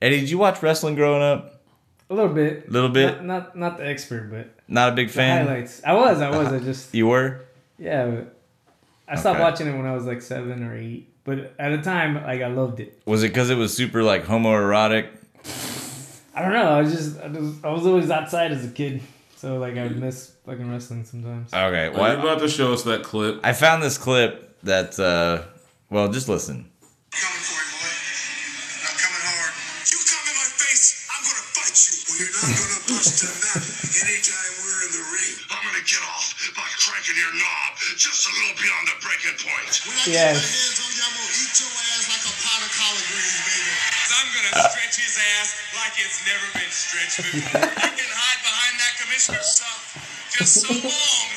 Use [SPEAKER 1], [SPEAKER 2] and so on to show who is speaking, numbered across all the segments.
[SPEAKER 1] Eddie, did you watch wrestling growing up?
[SPEAKER 2] A little bit.
[SPEAKER 1] A little bit.
[SPEAKER 2] Not, not not the expert, but
[SPEAKER 1] Not a big
[SPEAKER 2] the
[SPEAKER 1] fan.
[SPEAKER 2] highlights. I was, I was, I just
[SPEAKER 1] You were.
[SPEAKER 2] yeah. But I stopped
[SPEAKER 1] Okay.
[SPEAKER 2] watching it when I was like seven or eight, but at the time, like I loved it.
[SPEAKER 1] Was it because it was super like homoerotic?
[SPEAKER 2] I don't know. I was just I, just, I was always outside as a kid, so like I would miss fucking wrestling sometimes.
[SPEAKER 1] Okay.
[SPEAKER 3] Are you
[SPEAKER 1] Well,
[SPEAKER 3] about to show us that clip?
[SPEAKER 1] I found this clip that. Uh, well, just listen.
[SPEAKER 4] coming for it, boy. I'm coming hard. You come in my face, I'm gonna fight you. We're not gonna bust a nut anytime we're in the ring. I'm gonna get off by cranking your knob just a little beyond the breaking point. When I
[SPEAKER 2] Yes.
[SPEAKER 4] get my hands on you, I'm gonna eat your ass like a pot of collard greens, baby. I'm gonna stretch his ass like it's never been stretched before. you can hide behind that commissioner stuff just so long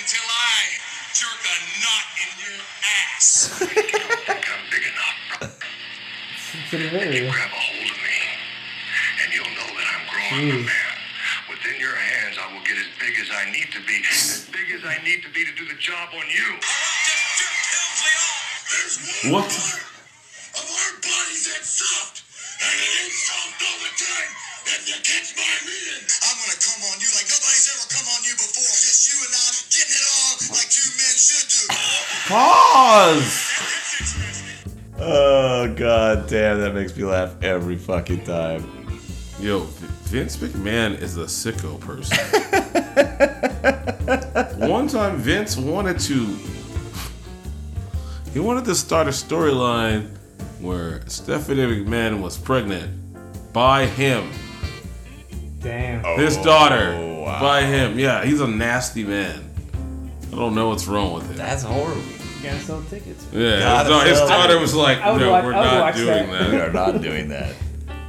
[SPEAKER 4] until I jerk a knot in your ass. Come big enough
[SPEAKER 2] Pretty very.
[SPEAKER 4] grab a hold of me, and you'll know that I'm growing the man. Within your hands, I will get as big as I need to be, as big as I need to be to do the job on you. There's one
[SPEAKER 3] What?
[SPEAKER 4] part of our bodies that's soft, and it ain't soft all the time. If you catch my meaning, I'm gonna come on you like nobody's ever come on you before. Just you and I getting it on like two men should do.
[SPEAKER 1] Pause. Oh god damn, that makes me laugh every fucking time.
[SPEAKER 3] Yo, Vince McMahon is a sicko person. One time, Vince wanted to. He wanted to start a storyline where Stephanie McMahon was pregnant by him,
[SPEAKER 2] Damn.
[SPEAKER 1] uh,
[SPEAKER 3] his daughter,
[SPEAKER 1] Oh, wow.
[SPEAKER 3] by him. Yeah, he's a nasty man. I don't know what's wrong with him.
[SPEAKER 1] That's horrible.
[SPEAKER 2] Gotta sell tickets.
[SPEAKER 3] Yeah,
[SPEAKER 1] God,
[SPEAKER 3] his, da- his
[SPEAKER 1] I-
[SPEAKER 3] daughter was like,
[SPEAKER 2] I would
[SPEAKER 3] "No,
[SPEAKER 2] watch-
[SPEAKER 3] we're
[SPEAKER 2] I would
[SPEAKER 3] not
[SPEAKER 2] watch
[SPEAKER 3] doing
[SPEAKER 2] that."
[SPEAKER 1] We
[SPEAKER 3] that."
[SPEAKER 1] are not doing that.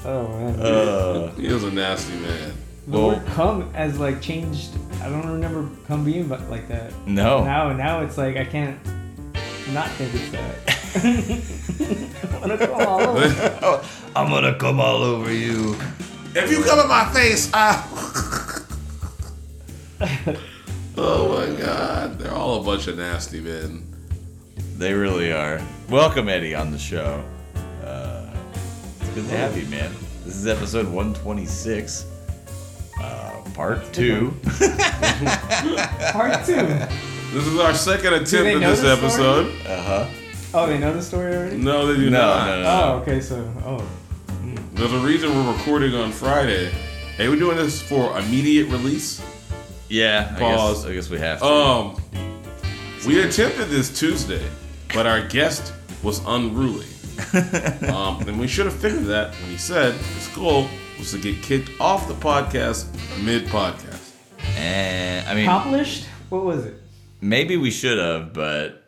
[SPEAKER 2] Oh man.
[SPEAKER 1] Uh,
[SPEAKER 3] He was a nasty man.
[SPEAKER 2] the
[SPEAKER 1] well-
[SPEAKER 2] word "cum" as like changed. I don't remember "cum" being but like that.
[SPEAKER 1] no.
[SPEAKER 2] Now, now it's like I can't not think it's that. I wanna come all over.
[SPEAKER 1] I'm gonna come all over you.
[SPEAKER 3] If you come in my face, I. oh my god. They're all a bunch of nasty men.
[SPEAKER 1] They really are. Welcome Eddie on the show. Uh, it's good to have you, man. This is episode 126, uh, part two.
[SPEAKER 2] Part two.
[SPEAKER 3] This is our second attempt
[SPEAKER 2] they
[SPEAKER 3] at
[SPEAKER 2] know
[SPEAKER 3] this
[SPEAKER 2] this story?
[SPEAKER 3] episode.
[SPEAKER 1] Uh huh.
[SPEAKER 2] Oh, they know the story already.
[SPEAKER 3] No, they do
[SPEAKER 1] No,
[SPEAKER 3] not.
[SPEAKER 1] no, no.
[SPEAKER 2] Oh, okay. So, oh,
[SPEAKER 3] There's a reason we're recording on Friday. Hey, we're doing this for immediate release.
[SPEAKER 1] Yeah.
[SPEAKER 3] Pause.
[SPEAKER 1] I guess, I guess we have to.
[SPEAKER 3] Um, we attempted this Tuesday, but our guest was unruly. um, and we should have figured that when he said his goal was to get kicked off the podcast mid podcast.
[SPEAKER 1] and Eh, I mean,
[SPEAKER 2] accomplished. What was it?
[SPEAKER 1] maybe we should have, but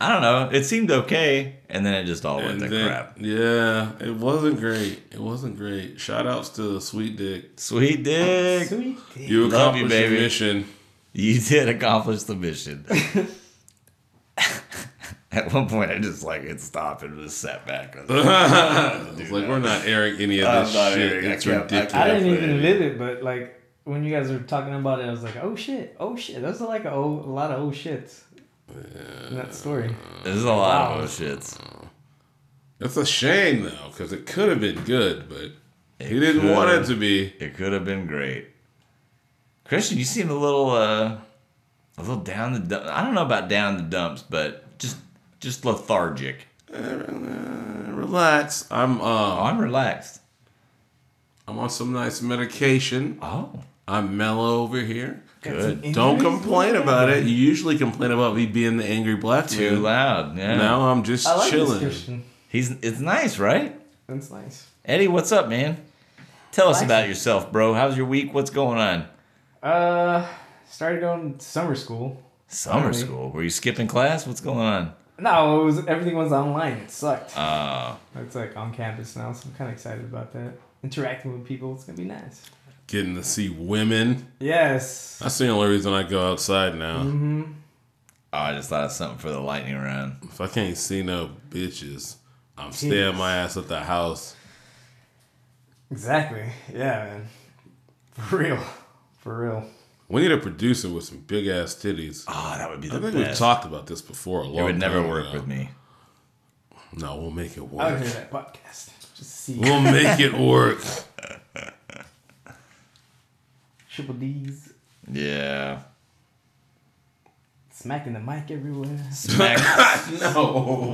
[SPEAKER 1] I don't know. It seemed okay, and then it just all went to
[SPEAKER 3] then-
[SPEAKER 1] crap.
[SPEAKER 3] Yeah, it wasn't great. It wasn't great. Shout outs to Sweet Dick.
[SPEAKER 1] Sweet dick.
[SPEAKER 2] Sweet. dick.
[SPEAKER 3] You
[SPEAKER 1] Love you,
[SPEAKER 3] accomplished
[SPEAKER 1] baby.
[SPEAKER 3] your mission.
[SPEAKER 1] You did accomplish the mission. At one point, I just like it stopped and was sat back. I was like,
[SPEAKER 3] It's like we're not airing any of
[SPEAKER 1] I'm
[SPEAKER 3] this
[SPEAKER 1] not
[SPEAKER 3] shit.
[SPEAKER 1] airing- I
[SPEAKER 3] It's
[SPEAKER 1] can't- I can't.
[SPEAKER 3] ridiculous.
[SPEAKER 2] I didn't
[SPEAKER 1] Yeah,
[SPEAKER 2] even
[SPEAKER 1] but-
[SPEAKER 2] live it, but like when you guys were talking about it, I was like, oh shit, oh shit. Those are like a, old, a lot of old shits. in that story.
[SPEAKER 1] this is a lot
[SPEAKER 2] Wow.
[SPEAKER 1] of bullshits.
[SPEAKER 3] That's a shame though, because it could have been good, but he
[SPEAKER 1] It
[SPEAKER 3] didn't want
[SPEAKER 1] could.
[SPEAKER 3] it to be.
[SPEAKER 1] It could have been great. Christian, you seem a little, uh, a little down the. Dump. I don't know about down in the dumps, but just, just lethargic.
[SPEAKER 3] Uh, Relax. I'm
[SPEAKER 1] Oh,
[SPEAKER 3] uh,
[SPEAKER 1] I'm relaxed.
[SPEAKER 3] I'm on some nice medication.
[SPEAKER 1] Oh,
[SPEAKER 3] I'm mellow over here.
[SPEAKER 1] good.
[SPEAKER 3] Don't complain about it. You usually complain about me being the angry black
[SPEAKER 1] Too
[SPEAKER 3] dude.
[SPEAKER 1] loud. Yeah.
[SPEAKER 3] Now I'm just
[SPEAKER 2] I like this
[SPEAKER 3] chilling.
[SPEAKER 2] Christian.
[SPEAKER 1] He's. It's nice, right?
[SPEAKER 2] That's nice.
[SPEAKER 1] Eddie, what's up, man? Tell us
[SPEAKER 2] Nice.
[SPEAKER 1] about yourself, bro. How's your week? What's going on?
[SPEAKER 2] Uh, started going to summer school.
[SPEAKER 1] Summer
[SPEAKER 2] Alright.
[SPEAKER 1] school. Were you skipping class? What's going on?
[SPEAKER 2] No, it was everything was online. It sucked.
[SPEAKER 3] Ah.
[SPEAKER 1] Uh,
[SPEAKER 2] It's like on campus now, so I'm kind of excited about that. Interacting with people, it's gonna be nice.
[SPEAKER 3] Getting to see women.
[SPEAKER 2] Yes.
[SPEAKER 3] That's the only reason I go outside now.
[SPEAKER 1] oh, I just thought of something for the lightning round.
[SPEAKER 3] If I can't see no bitches, I'm staying my ass at the house.
[SPEAKER 2] Exactly. Yeah, man. For real. For real.
[SPEAKER 3] We need a producer with some big ass titties.
[SPEAKER 1] Oh, that would be the
[SPEAKER 3] I think we've
[SPEAKER 1] best.
[SPEAKER 3] talked about this before. A long
[SPEAKER 1] it would never
[SPEAKER 3] time
[SPEAKER 1] work
[SPEAKER 3] ago.
[SPEAKER 1] with me.
[SPEAKER 3] No, we'll make it
[SPEAKER 2] I would
[SPEAKER 3] work.
[SPEAKER 2] hear that podcast. C.
[SPEAKER 3] We'll make it work.
[SPEAKER 2] Triple D's.
[SPEAKER 1] Yeah.
[SPEAKER 2] Smacking the mic everywhere.
[SPEAKER 1] Smack.
[SPEAKER 3] no.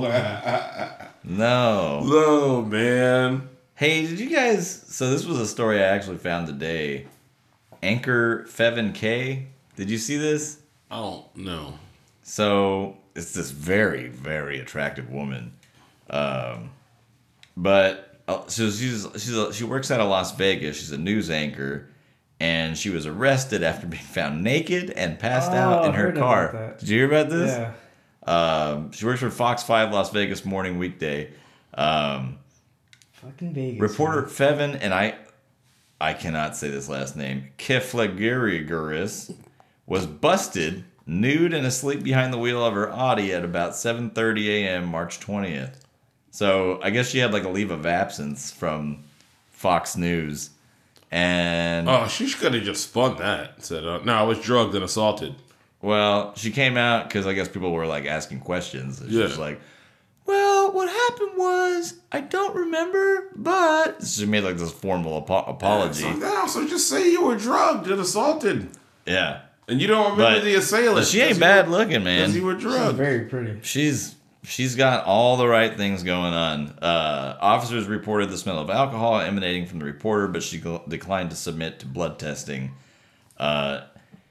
[SPEAKER 1] no.
[SPEAKER 3] No, man.
[SPEAKER 1] Hey, did you guys? So this was a story I actually found today. Anchor Fevin K. Did you see this?
[SPEAKER 3] I don't know.
[SPEAKER 1] So it's this very, very attractive woman, um, but uh, so she's she's a, she works out of Las Vegas. She's a news anchor, and she was arrested after being found naked and passed
[SPEAKER 2] Oh,
[SPEAKER 1] out in
[SPEAKER 2] I
[SPEAKER 1] her
[SPEAKER 2] heard about
[SPEAKER 1] car.
[SPEAKER 2] that.
[SPEAKER 1] Did you hear about this?
[SPEAKER 2] Yeah.
[SPEAKER 1] Um, she works for Fox Five Las Vegas morning weekday. Um,
[SPEAKER 2] Fucking Vegas.
[SPEAKER 1] Reporter
[SPEAKER 2] man.
[SPEAKER 1] Fevin and I, I cannot say this last name, Keflagirigaris, was busted nude and asleep behind the wheel of her Audi at about 7:30 a.m. March 20th. So I guess she had like a leave of absence from Fox News, and
[SPEAKER 3] Oh, she could have just spun that. and Said, uh, "No, I was drugged and assaulted."
[SPEAKER 1] well, she came out because I guess people were like asking questions. And she
[SPEAKER 3] Yeah.
[SPEAKER 1] was like. Well, what happened was I don't remember, but she made like this formal apo- apology.
[SPEAKER 3] So, no, so just say you were drugged and assaulted,
[SPEAKER 1] yeah.
[SPEAKER 3] and you don't remember
[SPEAKER 1] But-
[SPEAKER 3] the assailant.
[SPEAKER 1] She ain't
[SPEAKER 3] 'cause
[SPEAKER 1] bad
[SPEAKER 3] you,
[SPEAKER 1] looking,
[SPEAKER 3] Because you
[SPEAKER 1] man.
[SPEAKER 2] She's
[SPEAKER 3] were drugged.
[SPEAKER 2] very pretty.
[SPEAKER 1] She's she's got all the right things going on. Uh, officers reported the smell of alcohol emanating from the reporter, but she gl- declined to submit to blood testing. Uh,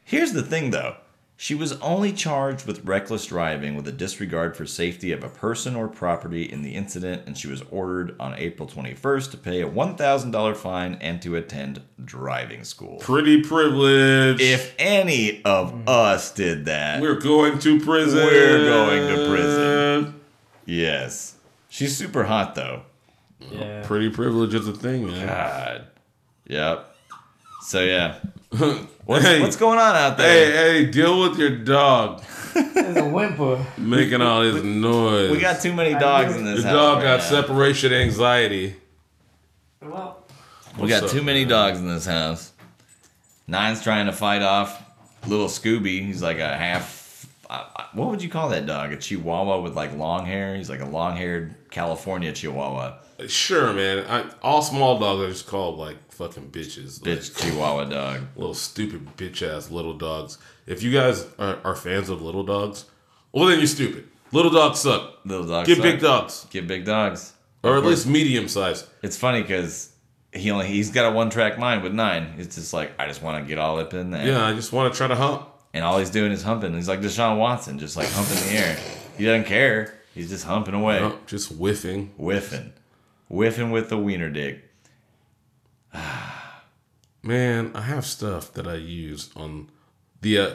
[SPEAKER 1] here's the thing, though. She was only charged with reckless driving with a disregard for safety of a person or property in the incident, and she was ordered on April 21st to pay a $1,000 fine and to attend driving school.
[SPEAKER 3] Pretty privileged.
[SPEAKER 1] If any
[SPEAKER 3] Mm-hmm.
[SPEAKER 1] of us did that,
[SPEAKER 3] we're going to prison,
[SPEAKER 1] We're going to prison. Yes. She's super hot though.
[SPEAKER 2] Yeah.
[SPEAKER 3] Pretty privilege is a thing, man.
[SPEAKER 1] God. Yep. So yeah. What's,
[SPEAKER 3] hey,
[SPEAKER 1] what's going on out
[SPEAKER 3] hey,
[SPEAKER 1] there?
[SPEAKER 3] hey, deal with your dog
[SPEAKER 2] There's a whimper.
[SPEAKER 3] making all this noise.
[SPEAKER 1] we got too many dogs in
[SPEAKER 3] the
[SPEAKER 1] this house.
[SPEAKER 3] dog
[SPEAKER 1] right
[SPEAKER 3] got
[SPEAKER 1] now.
[SPEAKER 3] separation anxiety.
[SPEAKER 2] Well,
[SPEAKER 1] We
[SPEAKER 3] What's
[SPEAKER 1] got
[SPEAKER 3] up,
[SPEAKER 1] too many
[SPEAKER 3] man?
[SPEAKER 1] dogs in this house. Nine's trying to fight off little Scooby. He's like a half. I- I- What would you call that dog? A Chihuahua with like long hair. He's like a long-haired California Chihuahua,
[SPEAKER 3] Sure, man. I, all small dogs are just called like fucking bitches. Like,
[SPEAKER 1] bitch Chihuahua dog.
[SPEAKER 3] little stupid bitch ass little dogs. If you guys are, are fans of little dogs, well then you're stupid. Little dogs suck.
[SPEAKER 1] Little dogs.
[SPEAKER 3] Get
[SPEAKER 1] suck. Mm-hmm.
[SPEAKER 3] big dogs,
[SPEAKER 1] Get big dogs.
[SPEAKER 3] or at least medium size.
[SPEAKER 1] It's funny because he only he's got a one track mind with nine. It's just like I just want to get all up in there,
[SPEAKER 3] Yeah, I just want to try to hump.
[SPEAKER 1] and all he's doing is humping. He's like Deshaun Watson, just like humping the air. He doesn't care. He's just humping away,
[SPEAKER 3] Oh, just whiffing.
[SPEAKER 1] whiffing, whiffing with the wiener dick.
[SPEAKER 3] Man, I have stuff that I use on the uh,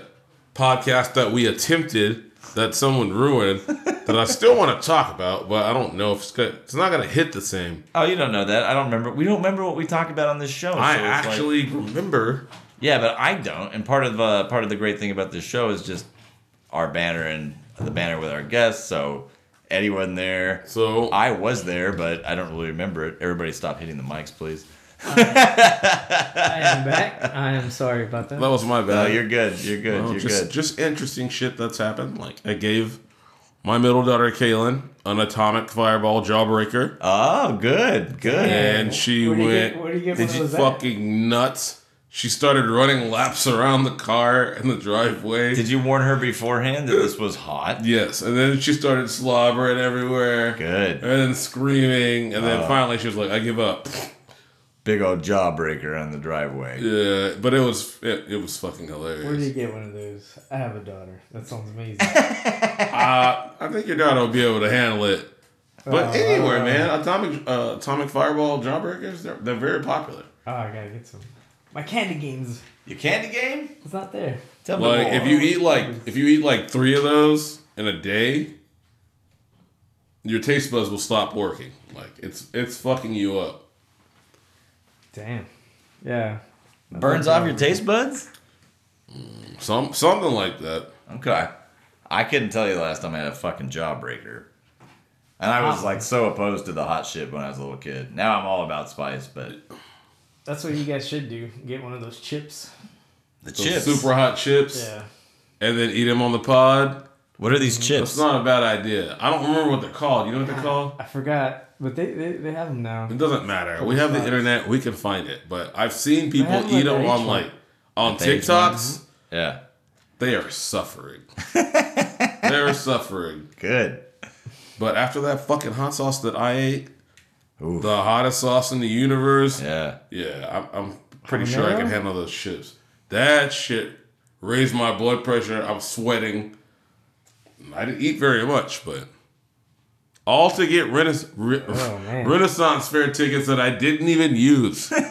[SPEAKER 3] podcast that we attempted that someone ruined that I still want to talk about, but I don't know if it's gonna, it's not gonna hit the same.
[SPEAKER 1] Oh, you don't know that. I don't remember. We don't remember what we talk about on this show. Oh, so
[SPEAKER 3] I
[SPEAKER 1] it's like-
[SPEAKER 3] actually remember
[SPEAKER 1] yeah, but I don't. And part of uh, part of the great thing about this show is just our banner and the banner with our guests. So Eddie wasn't there.
[SPEAKER 3] so
[SPEAKER 1] I was there, but I don't really remember it. Everybody, stop hitting the mics, please.
[SPEAKER 2] I am back. I am sorry about that.
[SPEAKER 3] that was my
[SPEAKER 1] No,
[SPEAKER 3] bad.
[SPEAKER 1] you're good. You're good.
[SPEAKER 3] Well,
[SPEAKER 1] you're
[SPEAKER 3] just,
[SPEAKER 1] good.
[SPEAKER 3] just interesting shit that's happened. Like I gave my middle daughter Kaylin an atomic fireball jawbreaker,
[SPEAKER 1] Oh, good. Good.
[SPEAKER 3] and she
[SPEAKER 2] Where do you
[SPEAKER 3] went
[SPEAKER 2] get- where do you get
[SPEAKER 3] did
[SPEAKER 2] one of
[SPEAKER 3] you
[SPEAKER 2] those at?
[SPEAKER 3] fucking nuts. She started running laps around the car and the driveway.
[SPEAKER 1] Did you warn her beforehand that this was hot?
[SPEAKER 3] yes, and then she started slobbering everywhere, and
[SPEAKER 1] Good.
[SPEAKER 3] then screaming, and then
[SPEAKER 1] Oh.
[SPEAKER 3] finally she was like, "I give up."
[SPEAKER 1] Big old jawbreaker on the driveway.
[SPEAKER 3] Yeah, but it was it, it was fucking
[SPEAKER 2] Where do you
[SPEAKER 3] hilarious.
[SPEAKER 2] get one of those? I have a daughter. That sounds amazing.
[SPEAKER 3] Uh, I think your daughter will be able to handle it. But
[SPEAKER 2] Uh,
[SPEAKER 3] anywhere,
[SPEAKER 2] uh,
[SPEAKER 3] man, atomic uh, atomic fireball jawbreakers they're, they're very popular.
[SPEAKER 2] Oh, I gotta get some. My candy games.
[SPEAKER 1] Your candy game?
[SPEAKER 2] It's not there.
[SPEAKER 1] Tell me
[SPEAKER 3] Like
[SPEAKER 1] more.
[SPEAKER 3] if you eat like if you eat like three of those in a day, your taste buds will stop working. Like it's it's fucking you up.
[SPEAKER 2] Damn. Yeah.
[SPEAKER 1] burns off your taste buds.
[SPEAKER 3] Some something like that.
[SPEAKER 1] Okay. I couldn't tell you the last time I had a fucking jawbreaker. And I was like so opposed to the hot shit when I was a little kid. Now I'm all about spice, but
[SPEAKER 2] That's what you guys should do. Get one of those chips.
[SPEAKER 1] the
[SPEAKER 3] Those
[SPEAKER 1] chips.
[SPEAKER 3] super hot chips,
[SPEAKER 2] Yeah.
[SPEAKER 3] and then eat them on the pod.
[SPEAKER 1] what are these chips?
[SPEAKER 3] That's not a bad idea. I don't remember what they're called. You know what they're called?
[SPEAKER 2] I forgot, But they, they, they have them now.
[SPEAKER 3] It doesn't matter. We have the internet. We can find it. But I've seen people
[SPEAKER 2] have, like,
[SPEAKER 3] eat them
[SPEAKER 2] the
[SPEAKER 3] on
[SPEAKER 2] H1.
[SPEAKER 3] like on
[SPEAKER 1] The H1.
[SPEAKER 3] TikToks.
[SPEAKER 1] Yeah.
[SPEAKER 3] They are suffering. they are suffering.
[SPEAKER 1] Good.
[SPEAKER 3] But after that fucking hot sauce that I ate,
[SPEAKER 1] Ooh.
[SPEAKER 3] the hottest sauce in the universe. Yeah,
[SPEAKER 1] Yeah.
[SPEAKER 3] I'm, I'm pretty sure I can
[SPEAKER 2] Habanero?
[SPEAKER 3] handle those chips. That shit raised my blood pressure. I'm sweating. I didn't eat very much, but all to get Renaissance,
[SPEAKER 2] Oh, man.
[SPEAKER 3] Renaissance fair tickets that I didn't even use. God,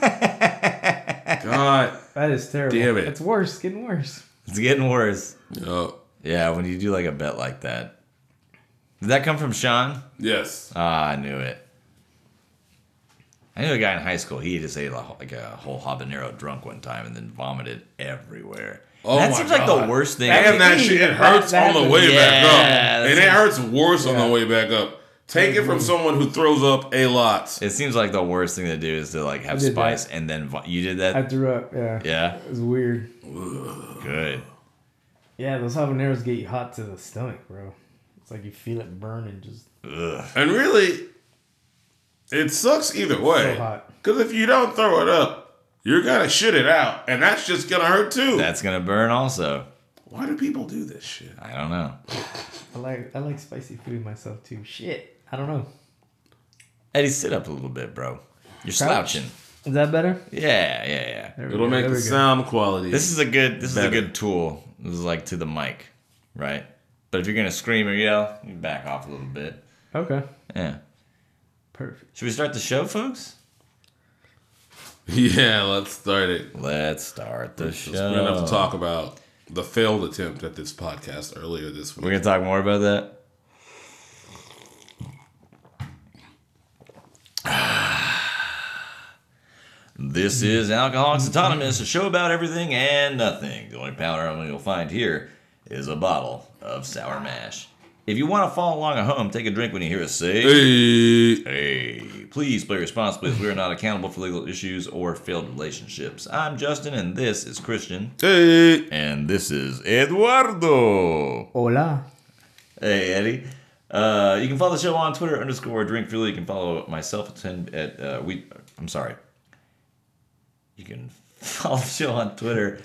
[SPEAKER 2] That is terrible.
[SPEAKER 3] Damn it.
[SPEAKER 2] It's worse, getting worse.
[SPEAKER 1] It's getting worse.
[SPEAKER 3] Yup.
[SPEAKER 1] Yeah, when you do like a bet like that. Did that come from Sean?
[SPEAKER 3] yes,
[SPEAKER 1] Ah, I knew it. I knew a guy in high school. He just ate a, whole- like a whole habanero drunk one time and then vomited everywhere.
[SPEAKER 3] Oh
[SPEAKER 1] that
[SPEAKER 3] my
[SPEAKER 1] seems like
[SPEAKER 3] God.
[SPEAKER 1] the worst thing.
[SPEAKER 3] and that
[SPEAKER 2] eat.
[SPEAKER 3] shit it
[SPEAKER 2] That-
[SPEAKER 3] hurts
[SPEAKER 2] that
[SPEAKER 3] on the
[SPEAKER 2] happened.
[SPEAKER 3] way back
[SPEAKER 1] Yeah,
[SPEAKER 3] up,
[SPEAKER 1] that
[SPEAKER 3] and it
[SPEAKER 1] seems-
[SPEAKER 3] hurts worse on
[SPEAKER 2] Yeah.
[SPEAKER 3] the way back up. Take it from someone who throws up a lot.
[SPEAKER 1] It seems like the worst thing to do is to like have
[SPEAKER 2] did that.
[SPEAKER 1] spice and then vo- you did
[SPEAKER 2] I
[SPEAKER 1] that.
[SPEAKER 2] threw up. Yeah.
[SPEAKER 1] Yeah,
[SPEAKER 2] It was weird.
[SPEAKER 1] good.
[SPEAKER 2] Yeah, those habaneros get you hot to the stomach, bro. It's like you feel it burn and just
[SPEAKER 1] Ugh.
[SPEAKER 3] And really, it sucks either way.
[SPEAKER 2] hot.
[SPEAKER 3] Because if you don't throw it up, you're gonna shit it out, and that's just gonna hurt too.
[SPEAKER 1] That's gonna burn. Also,
[SPEAKER 3] Why do people do this shit?
[SPEAKER 1] I don't know.
[SPEAKER 2] I like I like spicy food myself too. Shit. I don't know.
[SPEAKER 1] Eddie, sit up a little bit, bro. You're
[SPEAKER 2] Crouch.
[SPEAKER 1] slouching.
[SPEAKER 2] Is that better?
[SPEAKER 1] Yeah, yeah, yeah.
[SPEAKER 2] There we
[SPEAKER 3] It'll
[SPEAKER 2] go,
[SPEAKER 3] make
[SPEAKER 2] there
[SPEAKER 3] the
[SPEAKER 2] we go.
[SPEAKER 3] sound quality.
[SPEAKER 1] This is a good. This is a
[SPEAKER 3] Better.
[SPEAKER 1] good tool. This is like to the mic, right? But if you're gonna scream or yell, you back off a little bit.
[SPEAKER 2] Okay.
[SPEAKER 1] Yeah.
[SPEAKER 2] Perfect.
[SPEAKER 1] Should we start the show, folks?
[SPEAKER 3] yeah, let's start it.
[SPEAKER 1] Let's start the show.
[SPEAKER 3] We're gonna have to talk about the failed attempt at this podcast earlier this week.
[SPEAKER 1] We're gonna talk more about that. This is Alcoholics Anonymous, a show about everything and nothing. The only powder only you'll find here is a bottle of sour mash. If you want to follow along at home, take a drink when you hear us say.
[SPEAKER 3] Hey.
[SPEAKER 1] Hey, please play responsibly as we are not accountable for legal issues or failed relationships. I'm Justin, and this is Christian.
[SPEAKER 3] Hey.
[SPEAKER 1] And this is Eduardo.
[SPEAKER 2] Hola.
[SPEAKER 1] Hey, Eddie. Uh, you can follow the show on Twitter underscore drink freely. You can follow myself at, 10 at uh, we. I'm sorry. You can follow the show on Twitter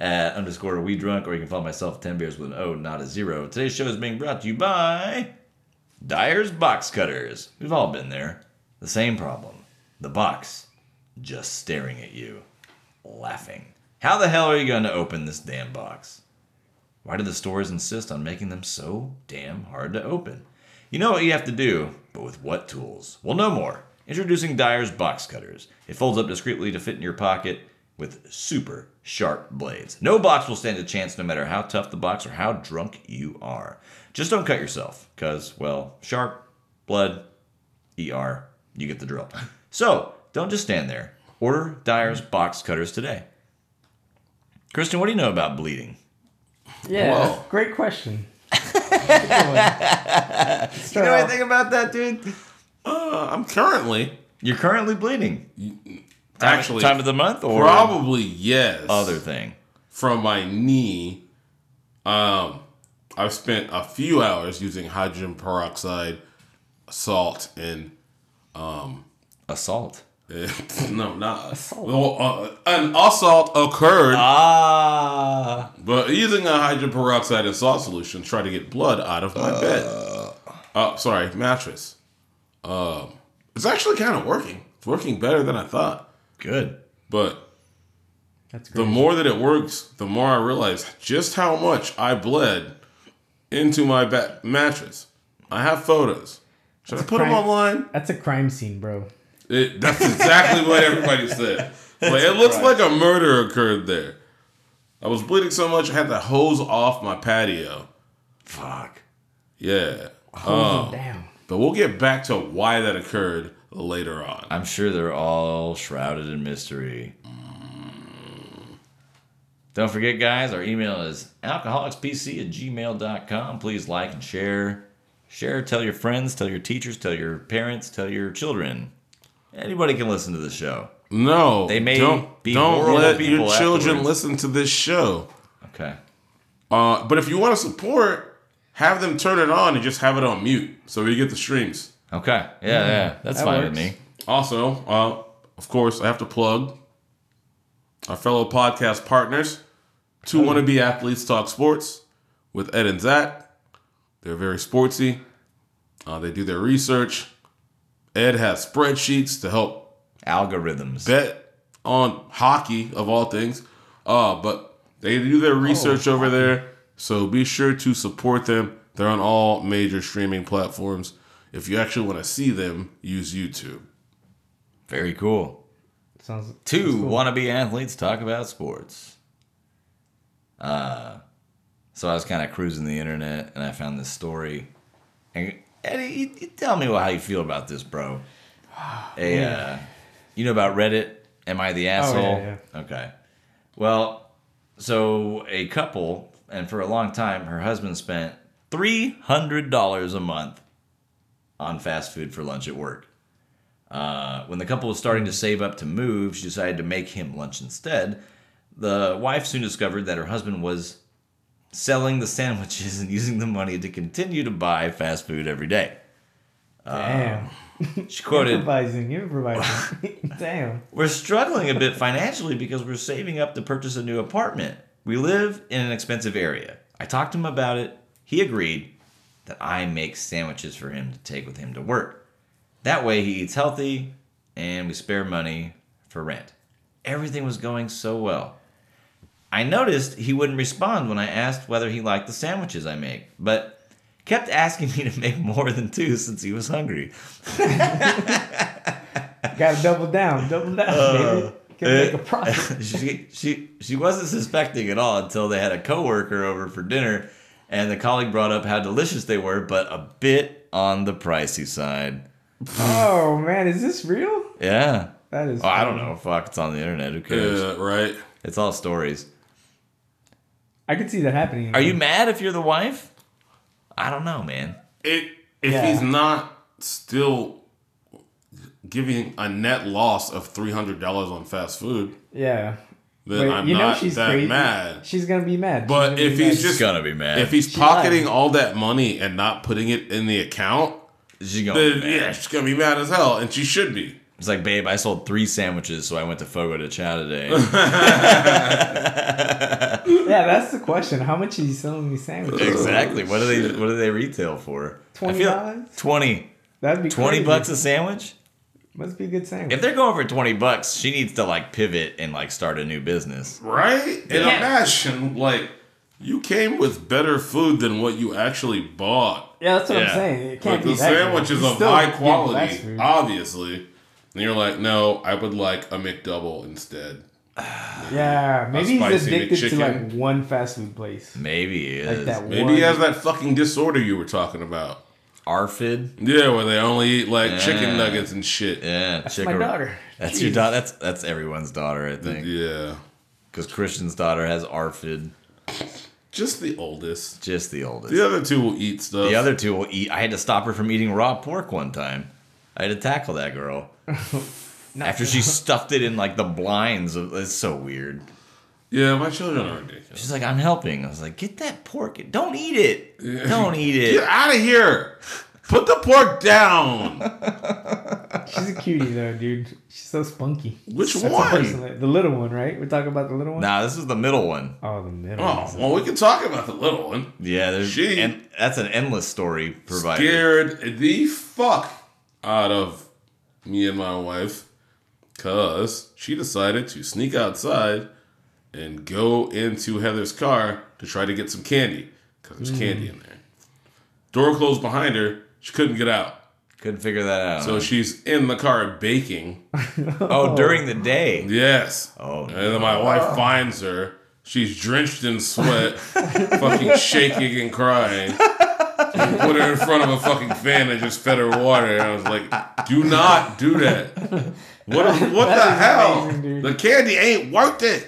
[SPEAKER 1] at underscore we drunk, or you can follow myself 10 beers with an O, not a zero. Today's show is being brought to you by Dyer's Box Cutters. We've all been there. The same problem. The box just staring at you, laughing. How the hell are you going to open this damn box? Why do the stores insist on making them so damn hard to open? You know what you have to do, but with what tools? Well, no more. Introducing Dyer's Box Cutters. It folds up discreetly to fit in your pocket with super sharp blades. No box will stand a chance no matter how tough the box or how drunk you are. Just don't cut yourself, because, well, sharp, blood, ER, you get the drill. So, don't just stand there. Order Dyer's Box Cutters today. Kristen, what do you know about bleeding?
[SPEAKER 2] Yeah.
[SPEAKER 3] Whoa.
[SPEAKER 2] Great question. Good one. Start
[SPEAKER 1] You know
[SPEAKER 2] off-
[SPEAKER 1] anything about that, dude?
[SPEAKER 3] Uh, I'm currently
[SPEAKER 1] You're currently bleeding. Time-
[SPEAKER 3] actually
[SPEAKER 1] time of the month or
[SPEAKER 3] probably yes
[SPEAKER 1] other thing.
[SPEAKER 3] from my knee. Um, I've spent a few hours using hydrogen peroxide, salt, and
[SPEAKER 1] Assault.
[SPEAKER 3] no, not well, uh, an assault occurred.
[SPEAKER 1] Uh. Ah.
[SPEAKER 3] But using a hydrogen peroxide and salt solution, try to get blood out of my bed. Uh, sorry, mattress. Um, it's actually kind of working. It's working better than I thought.
[SPEAKER 1] Good.
[SPEAKER 3] But
[SPEAKER 2] That's great.
[SPEAKER 3] the more that it works, the more I realize just how much I bled into my ba- mattress. I have photos. Should I put them
[SPEAKER 2] crime.
[SPEAKER 3] online?
[SPEAKER 2] That's a crime scene, bro.
[SPEAKER 3] It, that's exactly what everybody said. Like, it looks like a murder occurred there. I was bleeding so much I had to hose off my patio.
[SPEAKER 1] Fuck.
[SPEAKER 3] Yeah. Um, Oh.
[SPEAKER 2] Hold them down.
[SPEAKER 3] But we'll get back to why that occurred later on.
[SPEAKER 1] I'm sure they're all shrouded in mystery. Don't forget, guys, our email is alcoholicspc at gmail.com. Please like and share. Share, tell your friends, tell your teachers, tell your parents, tell your children. Anybody can listen to the show.
[SPEAKER 3] No,
[SPEAKER 1] They may
[SPEAKER 3] don't
[SPEAKER 1] be
[SPEAKER 3] don't
[SPEAKER 1] horrible
[SPEAKER 3] let
[SPEAKER 1] people
[SPEAKER 3] your children
[SPEAKER 1] afterwards.
[SPEAKER 3] listen to this show.
[SPEAKER 1] Okay.
[SPEAKER 3] Uh, but if you want to support, have them turn it on and just have it on mute so we get the streams.
[SPEAKER 1] Okay. Yeah, yeah. That's
[SPEAKER 2] that
[SPEAKER 1] fine with
[SPEAKER 2] works.
[SPEAKER 1] me.
[SPEAKER 3] Also, uh, of course, I have to plug our fellow podcast partners, Two Wanna Be Athletes Talk Sports with Ed and Zach. They're very sportsy. Uh, they do their research. Ed has spreadsheets to help
[SPEAKER 1] Algorithms.
[SPEAKER 3] bet on hockey, of all things. Uh, but they do their research over there. So be sure to support them. They're on all major streaming platforms. If you actually want to see them, use YouTube.
[SPEAKER 1] Very cool.
[SPEAKER 2] Sounds
[SPEAKER 1] Two wannabe athletes talk about sports. Uh, so I was kind of cruising the internet and I found this story. And Eddie, you, you tell me how you feel about this, bro. A, uh, you know about Reddit? Am I the asshole?
[SPEAKER 2] Oh, yeah.
[SPEAKER 1] Okay. Well, so a couple, and for a long time, her husband spent three hundred dollars a month on fast food for lunch at work. Uh, when the couple was
[SPEAKER 2] Hmm.
[SPEAKER 1] starting to save up to move, she decided to make him lunch instead. The wife soon discovered that her husband was selling the sandwiches and using the money to continue to buy fast food every day.
[SPEAKER 2] damn.
[SPEAKER 1] She quoted,
[SPEAKER 2] improvising, improvising. damn.
[SPEAKER 1] We're struggling a bit financially because we're saving up to purchase a new apartment. We live in an expensive area. I talked to him about it. He agreed that I make sandwiches for him to take with him to work. That way he eats healthy and we spare money for rent. Everything was going so well. I noticed he wouldn't respond when I asked whether he liked the sandwiches I make, but kept asking me to make more than two since he was hungry.
[SPEAKER 2] Gotta double down, double down,
[SPEAKER 3] Uh,
[SPEAKER 2] baby. Can
[SPEAKER 1] eh.
[SPEAKER 2] make a profit.
[SPEAKER 1] she she she wasn't suspecting at all until they had a coworker over for dinner, and the colleague brought up how delicious they were, but a bit on the pricey side.
[SPEAKER 2] Oh man, is this real?
[SPEAKER 1] Yeah.
[SPEAKER 2] That is.
[SPEAKER 1] Oh, I don't know. Fuck, it's on the internet. Who cares?
[SPEAKER 3] Yeah, Uh, right.
[SPEAKER 1] It's all stories.
[SPEAKER 2] I could see that happening.
[SPEAKER 1] Are you mad if you're the wife? I don't know, man.
[SPEAKER 3] It, if
[SPEAKER 2] Yeah.
[SPEAKER 3] he's not still giving a net loss of three hundred dollars on fast food,
[SPEAKER 2] Yeah.
[SPEAKER 3] then
[SPEAKER 2] But
[SPEAKER 3] I'm
[SPEAKER 2] you know
[SPEAKER 3] not
[SPEAKER 2] she's
[SPEAKER 3] that
[SPEAKER 2] crazy.
[SPEAKER 3] mad.
[SPEAKER 2] She's gonna be mad. She's
[SPEAKER 3] But
[SPEAKER 2] gonna be
[SPEAKER 3] if he's
[SPEAKER 2] mad.
[SPEAKER 1] She's
[SPEAKER 3] just
[SPEAKER 1] gonna be mad.
[SPEAKER 3] if he's
[SPEAKER 2] She lied.
[SPEAKER 3] pocketing all that money and not putting it in the account, Oh,
[SPEAKER 1] she's gonna be
[SPEAKER 3] then
[SPEAKER 1] mad.
[SPEAKER 3] yeah, she's gonna be mad as hell, and she should be.
[SPEAKER 1] It's like, babe, I sold three sandwiches, so I went to Fogo de Chao today.
[SPEAKER 2] yeah, that's the question. How much are you selling these sandwiches?
[SPEAKER 1] exactly. What do they what do they retail for? I feel-
[SPEAKER 2] $20?
[SPEAKER 1] Twenty.
[SPEAKER 2] That'd be
[SPEAKER 1] Twenty
[SPEAKER 2] crazy.
[SPEAKER 1] bucks a sandwich?
[SPEAKER 2] Must be a good sandwich.
[SPEAKER 1] If they're going for 20 bucks, she needs to like pivot and like start a new business.
[SPEAKER 3] Right? And
[SPEAKER 2] Yeah.
[SPEAKER 3] imagine like you came with better food than what you actually bought.
[SPEAKER 2] yeah, that's what
[SPEAKER 1] Yeah.
[SPEAKER 2] I'm saying. It can't
[SPEAKER 3] But
[SPEAKER 2] be
[SPEAKER 3] the
[SPEAKER 2] that good.
[SPEAKER 3] sandwich is
[SPEAKER 2] It's
[SPEAKER 3] of
[SPEAKER 2] still
[SPEAKER 3] high
[SPEAKER 2] good fast
[SPEAKER 3] quality,
[SPEAKER 2] food.
[SPEAKER 3] obviously. And you're like, no, I would like a McDouble instead.
[SPEAKER 2] yeah, maybe he's
[SPEAKER 3] spicy
[SPEAKER 2] addicted to
[SPEAKER 3] McChicken.
[SPEAKER 2] like one fast food place.
[SPEAKER 1] Maybe it
[SPEAKER 2] Like
[SPEAKER 1] is.
[SPEAKER 2] that
[SPEAKER 3] Maybe
[SPEAKER 2] one.
[SPEAKER 3] he has that fucking disorder you were talking about.
[SPEAKER 1] Arfid.
[SPEAKER 3] Yeah, where they only eat like
[SPEAKER 1] Yeah.
[SPEAKER 3] chicken nuggets and shit. Yeah.
[SPEAKER 1] Yeah,
[SPEAKER 2] That's my daughter.
[SPEAKER 1] That's your daughter. That's that's everyone's daughter, I think. Because Christian's daughter has Arfid,
[SPEAKER 3] Just the oldest.
[SPEAKER 1] just the oldest.
[SPEAKER 3] The other two will eat stuff.
[SPEAKER 1] The other two will eat. I had to stop her from eating raw pork one time. I had to tackle that girl after she stuffed it in like the blinds. Of, it's so weird.
[SPEAKER 3] Yeah, my children are ridiculous.
[SPEAKER 1] She's like, "I'm helping." I was like, "Get that pork! Don't eat it! Don't eat
[SPEAKER 3] Get
[SPEAKER 1] it!"
[SPEAKER 3] out of here! Put the pork down!
[SPEAKER 2] She's a cutie though, dude. She's so spunky.
[SPEAKER 3] Which
[SPEAKER 2] That's a
[SPEAKER 3] one?
[SPEAKER 2] personal- the little one, right? We're talking about the little one.
[SPEAKER 1] Nah, this is the middle one.
[SPEAKER 2] Oh, the middle.
[SPEAKER 3] Oh,
[SPEAKER 2] one.
[SPEAKER 3] well, we can talk about the little one.
[SPEAKER 1] Yeah, there's
[SPEAKER 3] She-
[SPEAKER 1] and that's an endless story provided.
[SPEAKER 3] scared the fuck out of me and my wife because she decided to sneak outside and go into Heather's car to try to get some candy because there's candy in there. Door closed behind her. She couldn't get out.
[SPEAKER 1] Couldn't figure that out.
[SPEAKER 3] So she's in the car baking.
[SPEAKER 1] oh, during the day.
[SPEAKER 3] Yes.
[SPEAKER 1] Oh,
[SPEAKER 3] And then my wife finds her. She's drenched in sweat, fucking shaking and crying. And put her in front of a fucking fan and just fed her water. And I was like, do not do that. What, what the
[SPEAKER 2] That is
[SPEAKER 3] hell?
[SPEAKER 2] amazing, dude.
[SPEAKER 3] the candy ain't worth it.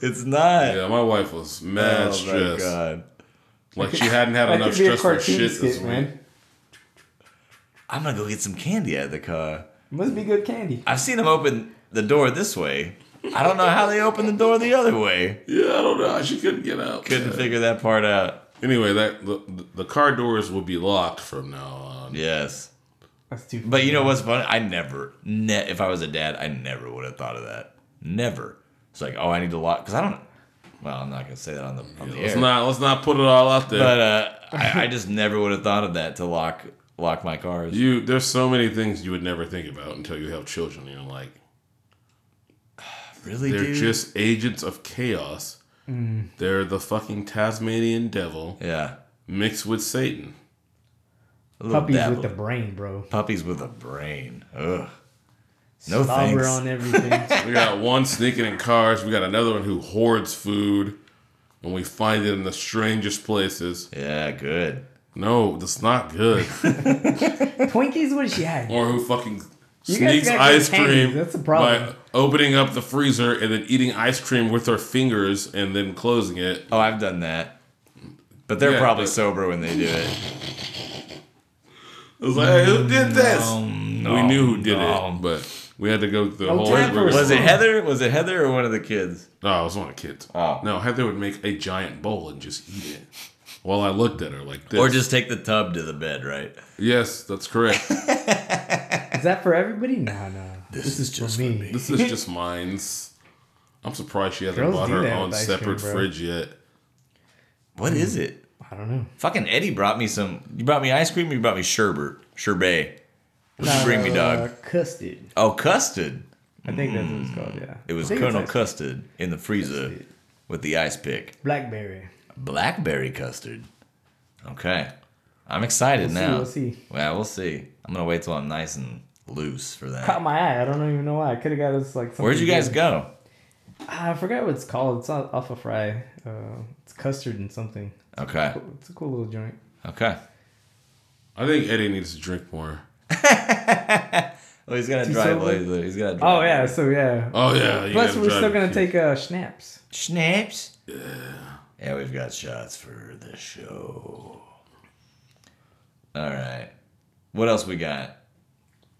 [SPEAKER 1] it's not.
[SPEAKER 3] Yeah, my wife was mad
[SPEAKER 1] oh my
[SPEAKER 3] stressed.
[SPEAKER 1] god.
[SPEAKER 3] Like she hadn't had
[SPEAKER 2] That
[SPEAKER 3] enough
[SPEAKER 2] could be a
[SPEAKER 3] stress for
[SPEAKER 2] cartoon
[SPEAKER 3] shit this
[SPEAKER 2] skit,
[SPEAKER 3] week.
[SPEAKER 2] man.
[SPEAKER 1] I'm gonna go get some candy out of the car.
[SPEAKER 2] Must be good candy.
[SPEAKER 1] I've seen them open the door this way. I don't know how they open the door the other way.
[SPEAKER 3] Yeah, I don't know. She couldn't get out.
[SPEAKER 1] Couldn't figure that part out.
[SPEAKER 3] Anyway, that the, the car doors will be locked from now on.
[SPEAKER 1] Yes.
[SPEAKER 2] That's too.
[SPEAKER 1] But you know what's funny? I never, ne- if I was a dad, I never would have thought of that. Never. It's like, oh, I need to lock because I don't. Well, I'm not gonna say that on the on the
[SPEAKER 3] Let's
[SPEAKER 1] air.
[SPEAKER 3] not let's not put it all out there.
[SPEAKER 1] but uh, I, I just never would have thought of that to lock lock my cars.
[SPEAKER 3] you there's so many things you would never think about until you have children. You're like
[SPEAKER 1] really,
[SPEAKER 3] they're
[SPEAKER 1] dude?
[SPEAKER 3] just agents of chaos.
[SPEAKER 2] Mm.
[SPEAKER 3] They're the fucking Tasmanian devil
[SPEAKER 1] yeah.
[SPEAKER 3] mixed with Satan.
[SPEAKER 1] A little
[SPEAKER 2] puppies with
[SPEAKER 1] dabble.
[SPEAKER 2] the brain, bro.
[SPEAKER 1] puppies with a brain. Ugh. No
[SPEAKER 2] Slobber
[SPEAKER 1] thanks.
[SPEAKER 2] on everything.
[SPEAKER 3] We got one sneaking in cars. We got another one who hoards food, and we find it in the strangest places.
[SPEAKER 1] Yeah, good.
[SPEAKER 3] No, that's not good.
[SPEAKER 2] Twinkies, what she had?
[SPEAKER 3] or who fucking
[SPEAKER 2] You guys
[SPEAKER 3] sneaks
[SPEAKER 2] got
[SPEAKER 3] ice
[SPEAKER 2] good hands,
[SPEAKER 3] cream
[SPEAKER 2] that's the problem.
[SPEAKER 3] by opening up the freezer and then eating ice cream with their fingers and then closing it.
[SPEAKER 1] Oh, I've done that. But they're
[SPEAKER 3] Yeah,
[SPEAKER 1] probably
[SPEAKER 3] but-
[SPEAKER 1] sober when they do it.
[SPEAKER 3] I was like, "Hey, who did this?
[SPEAKER 1] no,
[SPEAKER 3] we knew who did
[SPEAKER 1] no.
[SPEAKER 3] it, but we had to go through the
[SPEAKER 2] Oh,
[SPEAKER 3] whole.
[SPEAKER 2] time for
[SPEAKER 3] we're-
[SPEAKER 1] Was it
[SPEAKER 2] Oh.
[SPEAKER 1] Heather? Was it Heather or one of the kids?
[SPEAKER 3] No, it was one of the kids.
[SPEAKER 1] Oh.
[SPEAKER 3] No, Heather would make a giant bowl and just eat it. While I looked at her like this.
[SPEAKER 1] Or just take the tub to the bed, right?
[SPEAKER 3] yes, that's correct.
[SPEAKER 2] Is that for everybody? No, no. This, is, just for me.
[SPEAKER 3] This is just mine's. I'm surprised she hasn't
[SPEAKER 2] Girls
[SPEAKER 3] bought
[SPEAKER 2] do
[SPEAKER 3] her
[SPEAKER 2] that
[SPEAKER 3] own
[SPEAKER 2] with ice
[SPEAKER 3] separate
[SPEAKER 2] cream, bro.
[SPEAKER 3] fridge yet.
[SPEAKER 1] What is it?
[SPEAKER 2] I don't know.
[SPEAKER 1] Fucking Eddie brought me some. You brought me ice cream. Or you brought me sherbet, sherbet. What did you bring me,
[SPEAKER 2] Uh,
[SPEAKER 1] dog?
[SPEAKER 2] custard.
[SPEAKER 1] Oh, custard.
[SPEAKER 2] I think that's what it's called. Yeah.
[SPEAKER 1] It was
[SPEAKER 2] I think it's
[SPEAKER 1] Colonel
[SPEAKER 2] ice-
[SPEAKER 1] Custard in the freezer
[SPEAKER 2] Custard.
[SPEAKER 1] with the ice pick.
[SPEAKER 2] Blackberry.
[SPEAKER 1] Blackberry custard. Okay, I'm excited
[SPEAKER 2] We'll see,
[SPEAKER 1] now.
[SPEAKER 2] we'll see.
[SPEAKER 1] Yeah, we'll see. I'm gonna wait till I'm nice and loose for that.
[SPEAKER 2] Caught my eye. I don't even know why. I could have got us like. something
[SPEAKER 1] Where'd you guys
[SPEAKER 2] good.
[SPEAKER 1] go?
[SPEAKER 2] Ah, I forgot what it's called. It's not alpha fry. Uh, it's custard and something.
[SPEAKER 1] Okay,
[SPEAKER 2] It's a cool little joint.
[SPEAKER 1] okay.
[SPEAKER 3] I think Eddie needs to drink more.
[SPEAKER 1] Well, Oh, he's gonna
[SPEAKER 2] Too
[SPEAKER 1] drive
[SPEAKER 2] sober?
[SPEAKER 1] later. He's gonna drive.
[SPEAKER 2] Oh yeah.
[SPEAKER 1] later.
[SPEAKER 2] So yeah.
[SPEAKER 3] Oh yeah. you
[SPEAKER 2] Plus
[SPEAKER 3] gotta
[SPEAKER 2] we're
[SPEAKER 3] drive
[SPEAKER 2] still
[SPEAKER 3] it
[SPEAKER 2] gonna
[SPEAKER 3] cute.
[SPEAKER 2] take uh, schnapps.
[SPEAKER 1] Snaps. Yeah, we've got shots for the show. All right. What else we got?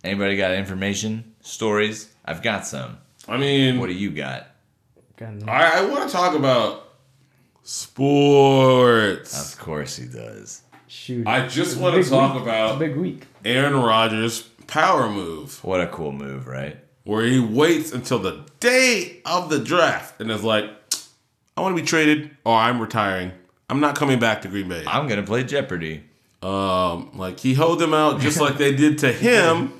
[SPEAKER 1] Anybody got information, stories? I've got some.
[SPEAKER 3] I mean,
[SPEAKER 1] What do you got?
[SPEAKER 2] God, no.
[SPEAKER 3] I, I want to talk about sports.
[SPEAKER 1] Of course he does.
[SPEAKER 2] Shoot.
[SPEAKER 3] I just
[SPEAKER 2] It's a
[SPEAKER 3] want
[SPEAKER 2] big
[SPEAKER 3] to talk
[SPEAKER 2] week. It's a
[SPEAKER 3] about
[SPEAKER 2] big week.
[SPEAKER 3] Aaron Rodgers' power move,
[SPEAKER 1] What a cool move, right?
[SPEAKER 3] where he waits until the day of the draft and is like, "I want to be traded, or I'm retiring. I'm not coming back to Green Bay."
[SPEAKER 1] I'm gonna play Jeopardy.
[SPEAKER 3] Um, like he hoed them out just like they did to him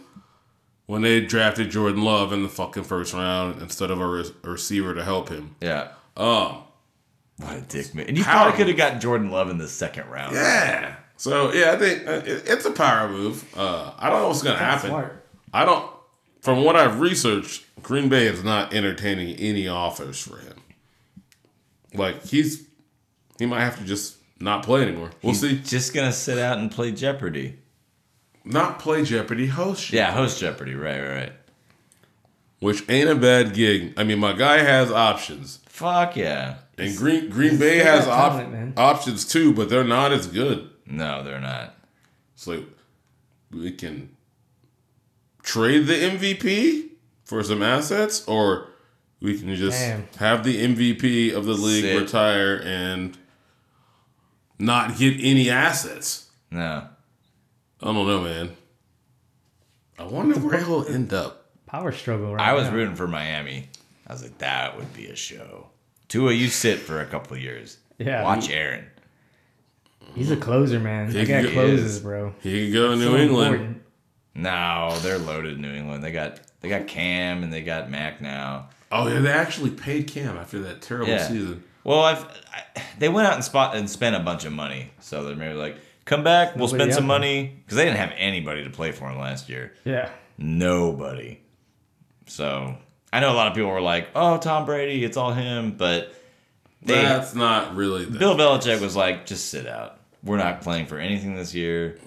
[SPEAKER 3] when they drafted Jordan Love in the fucking first round instead of a, re- a receiver to help him.
[SPEAKER 1] Yeah.
[SPEAKER 3] Um,
[SPEAKER 1] What a dick move. And you
[SPEAKER 3] Power
[SPEAKER 1] probably could have gotten Jordan Love in the second round.
[SPEAKER 3] yeah. So yeah, I think uh, it, it's a power move. Uh, I don't know what's gonna happen.
[SPEAKER 2] Smart.
[SPEAKER 3] I don't. From what I've researched, Green Bay is not entertaining any offers for him. Like he's, he might have to just not play anymore. We'll
[SPEAKER 1] He's
[SPEAKER 3] see.
[SPEAKER 1] Just gonna sit out and play Jeopardy.
[SPEAKER 3] Not play Jeopardy host. shit.
[SPEAKER 1] Yeah, host Jeopardy. Right, right, right.
[SPEAKER 3] Which ain't a bad gig. I mean, my guy has options.
[SPEAKER 1] Fuck yeah.
[SPEAKER 3] And Green Green Bay has
[SPEAKER 2] got
[SPEAKER 3] op-
[SPEAKER 2] talent, man.
[SPEAKER 3] options too, but they're not as good.
[SPEAKER 1] No, they're not.
[SPEAKER 3] It's like we can trade the MVP for some assets, or we can just
[SPEAKER 2] Damn.
[SPEAKER 3] have the MVP of the league
[SPEAKER 1] Sit.
[SPEAKER 3] retire and not get any assets.
[SPEAKER 1] No.
[SPEAKER 3] I don't know, man. I wonder where he'll end up.
[SPEAKER 2] Power struggle. Right
[SPEAKER 1] I was
[SPEAKER 2] now.
[SPEAKER 1] rooting for Miami. I was like, that would be a show. Tua, you sit for a couple of years.
[SPEAKER 2] Yeah.
[SPEAKER 1] Watch Aaron.
[SPEAKER 2] He's a closer, man. That guy
[SPEAKER 3] He is.
[SPEAKER 2] closes, bro.
[SPEAKER 3] He could go to New
[SPEAKER 2] So
[SPEAKER 3] England.
[SPEAKER 2] important.
[SPEAKER 1] No, they're loaded New England. They got they got Cam and they got Mac now.
[SPEAKER 3] Oh yeah, they actually paid Cam after that terrible
[SPEAKER 1] Yeah.
[SPEAKER 3] season.
[SPEAKER 1] Well, I've, I, they went out and spot and spent a bunch of money, so they're maybe like, come back, we'll
[SPEAKER 2] Nobody
[SPEAKER 1] spend some
[SPEAKER 2] out there.
[SPEAKER 1] money because they didn't have anybody to play for him last year.
[SPEAKER 2] Yeah.
[SPEAKER 1] Nobody. So I know a lot of people were like, oh, Tom Brady, it's all him, but they,
[SPEAKER 3] That's not really the
[SPEAKER 1] Bill Belichick was like, just sit out. We're not playing for anything this year,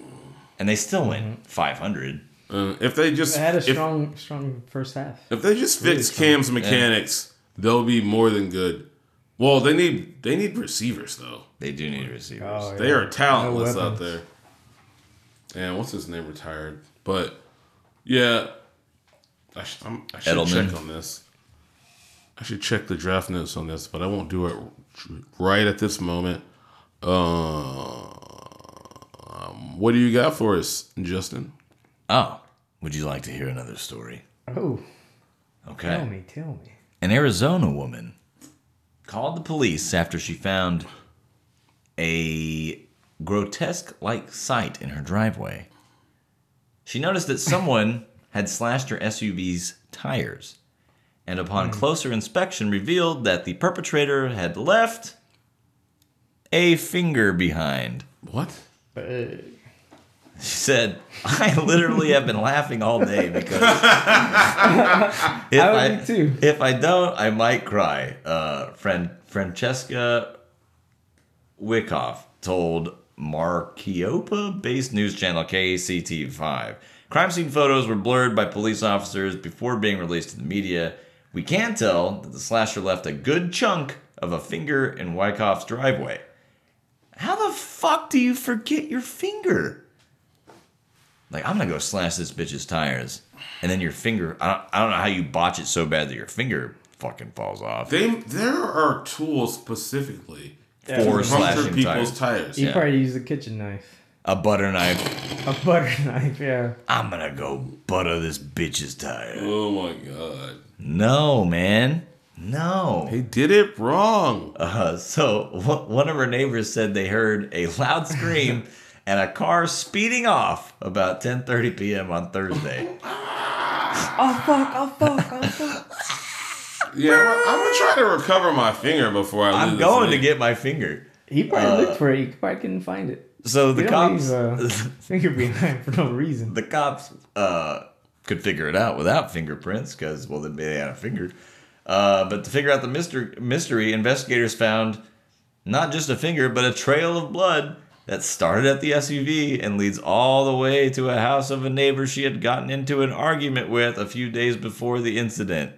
[SPEAKER 1] and they still
[SPEAKER 2] Mm-hmm.
[SPEAKER 1] went 500.
[SPEAKER 3] Uh, if they just
[SPEAKER 2] They had a
[SPEAKER 3] if,
[SPEAKER 2] strong, strong first half.
[SPEAKER 3] if they just fix Cam's mechanics, they'll be more than good. Well, they need they need receivers though.
[SPEAKER 1] They do need receivers.
[SPEAKER 2] Oh, yeah.
[SPEAKER 3] They are talentless
[SPEAKER 2] No
[SPEAKER 3] out
[SPEAKER 2] weapons.
[SPEAKER 3] there. And what's his name retired? But yeah, I, sh- I'm, I should
[SPEAKER 1] Edelman.
[SPEAKER 3] check on this. I should check the draft notes on this, but I won't do it right at this moment. Um, what do you got for us, Justin?
[SPEAKER 1] Oh, would you like to hear another story?
[SPEAKER 2] Oh,
[SPEAKER 1] Okay.
[SPEAKER 2] tell me, tell me.
[SPEAKER 1] An Arizona woman called the police after she found a grotesque like sight in her driveway. She noticed that someone had slashed her SUV's tires, and upon closer inspection, revealed that the perpetrator had left a finger behind.
[SPEAKER 3] What?
[SPEAKER 2] But, uh,
[SPEAKER 1] She said, I literally have been laughing all day because if,
[SPEAKER 2] I would
[SPEAKER 1] I,
[SPEAKER 2] be too.
[SPEAKER 1] if I don't, I might cry. Uh, friend Francesca Wickoff told Markiopa based news channel KCT5. Crime scene photos were blurred by police officers before being released to the media. We can tell that the slasher left a good chunk of a finger in Wyckoff's driveway. How the fuck do you forget your finger? Like, I'm gonna go slash this bitch's tires. And then your finger, I don't, I don't know how you botch it so bad that your finger fucking falls off.
[SPEAKER 3] They there are tools specifically
[SPEAKER 2] Yeah.
[SPEAKER 1] For
[SPEAKER 3] to puncture
[SPEAKER 1] slashing tires.
[SPEAKER 3] people's tires.
[SPEAKER 2] you
[SPEAKER 1] Yeah.
[SPEAKER 2] probably use a kitchen knife,
[SPEAKER 1] A butter knife.
[SPEAKER 2] a butter knife. Yeah.
[SPEAKER 1] I'm gonna go butter this bitch's tire.
[SPEAKER 3] Oh my god.
[SPEAKER 1] No, man. No.
[SPEAKER 3] They did it wrong.
[SPEAKER 1] Uh, so one one of her neighbors said they heard a loud scream and a car speeding off about 10:30 p.m. on Thursday.
[SPEAKER 2] Oh fuck! Oh fuck! Oh fuck!
[SPEAKER 3] Yeah, I'm, I'm gonna try to recover my finger before I. lose
[SPEAKER 1] I'm
[SPEAKER 3] this
[SPEAKER 1] going to
[SPEAKER 3] thing.
[SPEAKER 1] get my finger.
[SPEAKER 2] He probably
[SPEAKER 3] Uh,
[SPEAKER 2] looked for it. He probably couldn't find it.
[SPEAKER 1] So the
[SPEAKER 2] They don't
[SPEAKER 1] cops,
[SPEAKER 2] leave, Finger behind for no reason.
[SPEAKER 1] the cops uh, could figure it out without fingerprints because well then they had a finger uh, but to figure out the mystery, mystery investigators found not just a finger but a trail of blood that started at the suv and leads all the way to a house of a neighbor she had gotten into an argument with a few days before the incident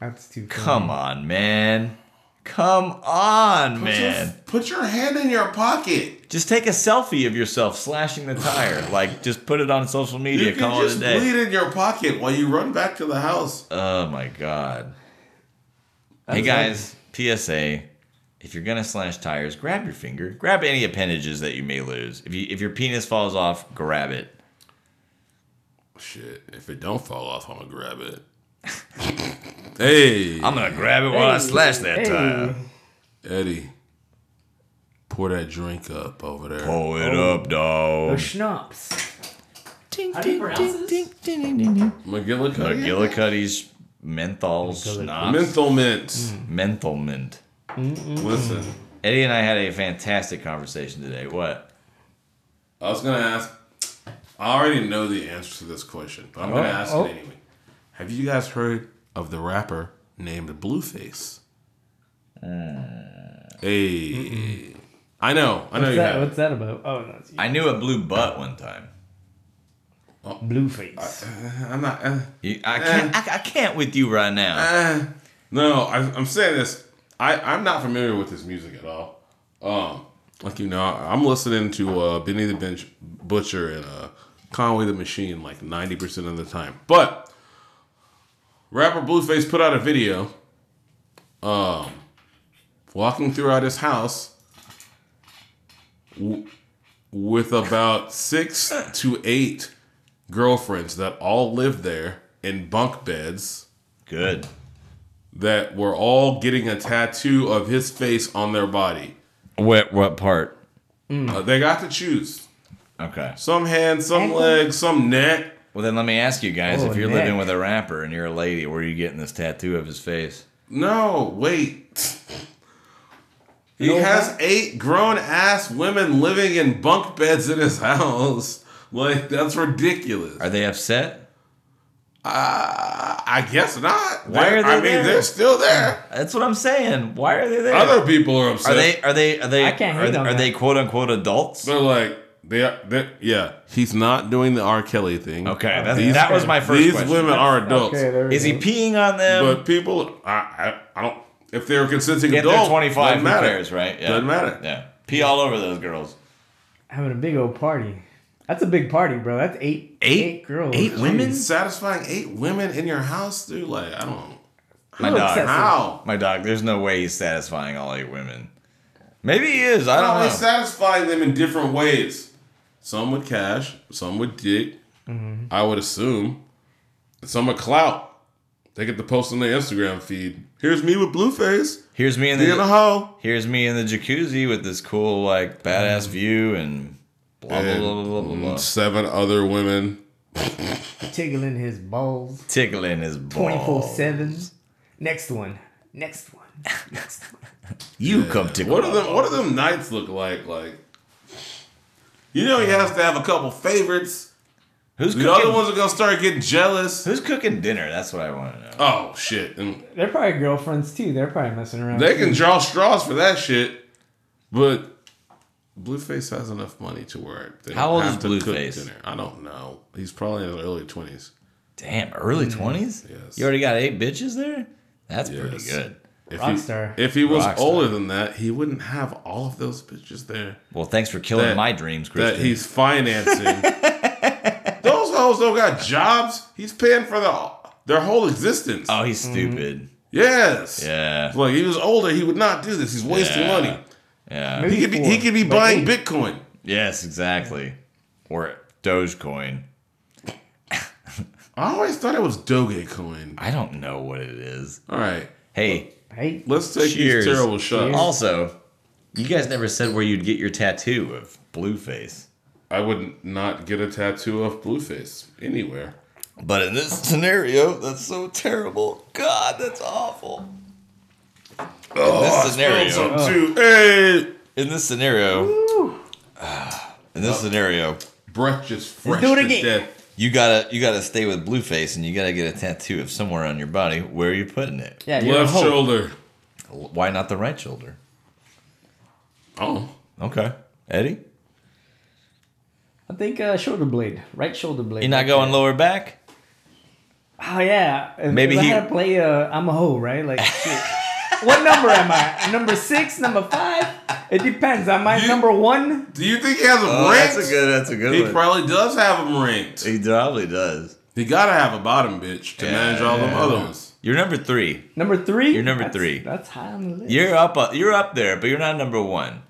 [SPEAKER 2] That's too. funny.
[SPEAKER 1] come on man come on
[SPEAKER 3] Put your-
[SPEAKER 1] man
[SPEAKER 3] put your hand in your pocket.
[SPEAKER 1] just take a selfie of yourself slashing the tire like just put it on social media
[SPEAKER 3] You can
[SPEAKER 1] call it
[SPEAKER 3] just
[SPEAKER 1] a day
[SPEAKER 3] bleed in your pocket while you run back to the house.
[SPEAKER 1] Oh my god. hey
[SPEAKER 2] That's
[SPEAKER 1] guys, PSA. If you're gonna slash tires, grab your finger. Grab any appendages that you may lose. If you if your penis falls off, grab it.
[SPEAKER 3] Shit, if it don't fall off, I'm gonna grab it. hey,
[SPEAKER 1] I'm gonna grab it while I
[SPEAKER 2] Hey,
[SPEAKER 1] slash that
[SPEAKER 2] hey.
[SPEAKER 1] tire.
[SPEAKER 3] Eddie, pour that drink up over there.
[SPEAKER 1] Pull it up,
[SPEAKER 2] The
[SPEAKER 1] dog.
[SPEAKER 2] schnapps.
[SPEAKER 1] Ding,
[SPEAKER 2] How do you pronounce this?
[SPEAKER 1] ding, ding, ding, ding.
[SPEAKER 3] McGillicuddy.
[SPEAKER 1] McGillicuddy's menthol schnapps,
[SPEAKER 3] Menthol mints.
[SPEAKER 1] menthol mint. Mm.
[SPEAKER 3] Listen,
[SPEAKER 1] Eddie and I had a fantastic conversation today. What?
[SPEAKER 3] I was gonna ask. I already know the answer to this question, but I'm gonna
[SPEAKER 2] Oh,
[SPEAKER 3] ask
[SPEAKER 2] oh.
[SPEAKER 3] it anyway. Have you guys heard of the rapper named Blueface?
[SPEAKER 2] Hmm.
[SPEAKER 3] hey, I know, I know
[SPEAKER 2] What's
[SPEAKER 3] you
[SPEAKER 2] that,
[SPEAKER 3] have.
[SPEAKER 2] what's that about? Oh, no, it's you.
[SPEAKER 1] I knew a blue butt one time.
[SPEAKER 2] Blueface.
[SPEAKER 3] I'm not. Uh,
[SPEAKER 1] You- I can't. I, I can't with you right now.
[SPEAKER 3] uh, no, I, I'm saying this. I I'm not familiar with this music at all. Um, like you know, I'm listening to uh, Benny the Bench Butcher and uh, Conway the Machine like 90 percent of the time. But rapper Blueface put out a video, um, walking throughout his house. w- With about six to eight girlfriends that all lived there in bunk beds
[SPEAKER 1] Good.
[SPEAKER 3] that were all getting a tattoo of his face on their body.
[SPEAKER 1] What? What part? Hmm.
[SPEAKER 3] Uh, they got to choose
[SPEAKER 1] Okay.
[SPEAKER 3] some hand, some leg, some neck.
[SPEAKER 1] Well, then let me ask you guys:
[SPEAKER 2] Oh,
[SPEAKER 1] if you're
[SPEAKER 2] Nick.
[SPEAKER 1] living with a rapper and you're a lady, where are you getting this tattoo of his face?
[SPEAKER 3] No, wait. He
[SPEAKER 2] know
[SPEAKER 3] has eight grown ass women living in bunk beds in his house. Like that's ridiculous.
[SPEAKER 1] Are they upset?
[SPEAKER 3] Uh, I guess not.
[SPEAKER 1] Why
[SPEAKER 3] They're-
[SPEAKER 1] are they
[SPEAKER 3] I mean,
[SPEAKER 1] there?
[SPEAKER 3] they're still there.
[SPEAKER 1] That's what I'm saying. Why are they there?
[SPEAKER 3] Other people are upset.
[SPEAKER 1] are they? Are they? Are they?
[SPEAKER 2] I can't
[SPEAKER 1] are,
[SPEAKER 2] hate on
[SPEAKER 1] are
[SPEAKER 2] that.
[SPEAKER 1] they quote unquote adults?
[SPEAKER 3] They're like they. Are, they yeah, he's not doing the R. Kelly thing.
[SPEAKER 1] Okay, that's,
[SPEAKER 2] These-
[SPEAKER 1] that was my first
[SPEAKER 3] Uh, These
[SPEAKER 1] question.
[SPEAKER 3] women are adults.
[SPEAKER 2] Okay, there we
[SPEAKER 1] Is he
[SPEAKER 2] go.
[SPEAKER 1] peeing on them?
[SPEAKER 3] But people, I, I, I don't. If they're consenting
[SPEAKER 1] if
[SPEAKER 3] adults,
[SPEAKER 1] they're 25,
[SPEAKER 3] doesn't
[SPEAKER 1] who
[SPEAKER 3] matter.
[SPEAKER 1] cares, right? Yeah.
[SPEAKER 3] Doesn't matter.
[SPEAKER 1] Yeah, pee all over those girls.
[SPEAKER 2] Having a big old party. That's a big party, bro. That's eight
[SPEAKER 1] Eight-
[SPEAKER 2] girls.
[SPEAKER 1] eight women?
[SPEAKER 3] Satisfying eight women in your house, dude. Like I don't.
[SPEAKER 1] My
[SPEAKER 2] Little
[SPEAKER 1] dog.
[SPEAKER 2] excessive.
[SPEAKER 3] How?
[SPEAKER 1] My dog. There's no way he's satisfying all eight women. Maybe he is. I
[SPEAKER 3] How
[SPEAKER 1] don't
[SPEAKER 3] they
[SPEAKER 1] know.
[SPEAKER 3] satisfying them in different ways? Some with cash, some with dick,
[SPEAKER 1] Mm-hmm.
[SPEAKER 3] I would assume. Some are clout. They get to post on their Instagram feed. Here's me with Blueface.
[SPEAKER 1] Here's me in
[SPEAKER 3] Being a
[SPEAKER 1] the
[SPEAKER 3] hoe.
[SPEAKER 1] here's me in the jacuzzi with this cool like
[SPEAKER 3] Mm.
[SPEAKER 1] badass view and blah blah
[SPEAKER 3] And
[SPEAKER 1] blah blah blah, blah.
[SPEAKER 3] seven other women.
[SPEAKER 2] Tickling his balls
[SPEAKER 1] tickling his
[SPEAKER 2] twenty four
[SPEAKER 1] balls.
[SPEAKER 2] seven. Next one. Next one. Next one.
[SPEAKER 1] You come tickle.
[SPEAKER 3] What
[SPEAKER 1] my
[SPEAKER 3] do them what do them nights look like? Like you know he has to have a couple favorites.
[SPEAKER 1] Who's
[SPEAKER 3] The other
[SPEAKER 1] cooking?
[SPEAKER 3] ones are gonna start getting jealous.
[SPEAKER 1] Who's cooking dinner? That's what I want to know.
[SPEAKER 3] Oh shit. And
[SPEAKER 2] They're probably girlfriends too. They're probably messing around.
[SPEAKER 3] They can
[SPEAKER 2] too.
[SPEAKER 3] draw straws for that shit. But Blueface has enough money to where they don't
[SPEAKER 1] How old
[SPEAKER 3] have
[SPEAKER 1] is
[SPEAKER 3] to cook
[SPEAKER 1] Blueface?
[SPEAKER 3] dinner. I don't know. He's probably in his early twenties.
[SPEAKER 1] Damn, early twenties.
[SPEAKER 3] Mm. Yes.
[SPEAKER 1] You already got eight bitches there. That's pretty
[SPEAKER 3] Yes.
[SPEAKER 1] good.
[SPEAKER 3] If
[SPEAKER 2] Rockstar.
[SPEAKER 3] He, if he was
[SPEAKER 1] Rockstar.
[SPEAKER 3] older than that, he wouldn't have all of those bitches there
[SPEAKER 1] Well, thanks for killing
[SPEAKER 3] That-
[SPEAKER 1] my dreams,
[SPEAKER 3] that
[SPEAKER 1] Christian.
[SPEAKER 3] he's financing. those hoes don't got jobs. He's paying for the their whole existence.
[SPEAKER 1] oh, he's stupid.
[SPEAKER 3] yes.
[SPEAKER 1] Yeah,
[SPEAKER 3] Like he was older, he would not do this. He's wasting
[SPEAKER 1] Yeah.
[SPEAKER 3] money.
[SPEAKER 1] yeah.
[SPEAKER 2] Maybe
[SPEAKER 3] He could be
[SPEAKER 2] four,
[SPEAKER 3] he could be
[SPEAKER 2] but
[SPEAKER 3] buying
[SPEAKER 2] eight.
[SPEAKER 3] Bitcoin.
[SPEAKER 1] Yes, exactly. Or Dogecoin.
[SPEAKER 3] I always thought it was Dogecoin.
[SPEAKER 1] I don't know what it is.
[SPEAKER 3] All right.
[SPEAKER 1] Hey,
[SPEAKER 2] Hey,
[SPEAKER 3] Let's take
[SPEAKER 1] Cheers.
[SPEAKER 3] these terrible shots.
[SPEAKER 1] also, you guys never said where you'd get your tattoo of Blueface.
[SPEAKER 3] I would not get a tattoo of Blueface anywhere.
[SPEAKER 1] But in this scenario, that's so terrible. God, that's awful.
[SPEAKER 3] Oh,
[SPEAKER 1] this scenario.
[SPEAKER 3] spilled some
[SPEAKER 1] Uh.
[SPEAKER 3] too. Hey,
[SPEAKER 1] In this scenario, in this scenario,
[SPEAKER 3] breath just fresh
[SPEAKER 2] do it
[SPEAKER 3] to
[SPEAKER 2] again.
[SPEAKER 3] death.
[SPEAKER 1] you gotta you gotta stay with Blueface, and you gotta get a tattoo of somewhere on your body. Where are you putting it?
[SPEAKER 2] yeah, you're a
[SPEAKER 3] Left
[SPEAKER 2] hoe.
[SPEAKER 3] shoulder.
[SPEAKER 1] Why not the right shoulder?
[SPEAKER 3] Oh,
[SPEAKER 1] Okay, Eddie,
[SPEAKER 2] I think uh, shoulder blade, right shoulder blade.
[SPEAKER 1] you're not going lower back.
[SPEAKER 2] Oh yeah. If,
[SPEAKER 1] Maybe
[SPEAKER 2] if
[SPEAKER 1] he-
[SPEAKER 2] I had to play. Uh, I'm a hoe, right? Like, shit. what number am I? Number six, number five? It depends. Am I
[SPEAKER 3] You-
[SPEAKER 2] number one?
[SPEAKER 3] do you think he has them ranked?
[SPEAKER 1] Oh, that's a good. That's a good
[SPEAKER 3] he
[SPEAKER 1] one.
[SPEAKER 3] probably does have them ranked.
[SPEAKER 1] he probably does.
[SPEAKER 3] He gotta have a bottom bitch to
[SPEAKER 1] Yeah.
[SPEAKER 3] manage all them other ones.
[SPEAKER 1] You're number three.
[SPEAKER 2] Number three.
[SPEAKER 1] You're number
[SPEAKER 2] That's-
[SPEAKER 1] three.
[SPEAKER 2] That's high on the list.
[SPEAKER 1] You're up. uh, You're up there, but you're not number one.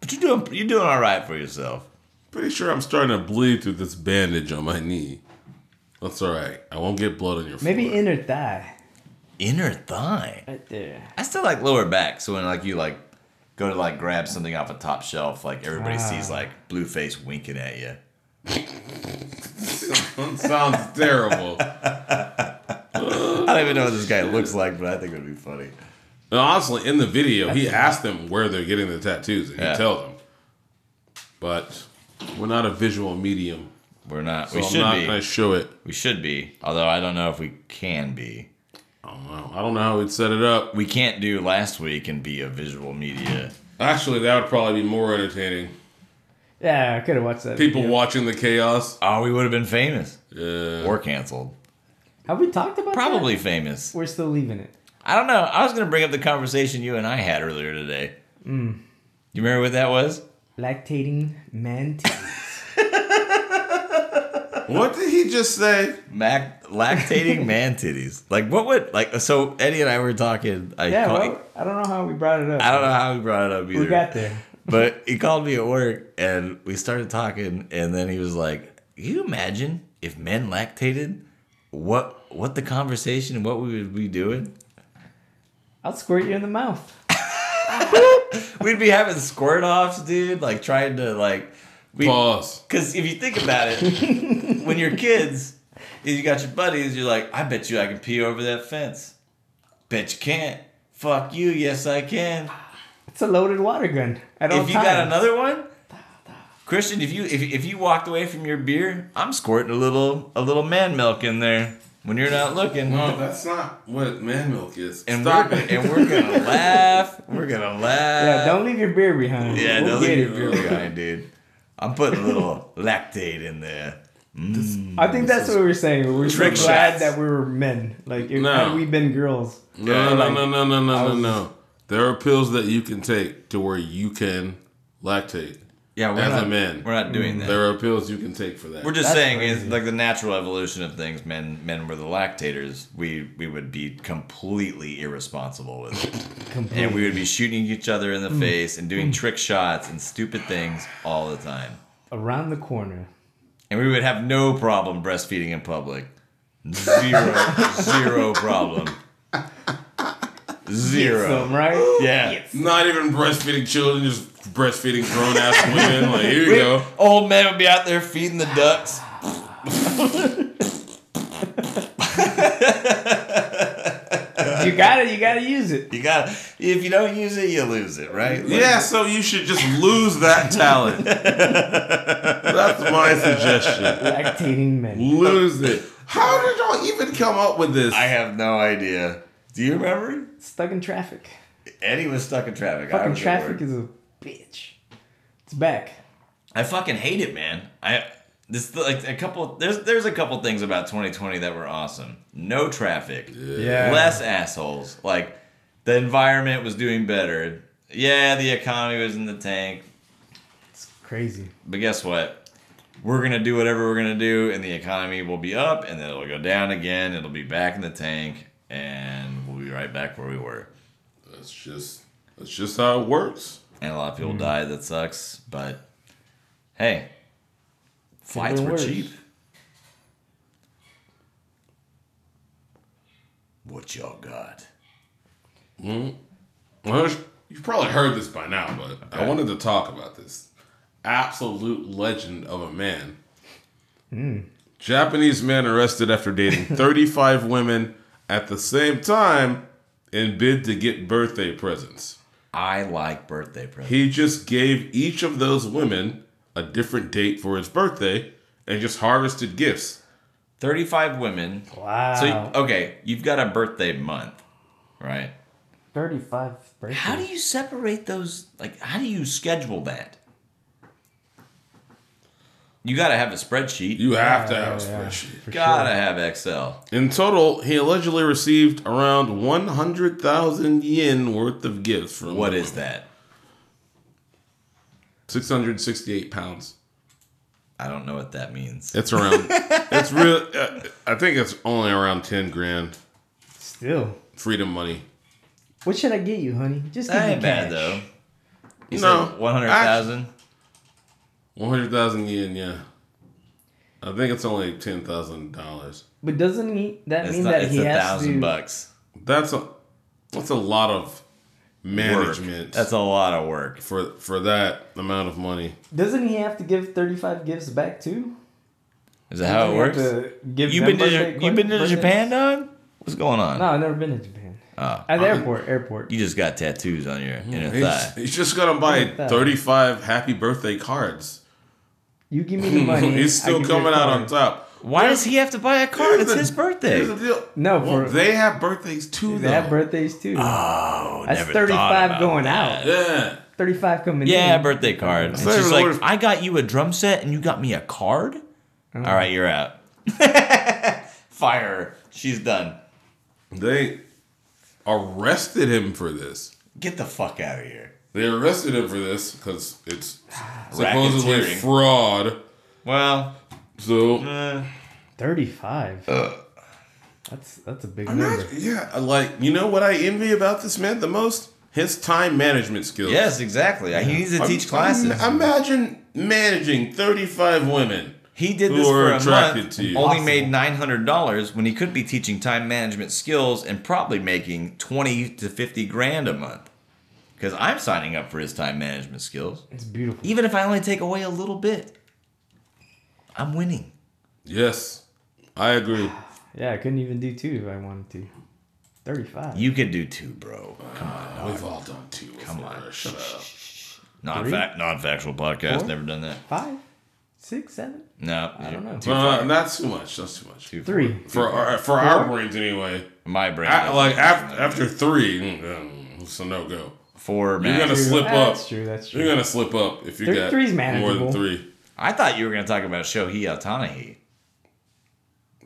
[SPEAKER 1] But you're doing. You're doing all right for yourself.
[SPEAKER 3] Pretty sure I'm starting to bleed through this bandage on my knee. That's all right. I won't get blood on your.
[SPEAKER 2] Maybe
[SPEAKER 3] floor.
[SPEAKER 2] inner thigh,
[SPEAKER 1] Inner thigh.
[SPEAKER 2] right there.
[SPEAKER 1] I still like lower back. So when like you like go to like grab something off a top shelf, like everybody
[SPEAKER 2] Ah.
[SPEAKER 1] sees like blue face winking at you.
[SPEAKER 3] sounds terrible.
[SPEAKER 1] I don't even know what this guy looks like, but I think it would be funny.
[SPEAKER 3] And honestly, in the video, he asked them where they're getting the tattoos, and
[SPEAKER 1] Yeah.
[SPEAKER 3] he tells them. But we're not a visual medium,
[SPEAKER 1] We're not.
[SPEAKER 3] so
[SPEAKER 1] we
[SPEAKER 3] I'm
[SPEAKER 1] should
[SPEAKER 3] not
[SPEAKER 1] be.
[SPEAKER 3] gonna show it.
[SPEAKER 1] We should be. Although I don't know if we can be.
[SPEAKER 3] I don't know. I don't know how we'd set it up.
[SPEAKER 1] We can't do last week and be a visual media.
[SPEAKER 3] Actually, that would probably be more entertaining.
[SPEAKER 2] Yeah, I could have watched that.
[SPEAKER 3] People
[SPEAKER 2] video.
[SPEAKER 3] watching the chaos.
[SPEAKER 1] Oh, we would have been famous
[SPEAKER 3] Yeah.
[SPEAKER 1] or canceled.
[SPEAKER 2] Have we talked about
[SPEAKER 1] Probably
[SPEAKER 2] that?
[SPEAKER 1] famous.
[SPEAKER 2] We're still leaving it.
[SPEAKER 1] I don't know. I was gonna bring up the conversation you and I had earlier today.
[SPEAKER 2] Hmm.
[SPEAKER 1] You remember what that was?
[SPEAKER 2] Lactating man. teeth.
[SPEAKER 3] What did he just say?
[SPEAKER 1] Mac lactating man titties. Like what would like so Eddie and I were talking. I
[SPEAKER 2] yeah,
[SPEAKER 1] call-
[SPEAKER 2] well, I don't know how we brought it up.
[SPEAKER 1] I don't know how we brought it up either.
[SPEAKER 2] We got there.
[SPEAKER 1] But he called me at work and we started talking and then he was like, Can you imagine if men lactated? What what the conversation and what we would be doing?
[SPEAKER 2] I'll squirt you in the mouth.
[SPEAKER 1] We'd be having squirt offs, dude, like trying to like we
[SPEAKER 3] Pause.
[SPEAKER 1] Because if you think about it, when you're kids, and you got your buddies, you're like, I bet you I can pee over that fence. Bet you can't. Fuck you. Yes, I can.
[SPEAKER 2] It's a loaded water gun. At all
[SPEAKER 1] if you got
[SPEAKER 2] times.
[SPEAKER 1] another one, Christian, if you if, if you walked away from your beer, I'm squirting a little a little man milk in there when you're not looking.
[SPEAKER 3] No, that's not what man milk is.
[SPEAKER 1] and
[SPEAKER 3] Stop
[SPEAKER 1] we're,
[SPEAKER 3] it.
[SPEAKER 1] And we're gonna laugh. We're gonna laugh.
[SPEAKER 2] Yeah, don't leave your beer behind.
[SPEAKER 1] uh, Yeah,
[SPEAKER 2] We'll
[SPEAKER 1] don't
[SPEAKER 2] get
[SPEAKER 1] leave
[SPEAKER 2] it,
[SPEAKER 1] your
[SPEAKER 2] bro.
[SPEAKER 1] beer behind, dude. I'm putting a little lactate in there.
[SPEAKER 2] I think that's what we were saying. We were so
[SPEAKER 1] Trick
[SPEAKER 2] glad
[SPEAKER 1] shots.
[SPEAKER 2] that we were men. Like, if
[SPEAKER 3] No.
[SPEAKER 2] had we been girls,
[SPEAKER 3] No, no,
[SPEAKER 2] like-
[SPEAKER 3] no, no, no, no, no, no. There are pills that you can take to where you can lactate.
[SPEAKER 1] Yeah, we're
[SPEAKER 3] As a
[SPEAKER 1] not,
[SPEAKER 3] man.
[SPEAKER 1] We're not doing that.
[SPEAKER 3] There are pills you can take for that.
[SPEAKER 1] We're just
[SPEAKER 2] That's
[SPEAKER 1] saying it's
[SPEAKER 2] crazy.
[SPEAKER 1] like the natural evolution of things. Men men were the lactators. We we would be completely irresponsible with it,
[SPEAKER 2] completely.
[SPEAKER 1] and we would be shooting each other in the
[SPEAKER 2] Mm.
[SPEAKER 1] face and doing trick shots and stupid things all the time.
[SPEAKER 2] around the corner.
[SPEAKER 1] and we would have no problem breastfeeding in public. Zero, zero problem. Zero.
[SPEAKER 2] Some, right?
[SPEAKER 1] Yeah.
[SPEAKER 3] Not even breastfeeding children, just breastfeeding grown ass women. Like, here you go.
[SPEAKER 1] Old man would be out there feeding the ducks.
[SPEAKER 2] You got it. You got to use it.
[SPEAKER 1] You got to if you don't use it, you lose it, right? Like,
[SPEAKER 3] Yeah, so you should just lose that talent. That's my suggestion.
[SPEAKER 2] Lactating men.
[SPEAKER 3] Lose it. How did y'all even come up with this?
[SPEAKER 1] I have no idea. Do you remember?
[SPEAKER 2] Stuck in traffic.
[SPEAKER 1] Eddie was stuck in traffic. I
[SPEAKER 2] Fucking
[SPEAKER 1] was at work.
[SPEAKER 2] traffic is a bitch. It's back.
[SPEAKER 1] I fucking hate it, man. I this like a couple. There's there's a couple things about 2020 that were awesome. No traffic.
[SPEAKER 2] Yeah.
[SPEAKER 1] Less assholes. Like the environment was doing better. Yeah, the economy was in the tank.
[SPEAKER 2] It's crazy.
[SPEAKER 1] But guess what? We're gonna do whatever we're gonna do, and the economy will be up, and then it'll go down again. It'll be back in the tank, and we'll be right back where we were.
[SPEAKER 3] That's just that's just how it works.
[SPEAKER 1] And a lot of people
[SPEAKER 2] Hmm.
[SPEAKER 1] die. That sucks. But hey, flights
[SPEAKER 2] been
[SPEAKER 1] were
[SPEAKER 2] worse.
[SPEAKER 1] cheap. What y'all got?
[SPEAKER 3] Well, You've probably heard this by now, but I wanted to talk about this absolute legend of a man.
[SPEAKER 2] Hmm.
[SPEAKER 3] Japanese man arrested after dating 35 women at the same time in bid to get birthday presents.
[SPEAKER 1] I like birthday presents.
[SPEAKER 3] He just gave each of those women a different date for his birthday and just harvested gifts.
[SPEAKER 1] Thirty-five women.
[SPEAKER 2] Wow.
[SPEAKER 1] So you- okay, you've got a birthday month, right?
[SPEAKER 2] 35 birthday.
[SPEAKER 1] How do you separate those? Like, how do you schedule that? You gotta have a spreadsheet. You
[SPEAKER 3] You have to have a
[SPEAKER 2] yeah, yeah.
[SPEAKER 3] spreadsheet.
[SPEAKER 1] gotta have Excel.
[SPEAKER 3] In total, he allegedly received around 100,000 yen worth of gifts from
[SPEAKER 1] What is that?
[SPEAKER 3] 668 pounds.
[SPEAKER 1] I don't know what that means.
[SPEAKER 3] It's around, it's real, uh, I think it's only around 10 grand
[SPEAKER 2] Still.
[SPEAKER 3] freedom money.
[SPEAKER 2] What should I get you, honey? Just give
[SPEAKER 1] That
[SPEAKER 2] me
[SPEAKER 1] ain't bad
[SPEAKER 2] cash.
[SPEAKER 1] though. You
[SPEAKER 3] No.
[SPEAKER 1] said 100,000?
[SPEAKER 3] One hundred thousand yen, yeah. I think it's only ten thousand dollars.
[SPEAKER 2] But doesn't he, that
[SPEAKER 1] It's
[SPEAKER 2] mean
[SPEAKER 1] not
[SPEAKER 2] that
[SPEAKER 1] it's
[SPEAKER 2] he
[SPEAKER 1] a
[SPEAKER 2] has
[SPEAKER 1] thousand
[SPEAKER 2] to?
[SPEAKER 1] bucks.
[SPEAKER 3] That's a that's a lot of
[SPEAKER 1] Work.
[SPEAKER 3] management
[SPEAKER 1] That's a lot of work.
[SPEAKER 3] for for that amount of money.
[SPEAKER 2] Doesn't he have to give 35 gifts back too?
[SPEAKER 1] Is that how it
[SPEAKER 2] Doesn't
[SPEAKER 1] works?
[SPEAKER 2] he have to give
[SPEAKER 1] You've
[SPEAKER 2] them
[SPEAKER 1] been to
[SPEAKER 2] birthday
[SPEAKER 1] Ja- you've been to
[SPEAKER 2] birthdays?
[SPEAKER 1] Japan, Don? What's going on?
[SPEAKER 2] No, I've never been to Japan.
[SPEAKER 3] Ah.
[SPEAKER 1] Oh.
[SPEAKER 2] At the airport, airport.
[SPEAKER 1] You just got tattoos on your inner
[SPEAKER 3] He's,
[SPEAKER 1] thigh.
[SPEAKER 3] he's just gonna buy
[SPEAKER 2] at that.
[SPEAKER 3] thirty five happy birthday cards.
[SPEAKER 2] You give me the money.
[SPEAKER 3] he's
[SPEAKER 2] I
[SPEAKER 3] still
[SPEAKER 2] give you a
[SPEAKER 3] coming out on
[SPEAKER 2] card.
[SPEAKER 3] top.
[SPEAKER 1] Why does he have to buy a card? It's his birthday.
[SPEAKER 3] Here's the deal.
[SPEAKER 2] No,
[SPEAKER 3] Well,
[SPEAKER 2] for
[SPEAKER 3] they have birthdays too.
[SPEAKER 2] they have
[SPEAKER 3] though. Ah.
[SPEAKER 2] birthdays too.
[SPEAKER 1] Oh,
[SPEAKER 2] That's
[SPEAKER 1] never thought
[SPEAKER 2] 35
[SPEAKER 1] about
[SPEAKER 2] going
[SPEAKER 1] that.
[SPEAKER 2] out.
[SPEAKER 3] Yeah.
[SPEAKER 2] 35 coming in.
[SPEAKER 1] Yeah, birthday card. And
[SPEAKER 3] not
[SPEAKER 1] she's
[SPEAKER 3] even
[SPEAKER 1] like,
[SPEAKER 3] worth-
[SPEAKER 1] I got you a drum set and you got me a card? All right, you're out. Fire her. She's done.
[SPEAKER 3] They arrested him for this.
[SPEAKER 1] Get the fuck out of here.
[SPEAKER 3] They arrested him for this because it's supposedly
[SPEAKER 1] Racketeering.
[SPEAKER 3] fraud.
[SPEAKER 1] Well,
[SPEAKER 3] So
[SPEAKER 2] 35.
[SPEAKER 3] Uh.
[SPEAKER 2] That's that's a big number.
[SPEAKER 3] Imagine- yeah, I like you know what I envy about this man the most? His time management skills.
[SPEAKER 1] yes, exactly. He needs to
[SPEAKER 3] I'm-
[SPEAKER 1] teach classes.
[SPEAKER 3] I'm- imagine managing 35 women.
[SPEAKER 1] he did
[SPEAKER 3] Who
[SPEAKER 1] this
[SPEAKER 3] are
[SPEAKER 1] for a
[SPEAKER 3] attracted
[SPEAKER 1] month,
[SPEAKER 3] to you.
[SPEAKER 1] only
[SPEAKER 2] Impossible.
[SPEAKER 1] made nine hundred dollars when he could be teaching time management skills and probably making twenty to fifty grand a month. Because I'm signing up for his time management skills,
[SPEAKER 2] It's beautiful.
[SPEAKER 1] even if I only take away a little bit. I'm winning.
[SPEAKER 3] Yes, I agree.
[SPEAKER 2] Yeah, I couldn't even do two if I wanted to. 35.
[SPEAKER 1] You could do two, bro.
[SPEAKER 3] We've all done two. Come on, shut up.
[SPEAKER 1] Non fact, non factual podcast.
[SPEAKER 2] Four?
[SPEAKER 1] Never done that.
[SPEAKER 2] Five, six, seven,
[SPEAKER 1] No,
[SPEAKER 2] I don't know.
[SPEAKER 1] Too
[SPEAKER 3] No, no,
[SPEAKER 1] far.
[SPEAKER 3] no, that's too much. That's too much.
[SPEAKER 1] Too far.
[SPEAKER 2] three.
[SPEAKER 3] For our, for our brains anyway.
[SPEAKER 1] My brain.
[SPEAKER 3] I,
[SPEAKER 1] doesn't
[SPEAKER 3] like
[SPEAKER 1] understand
[SPEAKER 3] after,
[SPEAKER 1] that.
[SPEAKER 3] after three, mm, mm, it's a no go.
[SPEAKER 1] four,
[SPEAKER 3] You're
[SPEAKER 1] man.
[SPEAKER 3] gonna slip up.
[SPEAKER 2] That's true. That's
[SPEAKER 3] You're
[SPEAKER 2] true.
[SPEAKER 3] gonna slip up if you
[SPEAKER 2] Three-
[SPEAKER 3] got
[SPEAKER 2] three's
[SPEAKER 3] more than
[SPEAKER 2] manageable.
[SPEAKER 3] three.
[SPEAKER 1] I thought you were gonna talk about Shohei Otanihi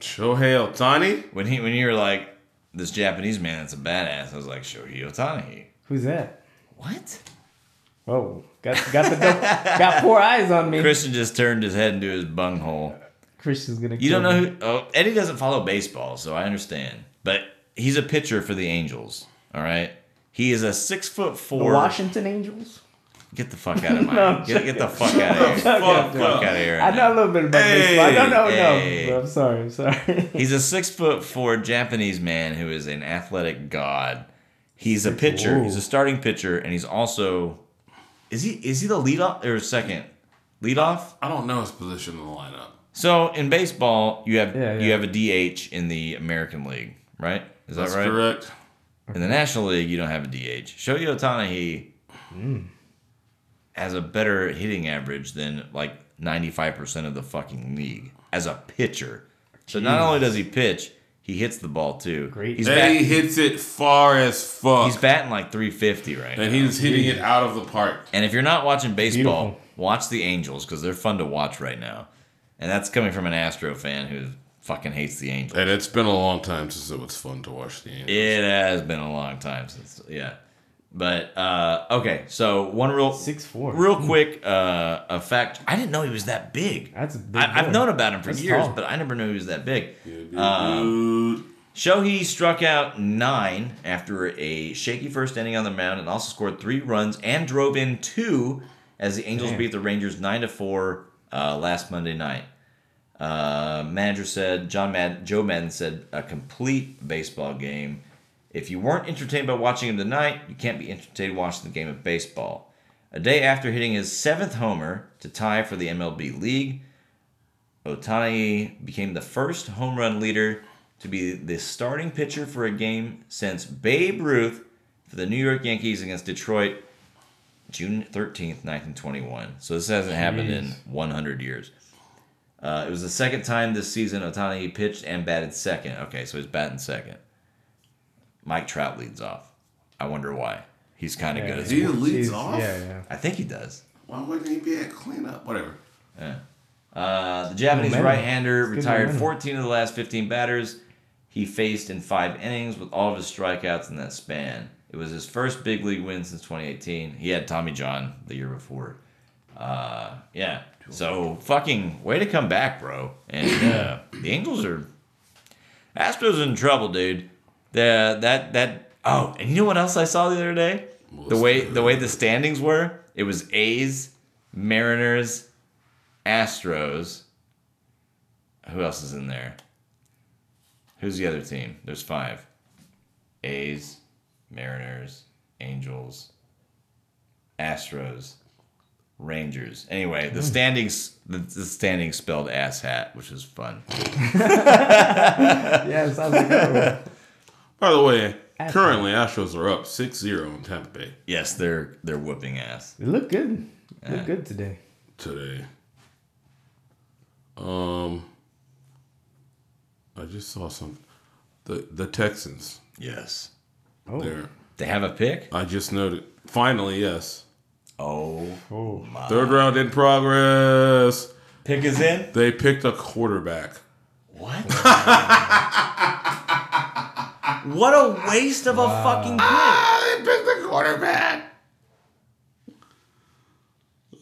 [SPEAKER 3] Shohei Otani.
[SPEAKER 1] when he when you were like this Japanese man that's a badass. I was like Shohei Otanihi.
[SPEAKER 2] Who's that?
[SPEAKER 1] What?
[SPEAKER 2] Whoa. Got got the double, got four eyes on me.
[SPEAKER 1] Christian just turned his head into his bunghole.
[SPEAKER 2] Christian's gonna.
[SPEAKER 1] You
[SPEAKER 2] kill
[SPEAKER 1] don't know
[SPEAKER 2] me.
[SPEAKER 1] who? Oh, Eddie doesn't follow baseball, so I understand. But he's a pitcher for the Angels. All right. He is a six foot
[SPEAKER 2] The
[SPEAKER 1] four.
[SPEAKER 2] Washington Angels.
[SPEAKER 1] Get the fuck out of my
[SPEAKER 2] No,
[SPEAKER 1] get, get the fuck out of here.
[SPEAKER 2] Fuck
[SPEAKER 3] Fuck
[SPEAKER 1] Fuck out
[SPEAKER 3] up.
[SPEAKER 1] of here.
[SPEAKER 2] I know a little bit about
[SPEAKER 3] Hey,
[SPEAKER 2] baseball. I don't know
[SPEAKER 1] hey.
[SPEAKER 2] enough. But I'm sorry. I'm sorry.
[SPEAKER 1] He's a six foot four Japanese man who is an athletic god. He's a pitcher. He's a starting pitcher, and he's also is he is he the lead off or second lead off?
[SPEAKER 3] I don't know his position in the lineup.
[SPEAKER 1] So in baseball, you have
[SPEAKER 2] Yeah, yeah.
[SPEAKER 1] you have a DH in the American League, right? Is that
[SPEAKER 3] That's
[SPEAKER 1] right?
[SPEAKER 3] correct.
[SPEAKER 1] In the National League, you don't have a DH. Shohei Otanahi has a better hitting average than like 95% of the fucking league as a pitcher. So not only does he pitch, he hits the ball too.
[SPEAKER 2] Great.
[SPEAKER 1] He's,
[SPEAKER 3] And he
[SPEAKER 1] bat-
[SPEAKER 3] hits it far as fuck.
[SPEAKER 1] he's batting like 350 right now.
[SPEAKER 3] and he's hitting it out of the park.
[SPEAKER 1] And if you're not watching baseball,
[SPEAKER 2] Beautiful.
[SPEAKER 1] watch the Angels because they're fun to watch right now. And that's coming from an Astro fan who fucking hates the Angels.
[SPEAKER 3] And it's been a long time since it was fun to watch the game.
[SPEAKER 1] It has been a long time since, yeah. But uh, okay, so one real
[SPEAKER 2] Six four.
[SPEAKER 1] real quick uh, a fact. I didn't know he was that big.
[SPEAKER 2] That's a big
[SPEAKER 1] I, I've
[SPEAKER 2] boy.
[SPEAKER 1] known about him for
[SPEAKER 2] That's
[SPEAKER 1] years,
[SPEAKER 2] tall.
[SPEAKER 1] but I never knew he was that big. uh,
[SPEAKER 3] Dude.
[SPEAKER 1] Shohei struck out nine after a shaky first inning on the mound, and also scored three runs and drove in two as the Angels beat the Rangers nine to four uh, last Monday night. Uh, manager said John Mad- Joe Madden said a complete baseball game. If you weren't entertained by watching him tonight, you can't be entertained watching the game of baseball. A day after hitting his seventh homer to tie for the MLB league, Otani became the first home run leader to be the starting pitcher for a game since Babe Ruth for the New York Yankees against Detroit June 13th, 1921. So this hasn't happened in
[SPEAKER 2] Jeez.
[SPEAKER 1] 100 years. Uh, it was the second time this season Otani pitched and batted second. Okay, so he's batting second. Mike Trout leads off. I wonder why. He's kind of good
[SPEAKER 2] Yeah.
[SPEAKER 1] at
[SPEAKER 3] He
[SPEAKER 1] it.
[SPEAKER 3] leads
[SPEAKER 2] Jeez,
[SPEAKER 3] off?
[SPEAKER 2] Yeah, yeah.
[SPEAKER 1] I think he does.
[SPEAKER 3] Why wouldn't he be at cleanup? Whatever.
[SPEAKER 1] Uh, the Japanese
[SPEAKER 2] Momentum.
[SPEAKER 1] right-hander
[SPEAKER 2] It's good
[SPEAKER 1] retired
[SPEAKER 2] momentum.
[SPEAKER 1] 14 of the last 15 batters he faced in five innings with all of his strikeouts in that span. It was his first big league win since 2018. He had Tommy John the year before. Uh, yeah. So fucking way to come back, bro. And uh, the Angels are Astros in trouble, dude. The that that oh, and you know what else I saw the other day? The way the way the standings were, it was A's, Mariners, Astros. Who else is in there? Who's the other team? There's five. A's, Mariners, Angels, Astros, Rangers. Anyway,
[SPEAKER 2] Hmm.
[SPEAKER 1] the standings the, the standings spelled ass hat, which is fun.
[SPEAKER 2] Yeah, it sounds like that.
[SPEAKER 3] By the way, currently Astros are up 6-0 in Tampa Bay
[SPEAKER 1] Yes, they're they're whooping ass.
[SPEAKER 2] It looked good. It looked good today.
[SPEAKER 3] today. Um I just saw something. The the Texans.
[SPEAKER 1] Yes.
[SPEAKER 2] Oh,
[SPEAKER 3] There.
[SPEAKER 1] They have a pick?
[SPEAKER 3] I just noted. Finally, yes.
[SPEAKER 1] Oh.
[SPEAKER 2] oh.
[SPEAKER 3] Third round in progress.
[SPEAKER 1] Pick is in?
[SPEAKER 3] They picked a quarterback.
[SPEAKER 1] What? what a waste of a fucking pick.
[SPEAKER 3] Ah, they picked a quarterback.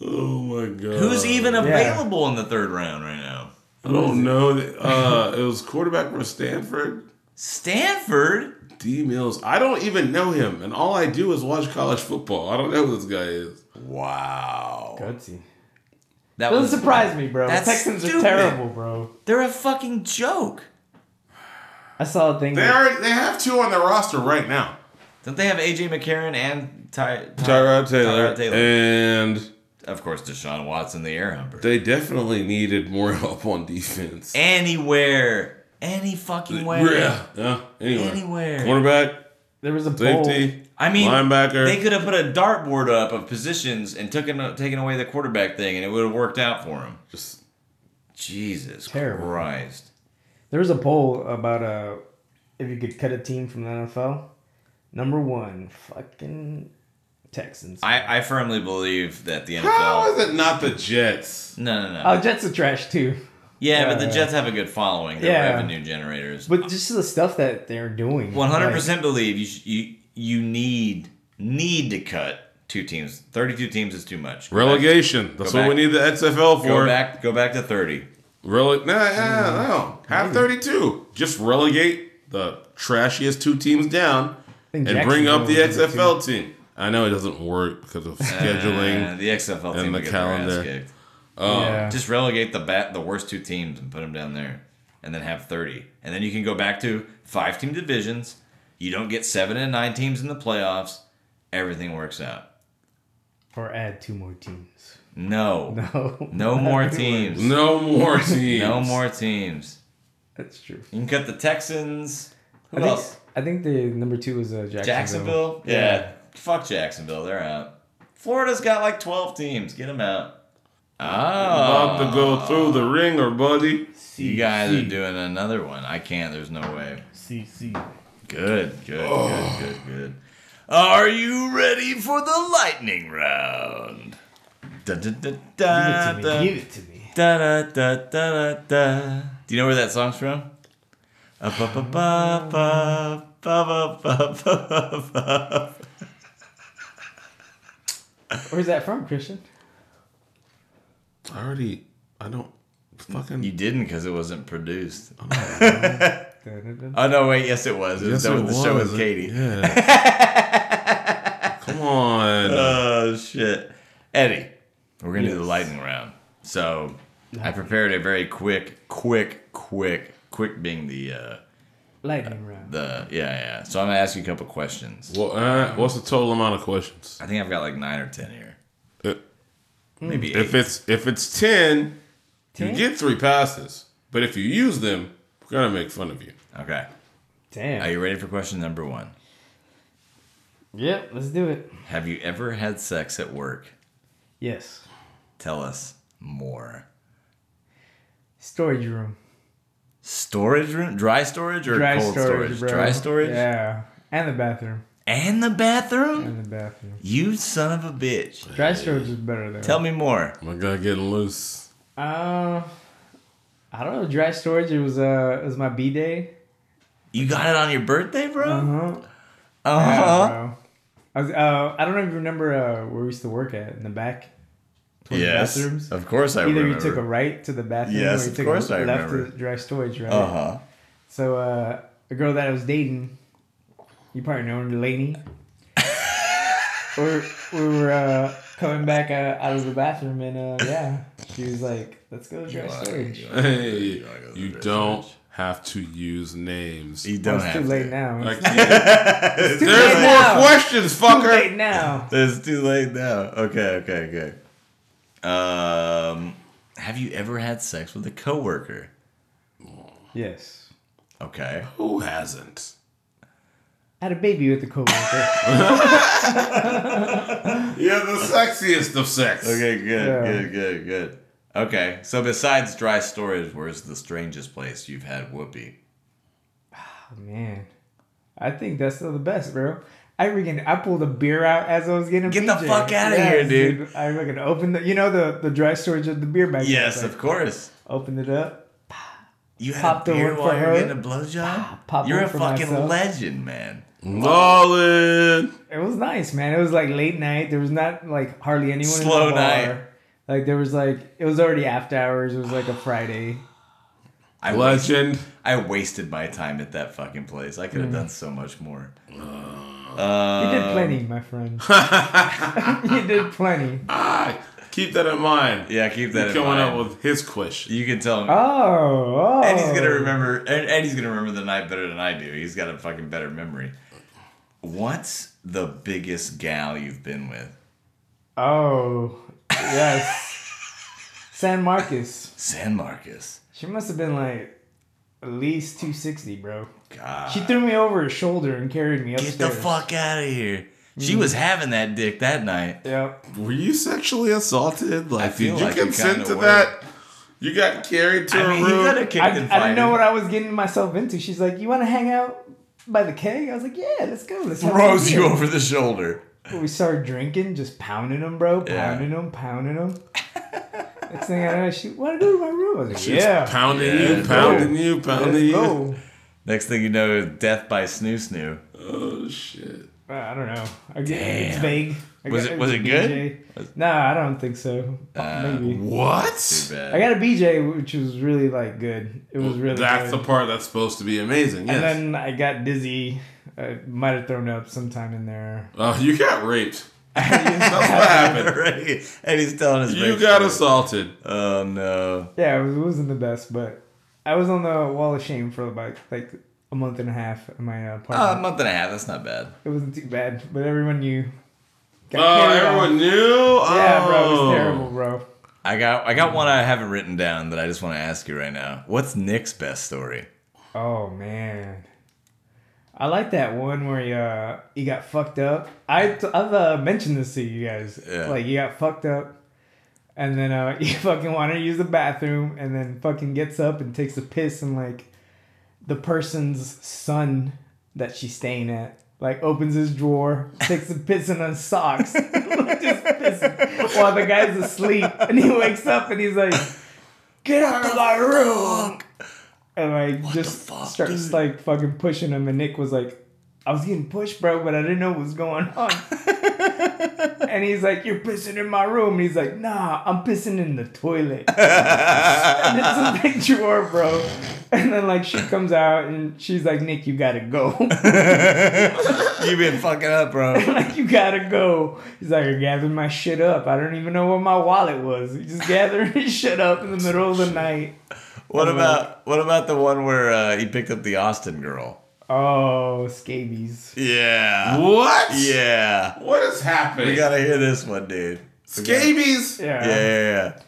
[SPEAKER 3] Oh my god.
[SPEAKER 1] Who's even
[SPEAKER 2] Yeah.
[SPEAKER 1] available in the third round right now?
[SPEAKER 3] I don't know. Uh, it was quarterback from Stanford.
[SPEAKER 1] Stanford?
[SPEAKER 3] D Mills. I don't even know him, and all I do is watch college football. I don't know who this guy is.
[SPEAKER 1] Wow.
[SPEAKER 2] Gutsy.
[SPEAKER 1] That
[SPEAKER 2] Doesn't
[SPEAKER 1] was
[SPEAKER 2] surprise me, bro.
[SPEAKER 1] That's
[SPEAKER 2] Texans
[SPEAKER 1] stupid.
[SPEAKER 2] are terrible, bro.
[SPEAKER 1] They're a fucking joke.
[SPEAKER 2] I saw a thing.
[SPEAKER 3] They
[SPEAKER 2] that-
[SPEAKER 3] are. They have two on their roster right now.
[SPEAKER 1] Don't they have AJ McCarron and Ty,
[SPEAKER 3] Tyrod Taylor,
[SPEAKER 1] Tyrod Taylor.
[SPEAKER 3] and
[SPEAKER 1] of course Deshaun Watson, the air humper.
[SPEAKER 3] they definitely needed more help on defense.
[SPEAKER 1] Anywhere. Any fucking way.
[SPEAKER 3] Yeah. yeah. Anyway.
[SPEAKER 1] Anywhere. Oh.
[SPEAKER 3] Quarterback,
[SPEAKER 2] there was a poll.
[SPEAKER 3] safety,
[SPEAKER 1] I mean,
[SPEAKER 3] linebacker.
[SPEAKER 1] They could have put a dartboard up of positions and took him, taken away the quarterback thing, and it would have worked out for him.
[SPEAKER 3] Just
[SPEAKER 1] Jesus
[SPEAKER 2] Terrible.
[SPEAKER 1] Christ!
[SPEAKER 2] There was a poll about uh, if you could cut a team from the NFL. Number one, fucking Texans.
[SPEAKER 1] I, I firmly believe that the NFL.
[SPEAKER 3] how is it not the Jets?
[SPEAKER 1] No, no, no.
[SPEAKER 2] oh, Jets are trash too.
[SPEAKER 1] yeah, but
[SPEAKER 2] yeah,
[SPEAKER 1] the
[SPEAKER 2] yeah.
[SPEAKER 1] Jets have a good following. They're
[SPEAKER 2] Yeah.
[SPEAKER 1] revenue generators.
[SPEAKER 2] But just the stuff that they're doing.
[SPEAKER 1] One hundred percent believe you, sh- you you need need to cut two teams. Thirty two teams is too much. Go back-
[SPEAKER 3] Relegation. That's
[SPEAKER 1] Go
[SPEAKER 3] what we
[SPEAKER 1] back.
[SPEAKER 3] need the XFL for.
[SPEAKER 1] Go back. Go back to thirty.
[SPEAKER 3] Rele- no,
[SPEAKER 1] Mm-hmm.
[SPEAKER 3] no, no. Have 32. Just relegate the trashiest two teams down
[SPEAKER 2] like,
[SPEAKER 3] and bring up the XFL team. I know it doesn't work because of scheduling.
[SPEAKER 1] Uh, the XFL
[SPEAKER 3] and
[SPEAKER 1] team
[SPEAKER 3] the
[SPEAKER 1] would get their ass
[SPEAKER 3] calendar.
[SPEAKER 1] kicked.
[SPEAKER 2] yeah.
[SPEAKER 1] Just relegate the bat the worst two teams and put them down there, and then have thirty, and then you can go back to five team divisions. You don't get seven and nine teams in the playoffs. Everything works out.
[SPEAKER 2] or add two more teams.
[SPEAKER 1] No, no,
[SPEAKER 2] No.
[SPEAKER 1] more teams.
[SPEAKER 3] No more teams.
[SPEAKER 1] No more teams.
[SPEAKER 2] That's true.
[SPEAKER 1] You can cut the Texans. Who
[SPEAKER 2] I think,
[SPEAKER 1] else?
[SPEAKER 2] I think the number two was uh, Jacksonville.
[SPEAKER 1] Jacksonville. Yeah. Fuck Jacksonville. They're out. Florida's got like twelve teams. Get them out.
[SPEAKER 3] About
[SPEAKER 1] Oh,
[SPEAKER 3] to go through the ringer, buddy.
[SPEAKER 1] you guys are doing another one. I can't. There's no way.
[SPEAKER 2] CC.
[SPEAKER 1] Good, good, good, good, good. Are you ready for the lightning round? Da da da da
[SPEAKER 2] Give it
[SPEAKER 1] da
[SPEAKER 2] to me. Give it to me.
[SPEAKER 1] da da da da da. Do you know where that song's from? Uh, ba, ba, ba, ba, ba, ba, ba, ba, ba.
[SPEAKER 2] Where's that from, Christian?
[SPEAKER 3] I already. I don't. Fucking.
[SPEAKER 1] You didn't because it wasn't produced.
[SPEAKER 2] Dun-dun-dun.
[SPEAKER 1] Oh no, wait, yes it was. It was
[SPEAKER 3] Yes,
[SPEAKER 1] that
[SPEAKER 3] it
[SPEAKER 1] was the show
[SPEAKER 3] was.
[SPEAKER 1] with Katie.
[SPEAKER 3] Yeah. Come on.
[SPEAKER 1] Oh shit, Eddie, we're gonna do the
[SPEAKER 2] Yes.
[SPEAKER 1] lightning round. So I prepared a very quick, quick, quick, quick being the uh,
[SPEAKER 2] Lightning round.
[SPEAKER 1] the yeah yeah. So I'm gonna ask you a couple questions.
[SPEAKER 3] well, uh, what's the total amount of questions?
[SPEAKER 1] I think I've got like nine or ten here,
[SPEAKER 3] Uh,
[SPEAKER 2] Hmm.
[SPEAKER 1] maybe eight.
[SPEAKER 3] If it's if it's ten,
[SPEAKER 2] Ten?
[SPEAKER 3] you get three passes. But if you use them, we're gonna make fun of you.
[SPEAKER 1] Okay, are
[SPEAKER 2] Damn.
[SPEAKER 1] you ready for question number one?
[SPEAKER 2] Yep, let's do it.
[SPEAKER 1] Have you ever had sex at work?
[SPEAKER 2] Yes.
[SPEAKER 1] Tell us more.
[SPEAKER 2] Storage room.
[SPEAKER 1] Storage room, dry storage or
[SPEAKER 2] Dry
[SPEAKER 1] cold
[SPEAKER 2] storage,
[SPEAKER 1] storage?
[SPEAKER 2] bro.
[SPEAKER 1] Dry storage
[SPEAKER 2] Yeah. And the bathroom.
[SPEAKER 1] and the bathroom.
[SPEAKER 2] And the bathroom.
[SPEAKER 1] You son of a bitch!
[SPEAKER 2] Dry storage is better though.
[SPEAKER 1] Tell me more.
[SPEAKER 3] My guy getting loose.
[SPEAKER 2] Uh, I don't know. Dry storage. It was uh, it was my b day.
[SPEAKER 1] You got it on your birthday, bro?
[SPEAKER 2] Uh huh.
[SPEAKER 1] Uh huh.
[SPEAKER 2] I was, uh, I don't know if you remember uh, where we used to work at in the back. Towards the bathrooms.
[SPEAKER 1] Of course I
[SPEAKER 2] Either
[SPEAKER 1] remember.
[SPEAKER 2] you took a right to the bathroom,
[SPEAKER 1] Yes,
[SPEAKER 2] or you
[SPEAKER 1] of
[SPEAKER 2] took
[SPEAKER 1] course
[SPEAKER 2] a
[SPEAKER 1] I
[SPEAKER 2] left to
[SPEAKER 1] remember.
[SPEAKER 2] the dry storage, right?
[SPEAKER 1] Uh huh.
[SPEAKER 2] So uh, a girl that I was dating, you probably know her, Lainey. We're- we were uh, coming back uh, out of the bathroom, and uh, yeah, she was like, "Let's go to dry storage."
[SPEAKER 3] Hey, you don't have to use names.
[SPEAKER 1] You
[SPEAKER 2] Well,
[SPEAKER 1] don't
[SPEAKER 2] Oh, it's too
[SPEAKER 1] have
[SPEAKER 2] late
[SPEAKER 1] to.
[SPEAKER 2] now.
[SPEAKER 3] Like,
[SPEAKER 2] It's
[SPEAKER 3] there's
[SPEAKER 2] too
[SPEAKER 3] more
[SPEAKER 2] late now.
[SPEAKER 3] questions,
[SPEAKER 2] too late
[SPEAKER 3] fucker.
[SPEAKER 2] now.
[SPEAKER 1] It's too late now. Okay, okay, okay. Um, have you ever had sex with a coworker?
[SPEAKER 2] Yes.
[SPEAKER 1] Okay.
[SPEAKER 3] Who hasn't?
[SPEAKER 2] I had a baby with the coworker. Oh,
[SPEAKER 3] You're the sexiest of sex.
[SPEAKER 1] Okay, good,
[SPEAKER 2] Yeah.
[SPEAKER 1] good, good, good. Okay, so besides dry storage, where's the strangest place you've had whoopee?
[SPEAKER 2] Man, I think that's still the best, bro. I freaking I pulled a beer out as I was getting a
[SPEAKER 1] Get the
[SPEAKER 2] BJ.
[SPEAKER 1] fuck outta here, dude.
[SPEAKER 2] I freaking opened the you know the the dry storage of the beer bag.
[SPEAKER 1] Yes,
[SPEAKER 2] was
[SPEAKER 1] of
[SPEAKER 2] like,
[SPEAKER 1] course.
[SPEAKER 2] Opened it up.
[SPEAKER 1] You had
[SPEAKER 2] Popped
[SPEAKER 1] a
[SPEAKER 2] the
[SPEAKER 1] beer
[SPEAKER 2] one for
[SPEAKER 1] while you were
[SPEAKER 2] her.
[SPEAKER 1] getting a blowjob?
[SPEAKER 2] Popped
[SPEAKER 1] You're
[SPEAKER 2] one
[SPEAKER 1] a
[SPEAKER 2] for
[SPEAKER 1] fucking
[SPEAKER 2] myself.
[SPEAKER 1] legend, man.
[SPEAKER 3] Ballin'.
[SPEAKER 2] It was nice, man. It was like late night. There was not like hardly anyone.
[SPEAKER 1] Slow
[SPEAKER 2] in the bar.
[SPEAKER 1] night.
[SPEAKER 2] Like there was like it was already after hours. It was like a Friday.
[SPEAKER 1] I wasted-
[SPEAKER 3] Legend.
[SPEAKER 1] I wasted my time at that fucking place. I could
[SPEAKER 2] Mm.
[SPEAKER 1] have done so much more.
[SPEAKER 2] You
[SPEAKER 1] Um.
[SPEAKER 2] did plenty, my friend. you did plenty.
[SPEAKER 3] Ah, keep that in mind.
[SPEAKER 1] Yeah, keep that in
[SPEAKER 3] Coming
[SPEAKER 1] mind.
[SPEAKER 3] up with his question.
[SPEAKER 1] you can tell him.
[SPEAKER 2] Oh, oh.
[SPEAKER 1] Eddie's gonna remember. Ed- Eddie's gonna remember the night better than I do. He's got a fucking better memory. What's the biggest gal you've been with?
[SPEAKER 2] Oh, yes. San Marcos.
[SPEAKER 1] San Marcos.
[SPEAKER 2] She must have been like at least 260, bro.
[SPEAKER 1] God,
[SPEAKER 2] She threw me over her shoulder and carried me
[SPEAKER 1] get
[SPEAKER 2] upstairs.
[SPEAKER 1] the fuck out of here. She was having that dick that night.
[SPEAKER 2] Yep.
[SPEAKER 3] Were you sexually assaulted? Like,
[SPEAKER 1] feel
[SPEAKER 3] did you
[SPEAKER 1] like you
[SPEAKER 3] consent
[SPEAKER 1] kinda
[SPEAKER 3] to
[SPEAKER 1] were.
[SPEAKER 3] that? You got carried to
[SPEAKER 1] I
[SPEAKER 3] a
[SPEAKER 1] mean, he
[SPEAKER 3] room.
[SPEAKER 1] could have kicked
[SPEAKER 2] I, I
[SPEAKER 1] and
[SPEAKER 2] didn't know
[SPEAKER 1] fired.
[SPEAKER 2] what I was getting myself into. She's like, "You want to hang out by the keg?" I was like, "Yeah, let's go." Let's have some
[SPEAKER 1] Throws you
[SPEAKER 2] beer."
[SPEAKER 1] over the shoulder.
[SPEAKER 2] We started drinking, just pounding them, bro,
[SPEAKER 1] Yeah.
[SPEAKER 2] pounding them, pounding them. Next thing I know, she want to go to my room. I was like,
[SPEAKER 3] Just
[SPEAKER 2] "Yeah,
[SPEAKER 3] pounding
[SPEAKER 1] Yeah,
[SPEAKER 3] you,
[SPEAKER 1] let's
[SPEAKER 3] pounding you, pounding
[SPEAKER 2] let's
[SPEAKER 3] you.
[SPEAKER 2] go."
[SPEAKER 1] Next thing you know, death by snoo snoo.
[SPEAKER 3] Oh shit.
[SPEAKER 2] Uh, I don't know. I guess It's vague. I
[SPEAKER 1] Was
[SPEAKER 2] got-
[SPEAKER 1] it- was
[SPEAKER 2] a
[SPEAKER 1] it good?
[SPEAKER 2] BJ. No, I don't think so.
[SPEAKER 1] Uh,
[SPEAKER 2] Maybe.
[SPEAKER 1] Too
[SPEAKER 3] What?
[SPEAKER 1] bad.
[SPEAKER 2] I got a BJ, which was really like good. It was really
[SPEAKER 3] That's
[SPEAKER 2] good.
[SPEAKER 3] the part that's supposed to be amazing. Yes.
[SPEAKER 2] And then I got dizzy. I might have thrown up sometime in there.
[SPEAKER 3] oh, you got raped. that's what happened.
[SPEAKER 1] Right. and he's telling his
[SPEAKER 3] You
[SPEAKER 1] backstory.
[SPEAKER 3] got assaulted.
[SPEAKER 1] Oh no.
[SPEAKER 2] Yeah, it, was, it wasn't the best, but I was on the wall of shame for about like a month and a half in my uh,
[SPEAKER 1] Uh, a
[SPEAKER 2] apartment.
[SPEAKER 1] month and a half. That's not bad.
[SPEAKER 2] it wasn't too bad, but everyone knew. Got
[SPEAKER 3] Oh,
[SPEAKER 2] carried
[SPEAKER 3] everyone
[SPEAKER 2] off.
[SPEAKER 3] knew. Oh.
[SPEAKER 2] Yeah, bro, it was terrible, bro.
[SPEAKER 1] I got I got
[SPEAKER 2] Hmm.
[SPEAKER 1] one I haven't written down that I just want to ask you right now. What's Nick's best story?
[SPEAKER 2] Oh man, I like that one where you uh, you got fucked up. I t- I've uh, mentioned this to you guys.
[SPEAKER 1] Yeah.
[SPEAKER 2] Like you got fucked up, and then uh, you fucking want to use the bathroom, and then fucking gets up and takes a piss, and like the person's son that she's staying at. Like opens his drawer, takes a piss in his socks, just pissing while the guy's asleep, and he wakes up and he's like, "Get out of my room!" and like just
[SPEAKER 1] fuck,
[SPEAKER 2] starts
[SPEAKER 1] dude?
[SPEAKER 2] like fucking pushing him and Nick was like I was getting pushed bro but I didn't know what was going on and he's like you're pissing in my room and he's like nah I'm pissing in the toilet and it's a big drawer bro and then like she comes out and she's like Nick you gotta go
[SPEAKER 1] You've been fucking up, bro.
[SPEAKER 2] like you gotta go he's like I gathered my shit up I don't even know where my wallet was he just gathered his shit up in the middle of the night
[SPEAKER 1] What about what about the one where uh, he picked up the Austin girl?
[SPEAKER 2] oh scabies
[SPEAKER 1] Yeah.
[SPEAKER 3] What?
[SPEAKER 1] Yeah.
[SPEAKER 3] What is happening?
[SPEAKER 1] We gotta hear this one, dude. We gotta-
[SPEAKER 3] Scabies.
[SPEAKER 1] Yeah, yeah,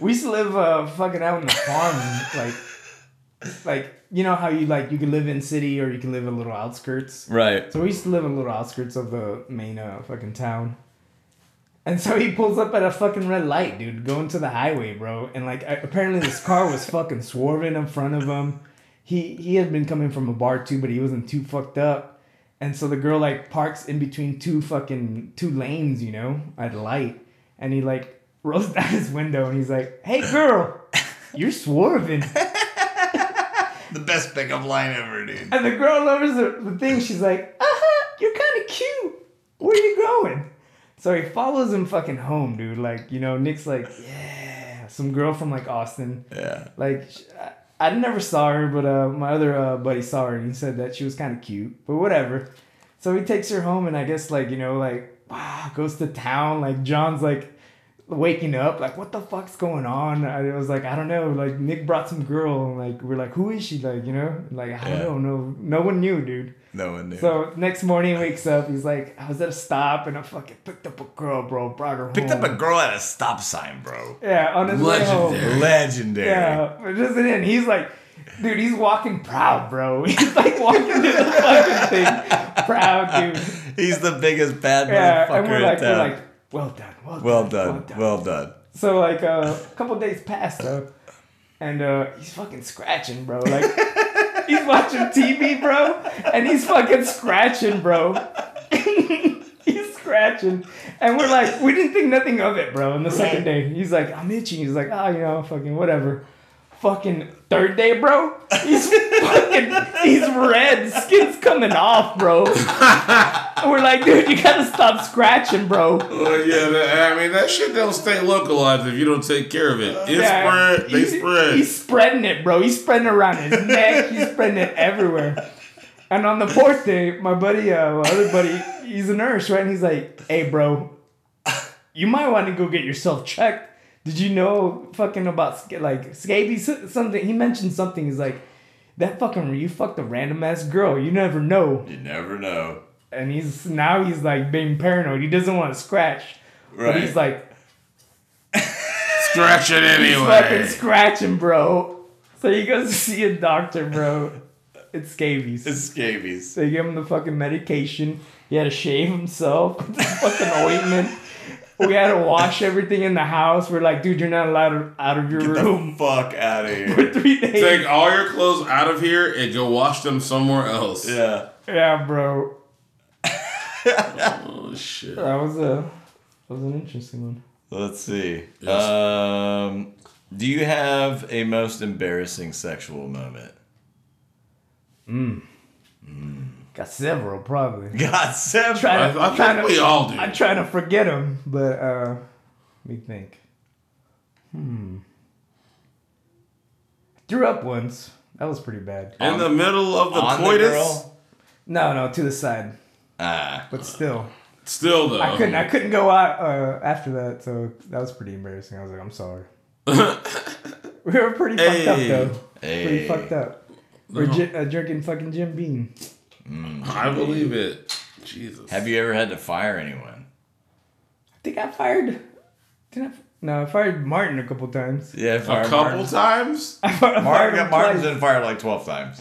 [SPEAKER 2] We used to live uh, fucking out on the farm, like, like you know how you like you can live in city or you can live in little outskirts.
[SPEAKER 1] yeah. Right.
[SPEAKER 2] So we used to live in little outskirts of the main uh, fucking town. And so he pulls up at a fucking red light, dude, going to the highway, bro. And like a- apparently this car was fucking swerving in front of him. He he had been coming from a bar too, but he wasn't too fucked up. And so the girl like parks in between two fucking two lanes, you know, at a light. And he like rolls down his window and he's like, "Hey girl, you're swerving."
[SPEAKER 1] The best pickup line ever, dude.
[SPEAKER 2] And the girl lovers the, the thing. She's like, uh huh, you're kind of cute. Where you going? So he follows him fucking home, dude. Like, you know, Nick's like, yeah, some girl from like Austin.
[SPEAKER 1] Yeah.
[SPEAKER 2] Like, sh- I, I never saw her, but uh, my other uh, buddy saw her and he said that she was kind of cute, but whatever. So he takes her home and I guess, like, you know, like, wow, goes to town. Like, John's like, waking up like what the fuck's going on i was like i don't know like nick brought some girl and like we're like who is she like you know like i
[SPEAKER 1] Yeah.
[SPEAKER 2] don't know no one knew dude
[SPEAKER 1] No one knew.
[SPEAKER 2] so next morning he wakes up he's like i was at a stop and i fucking picked up a girl bro brought her
[SPEAKER 1] Picked up a
[SPEAKER 2] home
[SPEAKER 1] girl at a stop sign, bro.
[SPEAKER 2] yeah on his way home
[SPEAKER 3] Legendary.
[SPEAKER 1] Legendary.
[SPEAKER 2] yeah but it doesn't end he's like dude he's walking proud bro he's like walking to the fucking thing proud dude
[SPEAKER 1] He's the biggest bad
[SPEAKER 2] yeah
[SPEAKER 1] motherfucker
[SPEAKER 2] and we're
[SPEAKER 1] in
[SPEAKER 2] like we're
[SPEAKER 1] town.
[SPEAKER 2] like well done well,
[SPEAKER 1] well
[SPEAKER 2] done,
[SPEAKER 1] done. Well done.
[SPEAKER 2] So like uh, a couple days passed though, and uh, he's fucking scratching, bro. Like he's watching TV, bro, and he's fucking scratching, bro. he's scratching, and we're like, we didn't think nothing of it, bro. On the second day, he's like, I'm itching. He's like, oh, you know, fucking whatever. Fucking third day, bro. He's fucking, he's red. Skin's coming off, bro. And we're like, dude, you gotta stop scratching, bro.
[SPEAKER 3] Oh yeah, that, I mean that shit don't stay localized if you don't take care of it. It spread, they
[SPEAKER 2] he's,
[SPEAKER 3] spread.
[SPEAKER 2] He's spreading it, bro. He's spreading around his neck. He's spreading it everywhere. And on the fourth day, my buddy, uh, my other buddy, he's a nurse, right? And he's like, "Hey, bro, you might want to go get yourself checked. Did you know fucking about sca- like scabies? S- Something he mentioned something. He's like, that fucking you fucked a random ass girl. You never know.
[SPEAKER 1] You never know.
[SPEAKER 2] And he's now he's like being paranoid. He doesn't want to scratch, but
[SPEAKER 1] Right.
[SPEAKER 2] he's like,
[SPEAKER 3] Scratch it
[SPEAKER 2] fucking
[SPEAKER 3] anyway.
[SPEAKER 2] scratching, bro. So he goes to see a doctor, bro. It's scabies.
[SPEAKER 1] It's scabies.
[SPEAKER 2] they give him the fucking medication. He had to shave himself. fucking ointment. We had to wash everything in the house. We're like, dude, you're not allowed to- out of your room
[SPEAKER 1] fuck out of
[SPEAKER 2] for
[SPEAKER 1] here.
[SPEAKER 2] three days.
[SPEAKER 3] Take all your clothes out of here and go wash them somewhere else.
[SPEAKER 1] yeah.
[SPEAKER 2] yeah, bro.
[SPEAKER 3] Oh shit.
[SPEAKER 2] That was a that was an interesting one.
[SPEAKER 1] Let's see.
[SPEAKER 3] Yes.
[SPEAKER 1] Um, do you have a most embarrassing sexual moment?
[SPEAKER 2] Got several, probably.
[SPEAKER 1] God, seven.
[SPEAKER 2] Trying
[SPEAKER 3] I- I think we all do.
[SPEAKER 2] I'm trying to forget them, but uh, let me think. Hmm. Threw up once. That was pretty bad.
[SPEAKER 3] In the middle of the
[SPEAKER 1] on the
[SPEAKER 3] coitus.
[SPEAKER 1] girl?
[SPEAKER 2] No, no, to the side,
[SPEAKER 1] Ah,
[SPEAKER 2] but still,
[SPEAKER 3] Still though.
[SPEAKER 2] I couldn't. I couldn't go out uh, after that, so that was pretty embarrassing. I was like, I'm sorry. we were pretty fucked
[SPEAKER 3] Hey.
[SPEAKER 2] up though.
[SPEAKER 1] hey.
[SPEAKER 2] Pretty fucked up. We're gi- uh, drinking fucking Jim Beam.
[SPEAKER 3] I believe it. Jesus.
[SPEAKER 1] Have you ever had to fire anyone?
[SPEAKER 2] I think I fired. Didn't I? f- No, I fired Martin a couple times.
[SPEAKER 1] Yeah,
[SPEAKER 3] a
[SPEAKER 1] fire
[SPEAKER 3] couple
[SPEAKER 1] Martin.
[SPEAKER 3] times?
[SPEAKER 2] I fired, I fired
[SPEAKER 1] Martin,
[SPEAKER 2] him
[SPEAKER 1] Martin's
[SPEAKER 2] twice.
[SPEAKER 1] been fired like twelve times.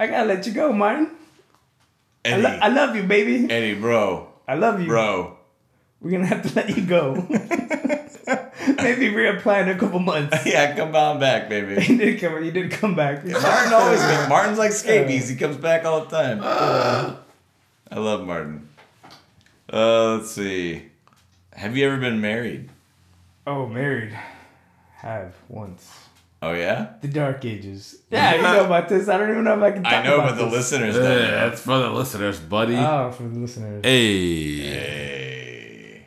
[SPEAKER 2] I gotta let you go, Martin. I,
[SPEAKER 1] Eddie,
[SPEAKER 2] lo- I love you, baby.
[SPEAKER 1] Eddie, bro,
[SPEAKER 2] I love you.
[SPEAKER 1] bro.
[SPEAKER 2] We're gonna have to let you go. Maybe reapply in a couple months.
[SPEAKER 1] Yeah, come on back, baby.
[SPEAKER 2] You did come. You did come back.
[SPEAKER 1] Martin always been, Martin's like scabies. He comes back all the time. I love Martin. Uh, let's see. Have you ever been married?
[SPEAKER 2] Oh, married. Have once.
[SPEAKER 1] Oh yeah,
[SPEAKER 2] The Dark Ages. Yeah, you know about this. I don't even know if I can. Talk
[SPEAKER 1] I know,
[SPEAKER 2] about
[SPEAKER 1] but the
[SPEAKER 2] this.
[SPEAKER 1] listeners
[SPEAKER 3] Yeah,
[SPEAKER 1] don't know.
[SPEAKER 3] that's for the listeners, buddy.
[SPEAKER 2] Oh, for the listeners.
[SPEAKER 3] hey.
[SPEAKER 1] Hey.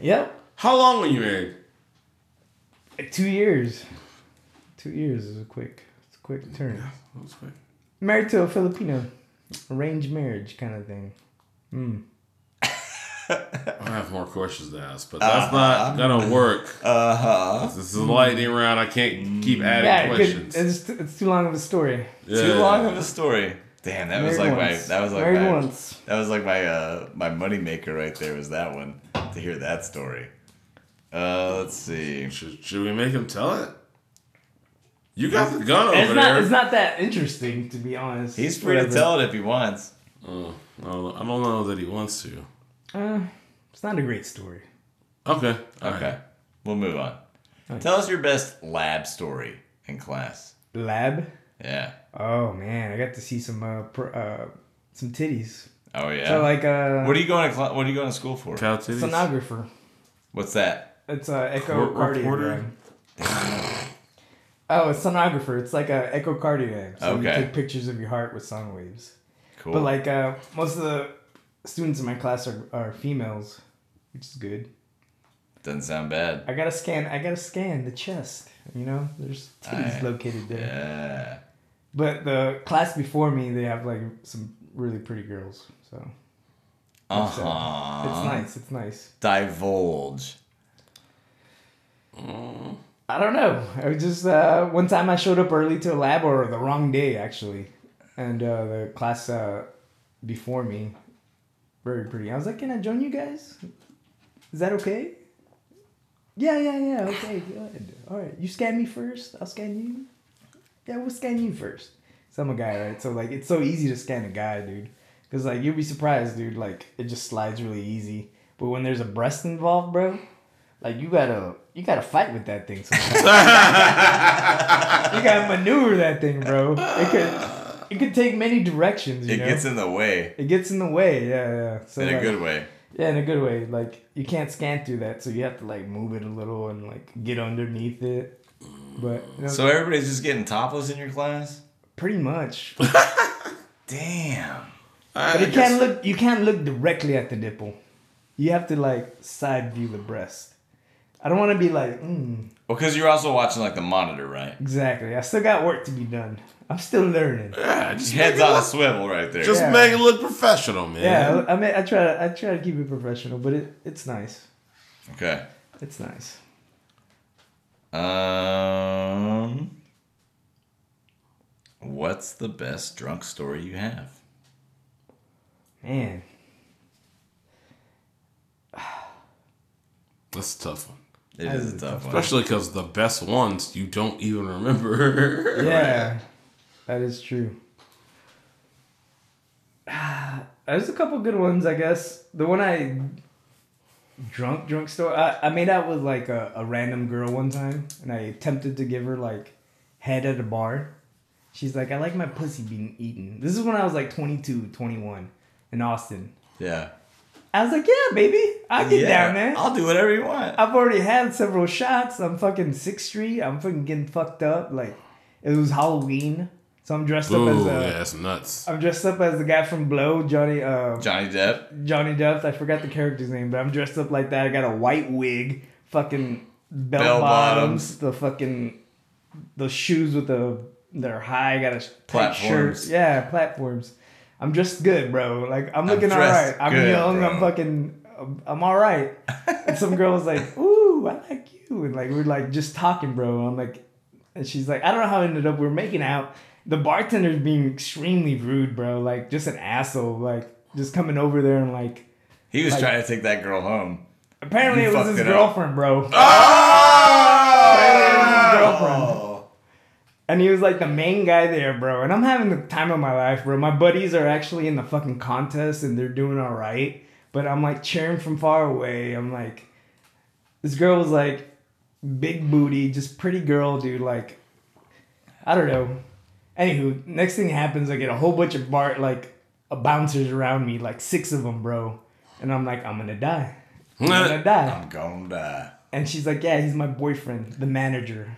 [SPEAKER 2] Yep.
[SPEAKER 3] How long were you married?
[SPEAKER 2] Two years. Two years is a quick. It's a quick turn. Married to a Filipino. Arranged marriage kind of thing.
[SPEAKER 3] I have more questions to ask, but that's not gonna work.
[SPEAKER 1] Uh huh.
[SPEAKER 3] This is a lightning round. I can't keep adding
[SPEAKER 2] Yeah, it could,
[SPEAKER 3] questions.
[SPEAKER 2] it's, it's too long of a story.
[SPEAKER 1] Too
[SPEAKER 3] Yeah.
[SPEAKER 1] long of a story. Damn, that was like
[SPEAKER 2] Married
[SPEAKER 1] my
[SPEAKER 2] once.
[SPEAKER 1] that was like
[SPEAKER 2] Married
[SPEAKER 1] my
[SPEAKER 2] once.
[SPEAKER 1] that was like my uh my moneymaker right there was that one to hear that story. Uh, let's see.
[SPEAKER 3] Should, should we make him tell it? You got the gun over
[SPEAKER 2] It's not,
[SPEAKER 3] there.
[SPEAKER 2] it's not that interesting, to be honest.
[SPEAKER 1] He's free to
[SPEAKER 2] Whatever.
[SPEAKER 1] tell it if he wants.
[SPEAKER 3] Oh, I don't know- I don't know that he wants to.
[SPEAKER 2] Uh, it's not a great story.
[SPEAKER 3] Okay. all right.
[SPEAKER 1] Okay, we'll move on. Tell us your best lab story in class.
[SPEAKER 2] Lab.
[SPEAKER 1] Yeah.
[SPEAKER 2] Oh man, I got to see some uh, pr- uh some titties.
[SPEAKER 1] Oh yeah.
[SPEAKER 2] So like uh,
[SPEAKER 1] what are you going to cl- What are you going to school for?
[SPEAKER 3] Cow titties.
[SPEAKER 2] sonographer.
[SPEAKER 1] What's that?
[SPEAKER 2] It's uh, a
[SPEAKER 3] recorder?
[SPEAKER 2] echocardiogram. Oh, it's sonographer. It's like a echocardiogram. So
[SPEAKER 1] Okay.
[SPEAKER 2] you take pictures of your heart with sound waves.
[SPEAKER 1] Cool.
[SPEAKER 2] But like uh, most of the students in my class are, are females, which is good.
[SPEAKER 1] doesn't sound bad.
[SPEAKER 2] I gotta scan. I gotta scan the chest. You know, there's titties
[SPEAKER 1] Aight.
[SPEAKER 2] located there.
[SPEAKER 1] Yeah.
[SPEAKER 2] But the class before me, they have like some really pretty girls. So
[SPEAKER 1] Uh
[SPEAKER 2] so
[SPEAKER 1] huh.
[SPEAKER 2] it's nice. It's nice.
[SPEAKER 1] Divulge.
[SPEAKER 2] I don't know. I was just uh, one time I showed up early to a lab or the wrong day actually, and uh, the class uh, before me, very pretty. I was like, "Can I join you guys? Is that okay?" Yeah, yeah, yeah. Okay, good. All right, you scan me first. I'll scan you. Yeah, we'll scan you first. So I'm a guy, right? So like, it's so easy to scan a guy, dude. Cause like you'll be surprised, dude. Like it just slides really easy. But when there's a breast involved, bro, like you gotta you gotta fight with that thing. Sometimes. you gotta maneuver that thing, bro. It could it could take many directions. You
[SPEAKER 1] It
[SPEAKER 2] know?
[SPEAKER 1] gets in the way
[SPEAKER 2] it gets in the way. Yeah, yeah. So
[SPEAKER 1] in a
[SPEAKER 2] like-
[SPEAKER 1] good way.
[SPEAKER 2] yeah, in a good way. Like you can't scan through that, so you have to like move it a little and like get underneath it. But you know,
[SPEAKER 1] So everybody's just getting topless in your class.
[SPEAKER 2] pretty much,
[SPEAKER 1] Damn.
[SPEAKER 3] I,
[SPEAKER 2] but
[SPEAKER 3] I
[SPEAKER 2] you
[SPEAKER 3] guess-
[SPEAKER 2] can't look. You can't look directly at the nipple. You have to like side view the breast. I don't want to be like, mm,
[SPEAKER 1] Well, because you're also watching like the monitor, right?
[SPEAKER 2] exactly. I still got work to be done. I'm still learning.
[SPEAKER 3] Yeah, just
[SPEAKER 1] Heads
[SPEAKER 3] make
[SPEAKER 1] on
[SPEAKER 3] it
[SPEAKER 1] a
[SPEAKER 3] look,
[SPEAKER 1] swivel right there.
[SPEAKER 3] just
[SPEAKER 2] Yeah.
[SPEAKER 3] make it look professional, man.
[SPEAKER 2] Yeah, I I mean, I try to, I try to keep it professional, but it, it's nice.
[SPEAKER 1] okay.
[SPEAKER 2] It's nice.
[SPEAKER 1] Um. What's the best drunk story you have?
[SPEAKER 2] Man,
[SPEAKER 3] That's a tough one.
[SPEAKER 1] It is a tough one.
[SPEAKER 3] Especially because the best ones you don't even remember.
[SPEAKER 2] Yeah, that is true. There's a couple good ones, I guess. The one I drunk drunk store. I, I made out with like a, a random girl one time, and I attempted to give her like head at a bar. She's like, I like my pussy being eaten. This is when I was like 22, 21 in Austin.
[SPEAKER 1] Yeah.
[SPEAKER 2] I was like, yeah, baby, I'll get
[SPEAKER 1] yeah.
[SPEAKER 2] down there.
[SPEAKER 1] I'll do whatever you want.
[SPEAKER 2] I've already had several shots. I'm fucking Sixth Street. I'm fucking getting fucked up. Like it was Halloween. So I'm dressed up
[SPEAKER 3] Ooh,
[SPEAKER 2] as
[SPEAKER 3] yeah,
[SPEAKER 2] uh,
[SPEAKER 3] that's nuts.
[SPEAKER 2] I'm dressed up as the guy from Blow, Johnny uh,
[SPEAKER 1] Johnny Depp.
[SPEAKER 2] Johnny Depp. I forgot the character's name, but I'm dressed up like that. I got a white wig, fucking bell,
[SPEAKER 1] Bell
[SPEAKER 2] bottoms, the fucking the shoes with the they're high. I got a tight
[SPEAKER 1] Platforms.
[SPEAKER 2] shirt. Yeah, platforms. I'm dressed good, bro. Like I'm looking all right.
[SPEAKER 1] dressed
[SPEAKER 2] I'm
[SPEAKER 1] good,
[SPEAKER 2] young.
[SPEAKER 1] bro.
[SPEAKER 2] I'm fucking. I'm- I'm all right. And some girl was like, "Ooh, I like you," and like we're like just talking, bro. I'm like, and she's like, I don't know how it ended up. We're making out. The bartender's being extremely rude, bro. Like just an asshole. Like just coming over there and like.
[SPEAKER 1] He was trying to take that girl home.
[SPEAKER 2] Apparently
[SPEAKER 1] You
[SPEAKER 2] it was
[SPEAKER 1] fucked
[SPEAKER 2] his
[SPEAKER 1] it up.
[SPEAKER 2] girlfriend, bro. Apparently it was his girlfriend. And he was like the main guy there, bro. And I'm having the time of my life, bro. My buddies are actually in the fucking contest and they're doing all right. But I'm like cheering from far away. I'm like, this girl was like big booty, just pretty girl, dude. Like, I don't know. Anywho, next thing happens, I get a whole bunch of bar like uh, bouncers around me, like six of them, bro. And I'm like, I'm gonna die. I'm gonna die.
[SPEAKER 1] I'm gonna die.
[SPEAKER 2] And she's like, yeah, he's my boyfriend, the manager,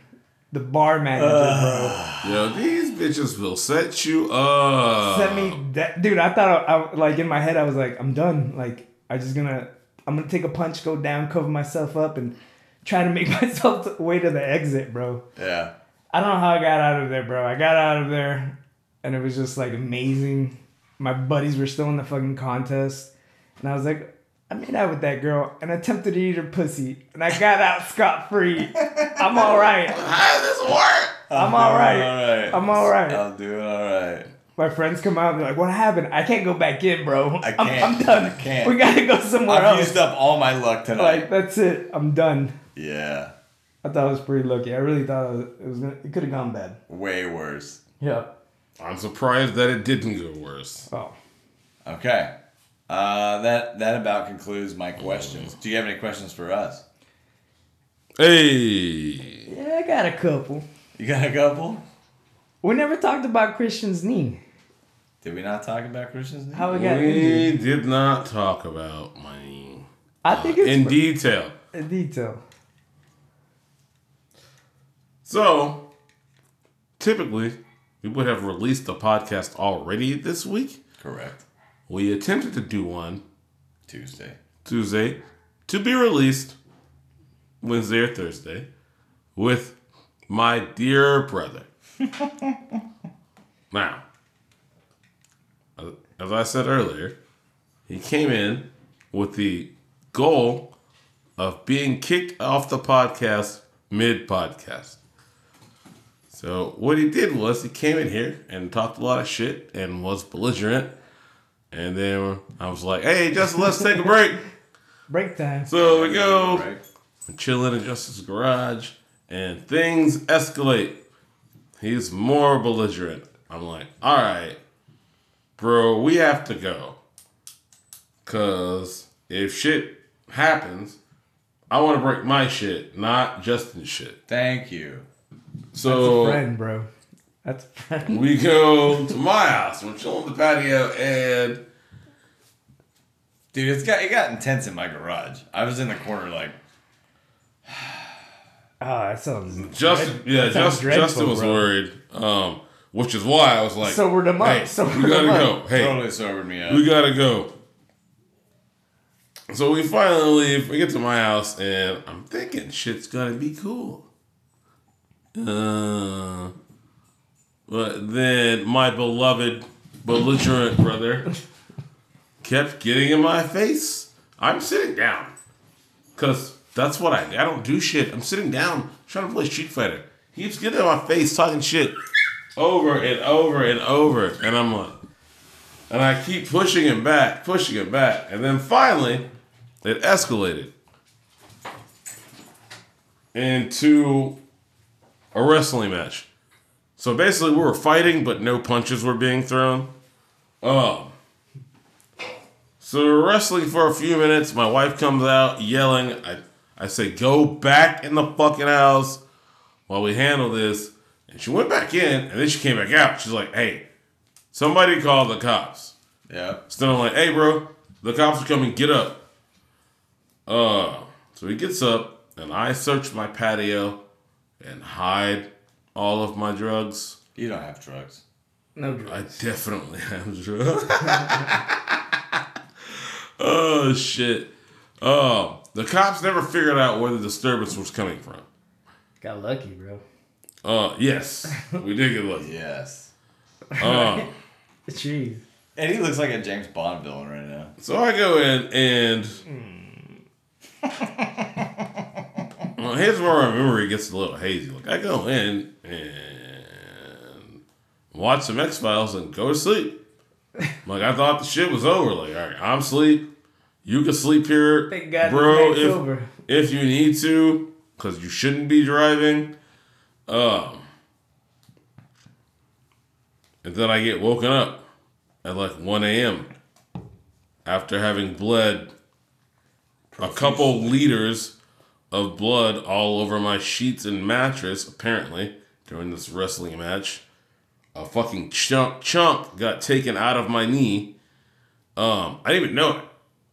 [SPEAKER 2] the bar manager, bro.
[SPEAKER 3] Yo, these bitches will set you up.
[SPEAKER 2] sent
[SPEAKER 1] Um,
[SPEAKER 2] me that dude i thought I, I- like in my head i was like i'm done like i just gonna i'm gonna take a punch go down cover myself up and try to make myself t- way to the exit bro
[SPEAKER 1] Yeah.
[SPEAKER 2] i don't know how i got out of there bro i got out of there and it was just like amazing my buddies were still in the fucking contest and i was like I made out with that girl and attempted to eat her pussy, and I got out scot free. I'm all right.
[SPEAKER 3] How does this work?
[SPEAKER 2] I'm all right.
[SPEAKER 1] All right.
[SPEAKER 2] I'm all right.
[SPEAKER 1] I'm doing all right.
[SPEAKER 2] My friends come out and they're like, "What happened? I can't go back in, bro.
[SPEAKER 1] I
[SPEAKER 2] I'm-
[SPEAKER 1] can't.
[SPEAKER 2] I'm, done.
[SPEAKER 1] I can't.
[SPEAKER 2] We gotta go somewhere
[SPEAKER 1] I've
[SPEAKER 2] else.
[SPEAKER 1] used up all my luck tonight.
[SPEAKER 2] Like that's it. I'm done."
[SPEAKER 1] yeah.
[SPEAKER 2] I thought I was pretty lucky. I really thought it was, it was gonna, it could have gone bad.
[SPEAKER 1] Way worse.
[SPEAKER 2] Yeah.
[SPEAKER 3] I'm surprised that it didn't go worse.
[SPEAKER 2] Oh.
[SPEAKER 1] Okay. Uh, that that about concludes my questions. Do you have any questions for us?
[SPEAKER 3] Hey,
[SPEAKER 2] Yeah, I got a couple.
[SPEAKER 1] You got a couple?
[SPEAKER 2] We never talked about Christian's knee.
[SPEAKER 1] Did we not talk about Christian's name?
[SPEAKER 2] How it got injured.
[SPEAKER 3] we did not talk about money
[SPEAKER 2] I think it's
[SPEAKER 3] in detail.
[SPEAKER 2] a detail.
[SPEAKER 3] So, typically, we would have released the podcast already this week.
[SPEAKER 1] Correct.
[SPEAKER 3] We attempted to do one
[SPEAKER 1] Tuesday.
[SPEAKER 3] Tuesday to be released Wednesday or Thursday with my dear brother. now, as I said earlier, he came in with the goal of being kicked off the podcast mid podcast. So, what he did was he came in here and talked a lot of shit and was belligerent. And then I was like, hey, Justin, let's take a break.
[SPEAKER 2] Break time.
[SPEAKER 3] So we go
[SPEAKER 1] Right?
[SPEAKER 3] chilling in Justice's garage, and things escalate. He's more belligerent. I'm like, all right, bro, we have to go. Cause if shit happens, I want to break my shit, not Justin's shit.
[SPEAKER 1] Thank you.
[SPEAKER 3] So
[SPEAKER 2] friend, bro. That's a friend.
[SPEAKER 3] we go to my house. We're chilling on the patio, and
[SPEAKER 1] Dude, it's got it got intense in my garage. I was in the corner like
[SPEAKER 2] Oh, that sounds.
[SPEAKER 3] Justin,
[SPEAKER 2] dread-
[SPEAKER 3] yeah,
[SPEAKER 2] that sounds
[SPEAKER 3] Just,
[SPEAKER 2] dreadful,
[SPEAKER 3] Justin was
[SPEAKER 2] bro.
[SPEAKER 3] worried, um, which is why I was like,
[SPEAKER 2] Sobered him up,
[SPEAKER 3] Hey,
[SPEAKER 2] sobered
[SPEAKER 3] we gotta
[SPEAKER 2] him up."
[SPEAKER 3] go. Hey,
[SPEAKER 1] totally sobered me up.
[SPEAKER 3] we gotta go. So we finally leave. We get to my house, and I'm thinking shit's gonna be cool. Uh, but then my beloved belligerent brother kept getting in my face. I'm sitting down. Cause that's what I I don't do shit. I'm sitting down trying to play Street Fighter. He keeps getting in my face talking shit over and over and over. And I'm like and I keep pushing him back, pushing him back. And then finally it escalated into a wrestling match. So basically we were fighting but no punches were being thrown. Um so we're wrestling for a few minutes. My wife comes out yelling. I, I say, go back in the fucking house while we handle this. And she went back in and then she came back out. She's like, hey, somebody call the cops.
[SPEAKER 1] yeah.
[SPEAKER 3] So I'm like, hey, bro, the cops are coming. Get up. Uh, so he gets up and I search my patio and hide all of my drugs.
[SPEAKER 1] You don't have drugs.
[SPEAKER 2] No
[SPEAKER 3] I
[SPEAKER 2] drugs.
[SPEAKER 3] definitely am drunk. oh shit. Oh, the cops never figured out where the disturbance was coming from.
[SPEAKER 2] Got lucky, bro.
[SPEAKER 3] Uh, yes, we did get lucky.
[SPEAKER 1] Yes.
[SPEAKER 3] Uh,
[SPEAKER 2] Jeez.
[SPEAKER 1] And he looks like a James Bond villain right now.
[SPEAKER 3] so I go in and. well, here's where my memory gets a little hazy. Like I go in and watch some X Files and go to sleep. Like I thought the shit was over. Like all right, I'm sleep. You can sleep here,
[SPEAKER 2] Thank God
[SPEAKER 3] bro.
[SPEAKER 2] it's
[SPEAKER 3] If
[SPEAKER 2] over.
[SPEAKER 3] if you need to, because you shouldn't be driving. Um, and then I get woken up at like 1 a.m. after having bled a couple liters of blood all over my sheets and mattress, apparently, during this wrestling match. A fucking chunk chunk got taken out of my knee. Um, I didn't even know it.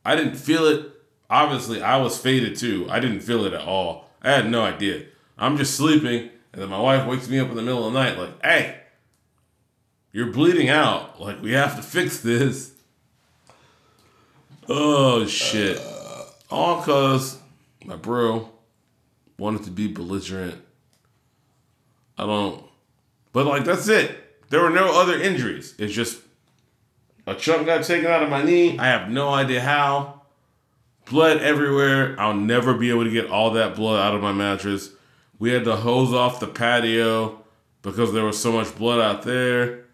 [SPEAKER 3] I didn't feel it. Obviously, I was faded too. I didn't feel it at all. I had no idea. I'm just sleeping, and then my wife wakes me up in the middle of the night, like, hey, you're bleeding out. Like, we have to fix this. Oh, shit. all because my bro wanted to be belligerent. I don't. But, like, that's it. There were no other injuries. It's just a chunk got taken out of my knee. I have no idea how. Blood everywhere. I'll never be able to get all that blood out of my mattress. We had to hose off the patio because there was so much blood out there.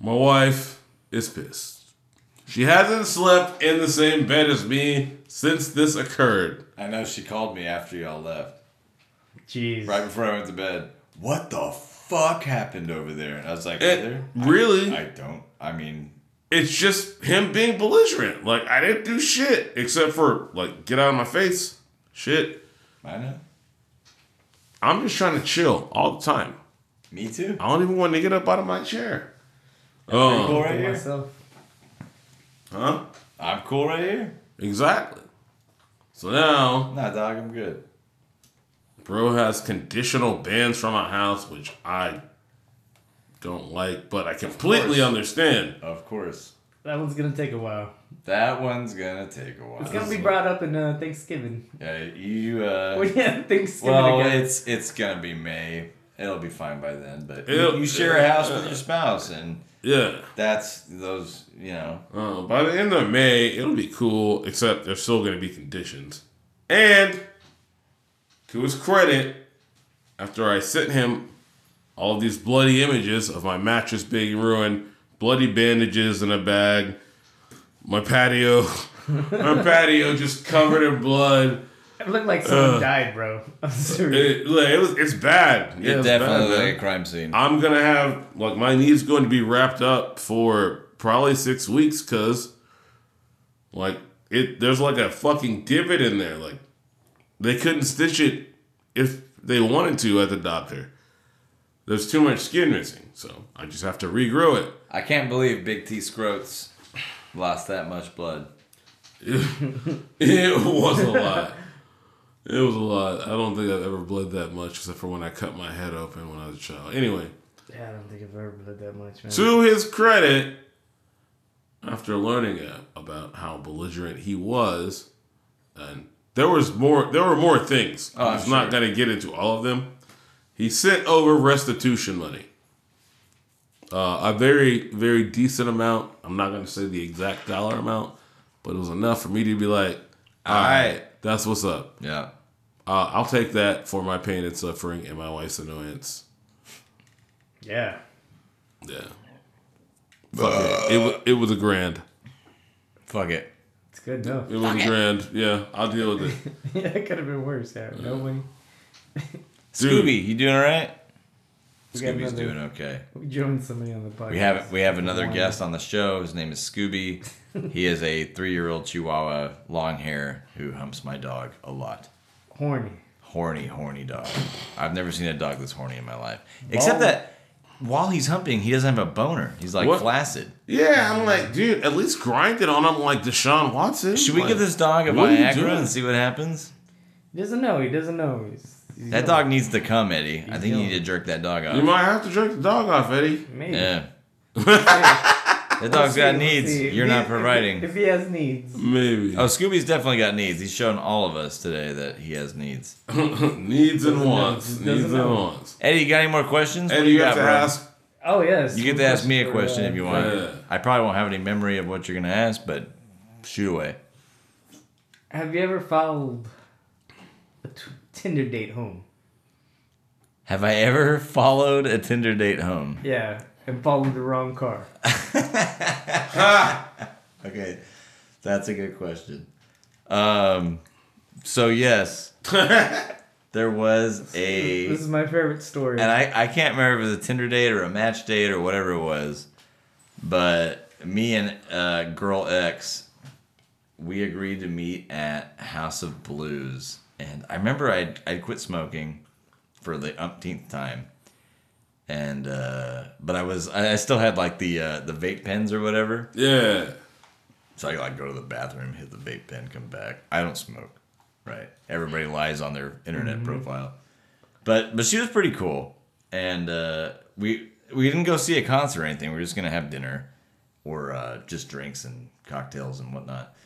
[SPEAKER 3] My wife is pissed. She hasn't slept in the same bed as me since this occurred.
[SPEAKER 1] I know she called me after y'all left,
[SPEAKER 2] Jeez.
[SPEAKER 1] right before I went to bed. What the fuck happened over there? And I was like,
[SPEAKER 3] It,
[SPEAKER 1] Heather,
[SPEAKER 3] really?
[SPEAKER 1] I don't. I mean,
[SPEAKER 3] it's just him being belligerent. Like, I didn't do shit except for, like, get out of my face. Shit.
[SPEAKER 1] I know.
[SPEAKER 3] I'm just trying to chill all the time.
[SPEAKER 1] Me too.
[SPEAKER 3] I don't even want to get up out of my chair.
[SPEAKER 1] I'm cool
[SPEAKER 3] Oh,
[SPEAKER 1] right
[SPEAKER 2] For
[SPEAKER 1] here.
[SPEAKER 2] myself.
[SPEAKER 3] huh?
[SPEAKER 1] I'm cool right here.
[SPEAKER 3] Exactly. So now,
[SPEAKER 1] Nah, dog, I'm good.
[SPEAKER 3] bro has conditional bans from my house, which I don't like, but I completely
[SPEAKER 1] course.
[SPEAKER 3] understand.
[SPEAKER 1] Of course.
[SPEAKER 2] That one's gonna take a while.
[SPEAKER 1] That one's gonna take a while.
[SPEAKER 2] It's gonna be brought up in uh, Thanksgiving.
[SPEAKER 1] Yeah, you. Uh,
[SPEAKER 2] When you have Thanksgiving
[SPEAKER 1] well,
[SPEAKER 2] again.
[SPEAKER 1] it's it's gonna be May. It'll be fine by then. But
[SPEAKER 3] It'll-
[SPEAKER 1] you, you share a house with your spouse, and
[SPEAKER 3] Yeah.
[SPEAKER 1] that's those. You know,
[SPEAKER 3] Uh, by the end of May, it'll be cool, except there's still going to be conditions. And to his credit, after I sent him all these bloody images of my mattress being ruined, bloody bandages in a bag, my patio, my patio just covered in blood.
[SPEAKER 2] It looked like someone
[SPEAKER 3] Ugh.
[SPEAKER 2] died, bro. I'm serious.
[SPEAKER 3] It, like, it was, it's bad. Yeah,
[SPEAKER 1] it
[SPEAKER 3] it's
[SPEAKER 1] definitely
[SPEAKER 3] bad, man.
[SPEAKER 1] like a crime scene.
[SPEAKER 3] I'm gonna have like my knee's going to be wrapped up for probably six weeks because like it there's like a fucking divot in there. Like they couldn't stitch it if they wanted to at the doctor. There's too much skin missing, so I just have to regrow it.
[SPEAKER 1] I can't believe Big T Scroats lost that much blood.
[SPEAKER 3] It was a lot. It was a lot. I don't think I've ever bled that much except for when I cut my head open when I was a child. Anyway,
[SPEAKER 2] Yeah, I don't think I've ever bled that much, man.
[SPEAKER 3] To his credit, after learning uh, about how belligerent he was, and there was more, there were more things.
[SPEAKER 1] Oh,
[SPEAKER 3] I'm
[SPEAKER 1] I'm
[SPEAKER 3] not
[SPEAKER 1] sure.
[SPEAKER 3] going to get into all of them. He sent over restitution money, uh, a very, very decent amount. I'm not going to say the exact dollar amount, but it was enough for me to be like, "All right,
[SPEAKER 1] right.
[SPEAKER 3] that's what's up."
[SPEAKER 1] Yeah.
[SPEAKER 3] Uh, I'll take that for my pain and suffering and my wife's annoyance.
[SPEAKER 2] Yeah.
[SPEAKER 3] Yeah. Fuck it. It, wa- it was a grand.
[SPEAKER 1] Fuck it.
[SPEAKER 2] It's good enough.
[SPEAKER 3] It was a grand. Yeah, I'll deal with it.
[SPEAKER 2] yeah, it could have been worse. Yeah,
[SPEAKER 1] Mm.
[SPEAKER 2] no way.
[SPEAKER 3] Dude.
[SPEAKER 1] Scooby, you doing all right?
[SPEAKER 2] We got
[SPEAKER 1] Scooby's
[SPEAKER 2] another-
[SPEAKER 1] doing okay.
[SPEAKER 2] We joined somebody on the podcast.
[SPEAKER 1] We have we have another
[SPEAKER 2] One.
[SPEAKER 1] guest on the show. His name is Scooby. He is a three-year-old Chihuahua, long hair, who humps my dog a lot.
[SPEAKER 2] Horny.
[SPEAKER 1] horny, horny dog. I've never seen a dog that's horny in my life. Except that while he's humping, he doesn't have a boner. He's like
[SPEAKER 3] What?
[SPEAKER 1] flaccid.
[SPEAKER 3] Yeah, I'm like, dude, at least grind it on him like Deshaun Watson.
[SPEAKER 1] Should we
[SPEAKER 3] Like,
[SPEAKER 1] give this dog a
[SPEAKER 3] what are you
[SPEAKER 1] Viagra
[SPEAKER 3] doing?
[SPEAKER 1] and see what happens?
[SPEAKER 2] He doesn't know. He doesn't know. He's
[SPEAKER 1] That dog needs to come, Eddie. I think you
[SPEAKER 2] yelling.
[SPEAKER 1] need to jerk that dog
[SPEAKER 3] You
[SPEAKER 1] off.
[SPEAKER 3] might have to jerk the dog off, Eddie.
[SPEAKER 2] Maybe.
[SPEAKER 1] Yeah.
[SPEAKER 2] that
[SPEAKER 1] That dog's got needs. You're not providing.
[SPEAKER 2] If he has needs.
[SPEAKER 3] Maybe.
[SPEAKER 1] Oh, Scooby's definitely got needs. He's shown all of us today that he has needs.
[SPEAKER 3] Needs and wants.
[SPEAKER 2] Doesn't
[SPEAKER 3] Needs and
[SPEAKER 2] know.
[SPEAKER 3] wants.
[SPEAKER 1] Eddie, you got any more questions? What
[SPEAKER 3] Eddie,
[SPEAKER 1] do
[SPEAKER 3] you have to
[SPEAKER 1] got, bro?
[SPEAKER 3] ask.
[SPEAKER 2] Oh yes.
[SPEAKER 1] You get to ask me a question if you want.
[SPEAKER 3] Yeah.
[SPEAKER 1] I probably won't have any memory of what you're gonna ask, but shoot away.
[SPEAKER 2] Have you ever followed a t- Tinder date home?
[SPEAKER 1] Have I ever followed a Tinder date home?
[SPEAKER 2] Yeah, and followed the wrong car.
[SPEAKER 1] Okay, that's a good question. Um, so yes, there was a,
[SPEAKER 2] This is my favorite story.
[SPEAKER 1] and I I can't remember if it was a Tinder date or a match date or whatever it was, but me and uh, girl X, we agreed to meet at House of Blues, and I remember I I quit smoking for the umpteenth time. And uh, but I was I I still had like the uh, the vape pens or whatever.
[SPEAKER 3] Yeah.
[SPEAKER 1] So I like go to the bathroom, hit the vape pen, come back. I don't smoke. Right. Everybody lies on their internet profile. But but she was pretty cool. And uh, we we didn't go see a concert or anything. We were just gonna have dinner or uh, just drinks and cocktails and whatnot.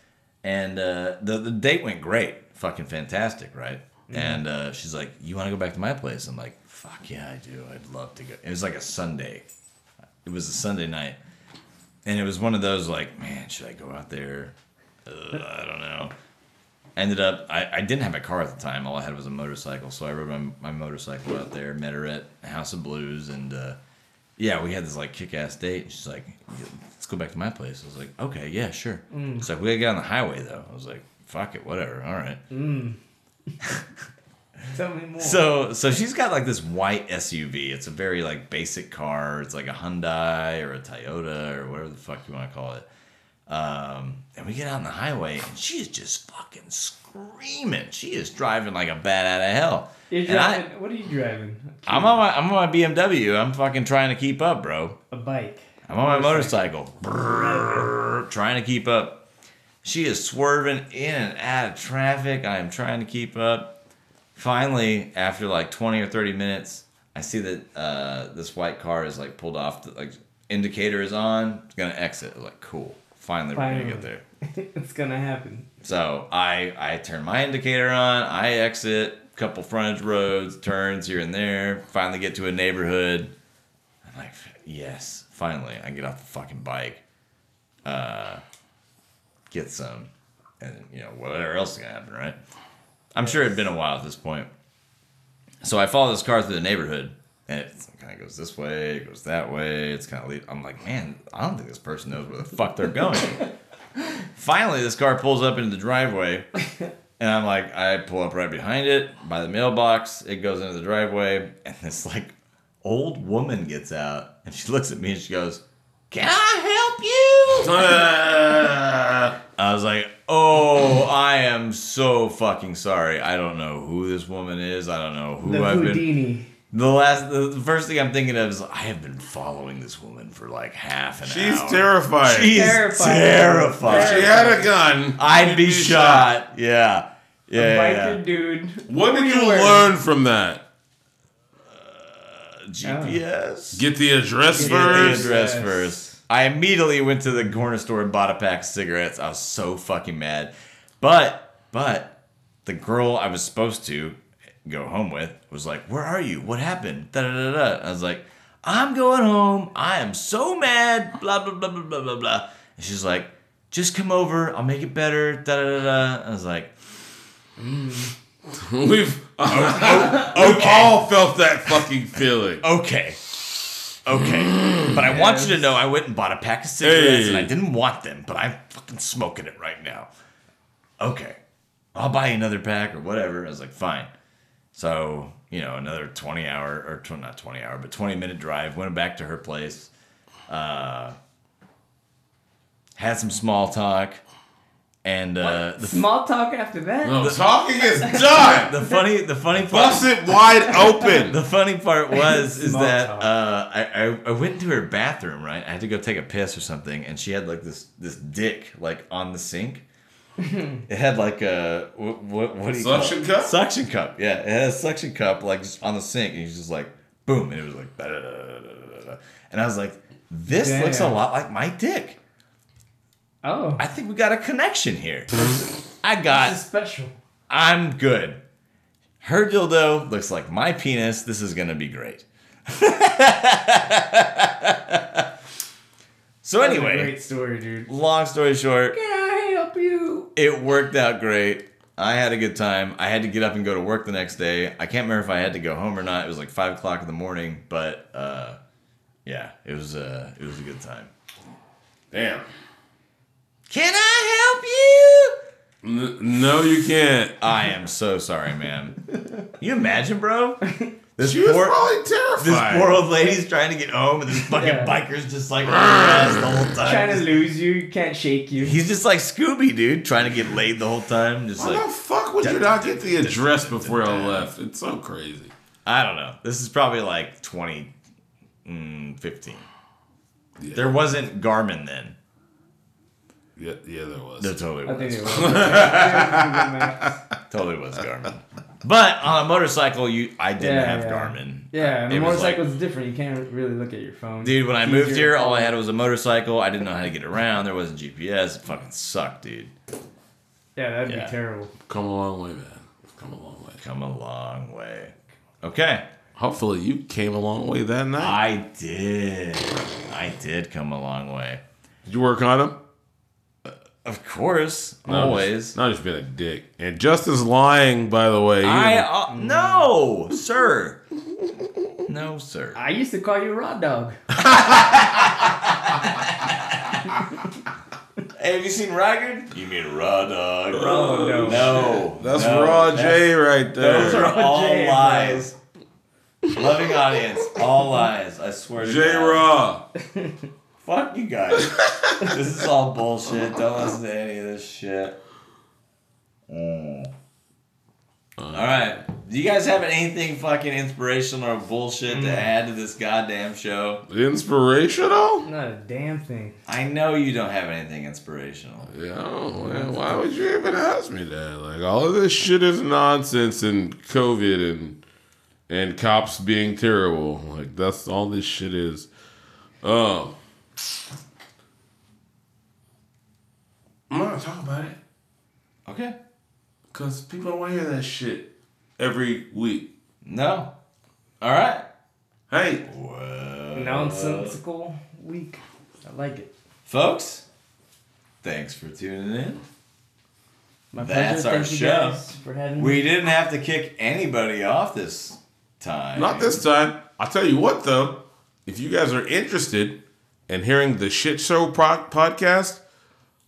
[SPEAKER 1] And uh, the the date went great, fucking fantastic, right? And uh, she's like, "You want to go back to my place?" I'm like, "Fuck yeah, I do. I'd love to go." It was like a Sunday. It was a Sunday night, and it was one of those like, man, should I go out there? Uh, I don't know. Ended up, I, I didn't have a car at the time. All I had was a motorcycle, so I rode my, my motorcycle out there. Met her at House of Blues, and uh, yeah, we had this like kick ass date. And she's like, "Let's go back to my place." I was like, "Okay, yeah, sure." It's like we gotta get on the highway though. I was like, "Fuck it, whatever. All right."
[SPEAKER 2] Tell me more.
[SPEAKER 1] So so she's got like this white SUV. It's a very like basic car. It's like a Hyundai or a Toyota or whatever the fuck you want to call it. Um, and we get out on the highway and she is just fucking screaming. She is driving like a bat out of hell.
[SPEAKER 2] You're
[SPEAKER 1] And I-
[SPEAKER 2] driving. what are you driving?
[SPEAKER 1] I'm on my I'm on my BMW. I'm fucking trying to keep up, bro.
[SPEAKER 2] A bike.
[SPEAKER 1] I'm on my motorcycle, Brrrr, trying to keep up. She is swerving in and out of traffic. I am trying to keep up. Finally, after like 20 or 30 minutes, I see that uh, this white car is like pulled off. The, like indicator is on. It's gonna exit. I'm like cool. Finally, we're gonna get
[SPEAKER 2] Finally.
[SPEAKER 1] there.
[SPEAKER 2] it's gonna happen.
[SPEAKER 1] So I I turn my indicator on. I exit couple frontage roads, turns here and there. Finally get to a neighborhood. I'm like, yes, finally. I get off the fucking bike, uh, get some, and you know whatever else is gonna happen, right? I'm sure it'd been a while at this point. So I follow this car through the neighborhood, and it kind of goes this way, it goes that way. It's kind of lead. I'm like, man, I don't think this person knows where the fuck they're going. Finally, this car pulls up into the driveway, and I'm like, I pull up right behind it by the mailbox. It goes into the driveway, and this like old woman gets out, and she looks at me and she goes, "Can I help you?"
[SPEAKER 3] Ah.
[SPEAKER 1] I was like, oh, I am so fucking sorry. I don't know who this woman is. I don't know who
[SPEAKER 2] The
[SPEAKER 1] I've been.
[SPEAKER 2] Houdini.
[SPEAKER 1] The last, the the first thing I'm thinking of is I have been following this woman for like half an hour.
[SPEAKER 3] She's terrified.
[SPEAKER 1] She's
[SPEAKER 2] Terrified.
[SPEAKER 1] terrified.
[SPEAKER 3] If she had a gun.
[SPEAKER 1] I'd
[SPEAKER 3] she'd
[SPEAKER 1] be shot. Yeah. Yeah. yeah,
[SPEAKER 2] Biker dude.
[SPEAKER 3] What
[SPEAKER 2] were
[SPEAKER 3] did you
[SPEAKER 2] wearing?
[SPEAKER 3] learn from that?
[SPEAKER 1] yeah. GPS.
[SPEAKER 3] Get the address
[SPEAKER 1] Get the
[SPEAKER 3] first.
[SPEAKER 1] address
[SPEAKER 2] Yes.
[SPEAKER 1] first. I immediately went to the corner store and bought a pack of cigarettes. I was so fucking mad. But but the girl I was supposed to go home with was like, "Where are you? What happened?" Da da da da. I was like, "I'm going home. I am so mad." Blah blah blah blah blah blah blah. And she's like, "Just come over. I'll make it better." Da da da da. I was like,
[SPEAKER 3] We've, we've all felt that fucking feeling.
[SPEAKER 1] okay. Okay. But I want you to know I went and bought a pack of cigarettes and I
[SPEAKER 3] Hey.
[SPEAKER 1] didn't want them, but I'm fucking smoking it right now. Okay. I'll buy you another pack or whatever. I was like, fine. So, you know, another 20 hour, or tw- not 20 hour, but 20 minute drive. Went back to her place. Uh, had some small talk. And uh, the,
[SPEAKER 2] Small talk after that.
[SPEAKER 3] No, talking is done.
[SPEAKER 1] the funny, the funny part.
[SPEAKER 3] Bust it wide open.
[SPEAKER 1] The funny part was is
[SPEAKER 2] Small
[SPEAKER 1] that
[SPEAKER 2] talk.
[SPEAKER 1] uh, I, I I went into her bathroom right. I had to go take a piss or something, and she had like this this dick like on the sink, It had like a what what, what do you
[SPEAKER 3] Suction
[SPEAKER 1] call it?
[SPEAKER 3] cup?
[SPEAKER 1] Suction cup. Yeah, it had a suction cup like just on the sink, and you just like boom, and it was like, da, da, da, da, da, da, da. and I was like, this looks a
[SPEAKER 2] Damn.
[SPEAKER 1] lot like my dick.
[SPEAKER 2] Oh,
[SPEAKER 1] I think we got a connection here. I
[SPEAKER 2] this
[SPEAKER 1] got
[SPEAKER 2] is special.
[SPEAKER 1] I'm good. Her dildo looks like my penis. This is gonna be great. so
[SPEAKER 2] That's a
[SPEAKER 1] anyway,
[SPEAKER 2] great story, dude.
[SPEAKER 1] long story short,
[SPEAKER 2] Can I help you?
[SPEAKER 1] it worked out great. I had a good time. I had to get up and go to work the next day. I can't remember if I had to go home or not. It was like five o'clock in the morning, but uh, yeah, it was uh, it was a good time.
[SPEAKER 3] Damn.
[SPEAKER 1] Can I help you?
[SPEAKER 3] N- no, you can't.
[SPEAKER 1] I am so sorry, man. Can you imagine, bro? This
[SPEAKER 3] She was
[SPEAKER 1] poor,
[SPEAKER 3] probably
[SPEAKER 1] this
[SPEAKER 3] terrified.
[SPEAKER 1] poor old lady's trying to get home, and this fucking
[SPEAKER 2] Yeah.
[SPEAKER 1] biker's just like on her ass the whole time.
[SPEAKER 2] Trying to
[SPEAKER 1] Just-
[SPEAKER 2] lose you, you can't shake you.
[SPEAKER 1] He's just like Scooby, dude, trying to get laid the whole time. Just
[SPEAKER 3] Why
[SPEAKER 1] like
[SPEAKER 3] the fuck would you not get the address before I left? It's so crazy.
[SPEAKER 1] I don't know. This is probably like 2015.
[SPEAKER 3] Yeah.
[SPEAKER 1] There wasn't Garmin then.
[SPEAKER 3] Yeah, yeah there was.
[SPEAKER 1] There totally
[SPEAKER 2] I think
[SPEAKER 1] was.
[SPEAKER 2] it was. yeah,
[SPEAKER 1] Totally was Garmin. But on a motorcycle, you I didn't
[SPEAKER 2] Yeah,
[SPEAKER 1] have
[SPEAKER 2] yeah.
[SPEAKER 1] Garmin.
[SPEAKER 2] and the
[SPEAKER 1] It was like-
[SPEAKER 2] motorcycle's different. You can't really look at your phone.
[SPEAKER 1] Dude, when I
[SPEAKER 2] It's
[SPEAKER 1] moved
[SPEAKER 2] easier
[SPEAKER 1] here,
[SPEAKER 2] to
[SPEAKER 1] all I
[SPEAKER 2] follow.
[SPEAKER 1] had was a motorcycle. I didn't know how to get around. There wasn't GPS. It fucking sucked, dude.
[SPEAKER 2] Yeah, that'd
[SPEAKER 1] Yeah.
[SPEAKER 2] be terrible.
[SPEAKER 3] Come a long way, man. Come a long way.
[SPEAKER 1] Come a long way. Okay.
[SPEAKER 3] Hopefully, you came a long way that night.
[SPEAKER 1] I did. I did come a long way.
[SPEAKER 3] Did you work on him?
[SPEAKER 1] Of course.
[SPEAKER 3] No,
[SPEAKER 1] always.
[SPEAKER 3] just- No, just being a dick. And Justin's lying, by the way. He
[SPEAKER 1] I
[SPEAKER 3] didn't-
[SPEAKER 1] uh, no, sir. No, sir.
[SPEAKER 2] I used to call you Rod Dog.
[SPEAKER 1] Hey, have you seen Raggard? You mean Raw Dog?
[SPEAKER 2] Oh, no.
[SPEAKER 1] No,
[SPEAKER 3] that's
[SPEAKER 1] no,
[SPEAKER 3] Raw
[SPEAKER 1] that's-
[SPEAKER 3] J right
[SPEAKER 1] Those
[SPEAKER 3] there.
[SPEAKER 1] are
[SPEAKER 2] Raw
[SPEAKER 1] all
[SPEAKER 2] J, bro.
[SPEAKER 1] lies. Loving audience, all lies. I swear to
[SPEAKER 3] J
[SPEAKER 1] God.
[SPEAKER 3] Raw.
[SPEAKER 1] Fuck you guys. this is all bullshit. Don't listen to any of this shit. Mm. all right. Do you guys have anything fucking inspirational or bullshit
[SPEAKER 3] Mm.
[SPEAKER 1] to add to this goddamn show?
[SPEAKER 3] Inspirational?
[SPEAKER 2] Not a damn thing.
[SPEAKER 1] I know you don't have anything inspirational.
[SPEAKER 3] Yeah, I don't- man, why would you even ask me that? Like, all of this shit is nonsense and COVID and and cops being terrible. Like, that's all this shit is. Um, I'm not gonna talk about it.
[SPEAKER 1] Okay.
[SPEAKER 3] Cause people don't want to hear that shit every week.
[SPEAKER 1] No. All right.
[SPEAKER 3] Hey,
[SPEAKER 1] Well,
[SPEAKER 2] Nonsensical week. I like it.
[SPEAKER 1] Folks, thanks for tuning in.
[SPEAKER 2] My
[SPEAKER 1] That's
[SPEAKER 2] pleasure.
[SPEAKER 1] our
[SPEAKER 2] Thank you
[SPEAKER 1] show.
[SPEAKER 2] guys for having me.
[SPEAKER 1] We didn't have to kick anybody off this time.
[SPEAKER 3] not this time. I'll tell you what though. If you guys are interested in hearing the shit show pro- podcast,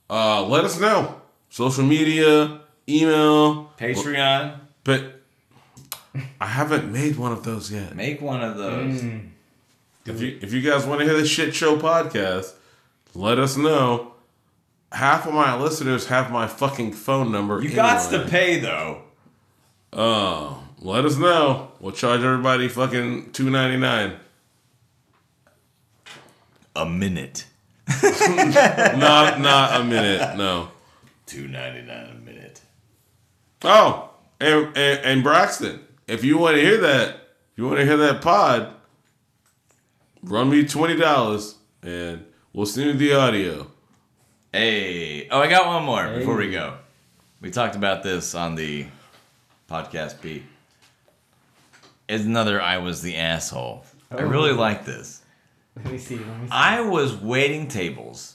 [SPEAKER 3] uh, let us know. Social media, email,
[SPEAKER 1] Patreon.
[SPEAKER 3] but I haven't made one of those yet.
[SPEAKER 1] Make one of those.
[SPEAKER 3] Mm. If you if you guys want to hear the shit show podcast, let us know. Half of my listeners have my fucking phone number.
[SPEAKER 1] You got
[SPEAKER 3] anyway.
[SPEAKER 1] to pay though.
[SPEAKER 3] Oh, let us know. We'll charge everybody fucking two ninety nine.
[SPEAKER 1] A minute.
[SPEAKER 3] Not not a minute. No.
[SPEAKER 1] Two ninety nine a minute.
[SPEAKER 3] Oh, and, and and Braxton, if you want to hear that, if you want to hear that pod, run me twenty dollars and we'll send you the audio.
[SPEAKER 1] Hey. Oh, I got one more before we go. We talked about this on the podcast Pete. It's another I was the asshole. I really like this.
[SPEAKER 2] Let me see. Let me see.
[SPEAKER 1] I was waiting tables,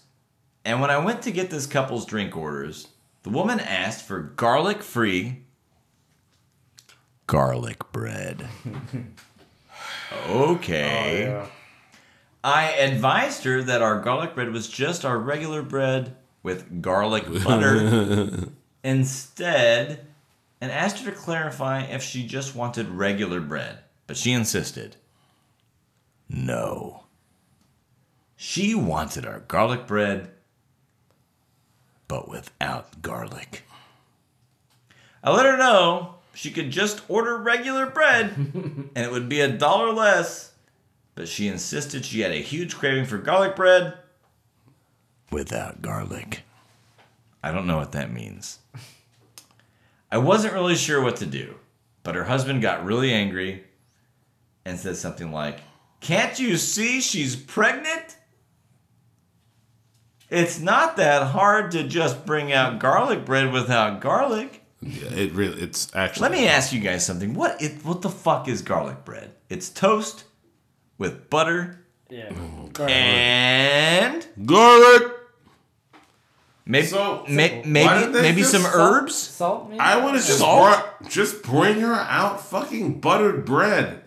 [SPEAKER 1] and when I went to get this couple's drink orders, the woman asked for garlic free garlic bread. okay.
[SPEAKER 2] Yeah.
[SPEAKER 1] I advised her that our garlic bread was just our regular bread with garlic butter instead and asked her to clarify if she just wanted regular bread. But she insisted. No. She wanted our garlic bread, but without garlic. I let her know she could just order regular bread and it would be a dollar less but she insisted she had a huge craving for garlic bread without garlic. I don't know what that means. I wasn't really sure what to do, but her husband got really angry and said something like, Can't you see she's pregnant? It's not that hard to just bring out garlic bread without garlic.
[SPEAKER 3] Yeah, it really, it's actually.
[SPEAKER 1] Let me ask you guys something. What it, what the fuck is garlic bread? It's toast with butter
[SPEAKER 2] Yeah.
[SPEAKER 1] Oh, and
[SPEAKER 3] Garlic.
[SPEAKER 1] maybe
[SPEAKER 3] So,
[SPEAKER 1] may,
[SPEAKER 3] why
[SPEAKER 1] maybe
[SPEAKER 3] did they
[SPEAKER 1] maybe
[SPEAKER 3] just
[SPEAKER 1] some
[SPEAKER 3] salt-
[SPEAKER 1] herbs.
[SPEAKER 2] Salt, maybe? Oh,
[SPEAKER 3] I would have just
[SPEAKER 1] Salt?
[SPEAKER 3] brought, just bring her out fucking buttered bread.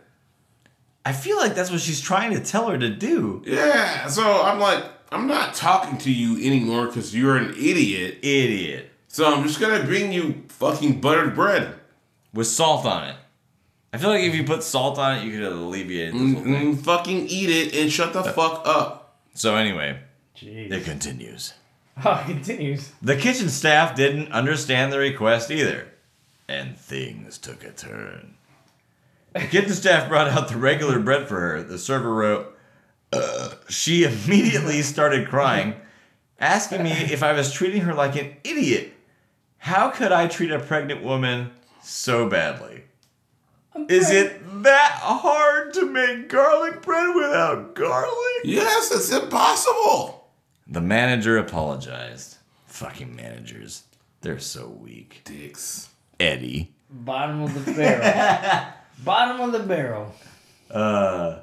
[SPEAKER 1] I feel like that's what she's trying to tell her to do.
[SPEAKER 3] Yeah. So I'm like, I'm not talking to you anymore because you're an idiot.
[SPEAKER 1] Idiot.
[SPEAKER 3] So I'm just gonna bring you fucking buttered bread.
[SPEAKER 1] With salt on it. I feel like if you put salt on it, you could have alleviated this whole thing.
[SPEAKER 3] Mm, fucking eat it and shut
[SPEAKER 1] Uh,
[SPEAKER 3] the fuck up.
[SPEAKER 1] So anyway,
[SPEAKER 2] Jeez.
[SPEAKER 1] it continues.
[SPEAKER 2] Oh, it continues.
[SPEAKER 1] The kitchen staff didn't understand the request either, and things took a turn. The kitchen staff brought out the regular bread for her. The server wrote, "Uh," She immediately started crying, asking me if I was treating her like an idiot. How could I treat a pregnant woman so badly? Is it that hard to make garlic bread without garlic?
[SPEAKER 3] Yes, it's impossible.
[SPEAKER 1] The manager apologized. Fucking managers. They're so weak.
[SPEAKER 3] Dicks.
[SPEAKER 1] Eddie.
[SPEAKER 2] Bottom of the barrel. Bottom of the barrel.
[SPEAKER 1] Uh,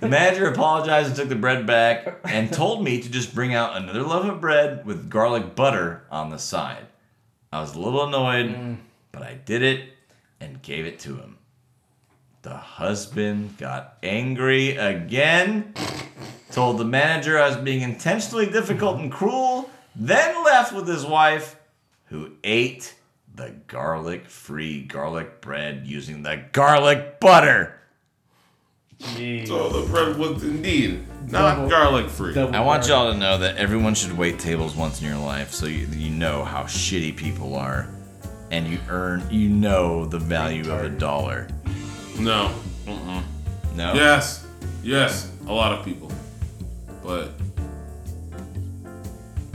[SPEAKER 1] the manager apologized and took the bread back and told me to just bring out another loaf of bread with garlic butter on the side. I was a little annoyed, but I did it and gave it to him. The husband got angry again, told the manager I was being intentionally difficult and cruel, then left with his wife, who ate the garlic free garlic bread using the garlic butter.
[SPEAKER 2] Jeez.
[SPEAKER 3] So the bread was indeed
[SPEAKER 2] Double-
[SPEAKER 3] not garlic free.
[SPEAKER 2] Double
[SPEAKER 1] I want
[SPEAKER 2] barrel.
[SPEAKER 1] y'all to know that everyone should wait tables once in your life so you, you know how shitty people are and you earn, you know the value of a dollar.
[SPEAKER 3] No. Oh.
[SPEAKER 1] No?
[SPEAKER 3] Yes. Yes. A lot of people. But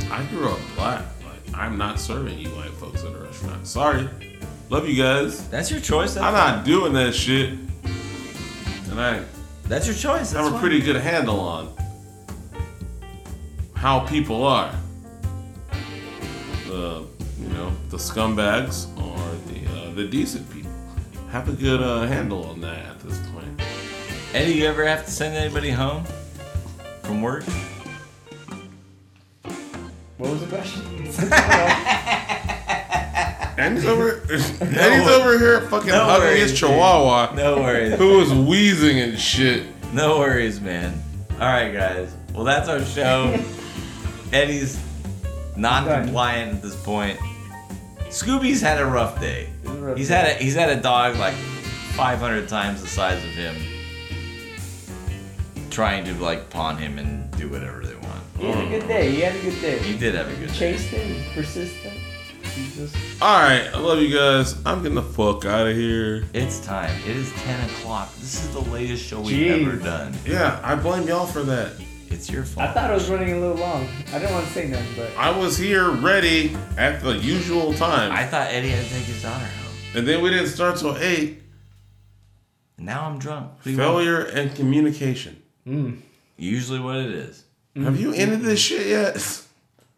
[SPEAKER 3] I grew up black. Like I'm not serving you white folks at a restaurant. Sorry. Love you guys.
[SPEAKER 1] That's your choice. That's,
[SPEAKER 3] I'm not doing that shit. And I
[SPEAKER 1] that's your choice. That's
[SPEAKER 3] have a
[SPEAKER 1] fine.
[SPEAKER 3] pretty good handle on how people are. The you know the scumbags or the uh, the decent people. Have a good uh, handle on that at this point.
[SPEAKER 1] Eddie, you ever have to send anybody home from work?
[SPEAKER 2] What was the question?
[SPEAKER 3] And he's over, and he's over here fucking
[SPEAKER 1] No
[SPEAKER 3] hugging
[SPEAKER 1] worries,
[SPEAKER 3] his chihuahua,
[SPEAKER 1] No worries.
[SPEAKER 3] who is wheezing and shit.
[SPEAKER 1] no worries, man. All right, guys. Well, that's our show. Eddie's non-compliant at this point. Scooby's had a rough day.
[SPEAKER 2] It's a rough
[SPEAKER 1] He's
[SPEAKER 2] day.
[SPEAKER 1] had a he's had a dog like 500 times the size of him, trying to like pawn him and do whatever they want.
[SPEAKER 2] He had a good day. He had a good day.
[SPEAKER 1] He did have a good day.
[SPEAKER 2] Chased him. Persistent. He's just.
[SPEAKER 3] All right, I love you guys. I'm getting the fuck out of here.
[SPEAKER 1] It's time. It is 10 o'clock. This is the latest show we've
[SPEAKER 2] Jeez.
[SPEAKER 1] ever done.
[SPEAKER 3] Yeah, I blame y'all for that.
[SPEAKER 1] It's your fault.
[SPEAKER 2] I thought it was running a little long. I didn't want to say nothing, but
[SPEAKER 3] I was here ready at the usual time,
[SPEAKER 1] I thought Eddie had to take his daughter home.
[SPEAKER 3] and then we didn't start till eight.
[SPEAKER 1] Now I'm drunk. What do you want?
[SPEAKER 3] Failure and communication.
[SPEAKER 1] Usually what it is.
[SPEAKER 3] Have you ended this shit yet?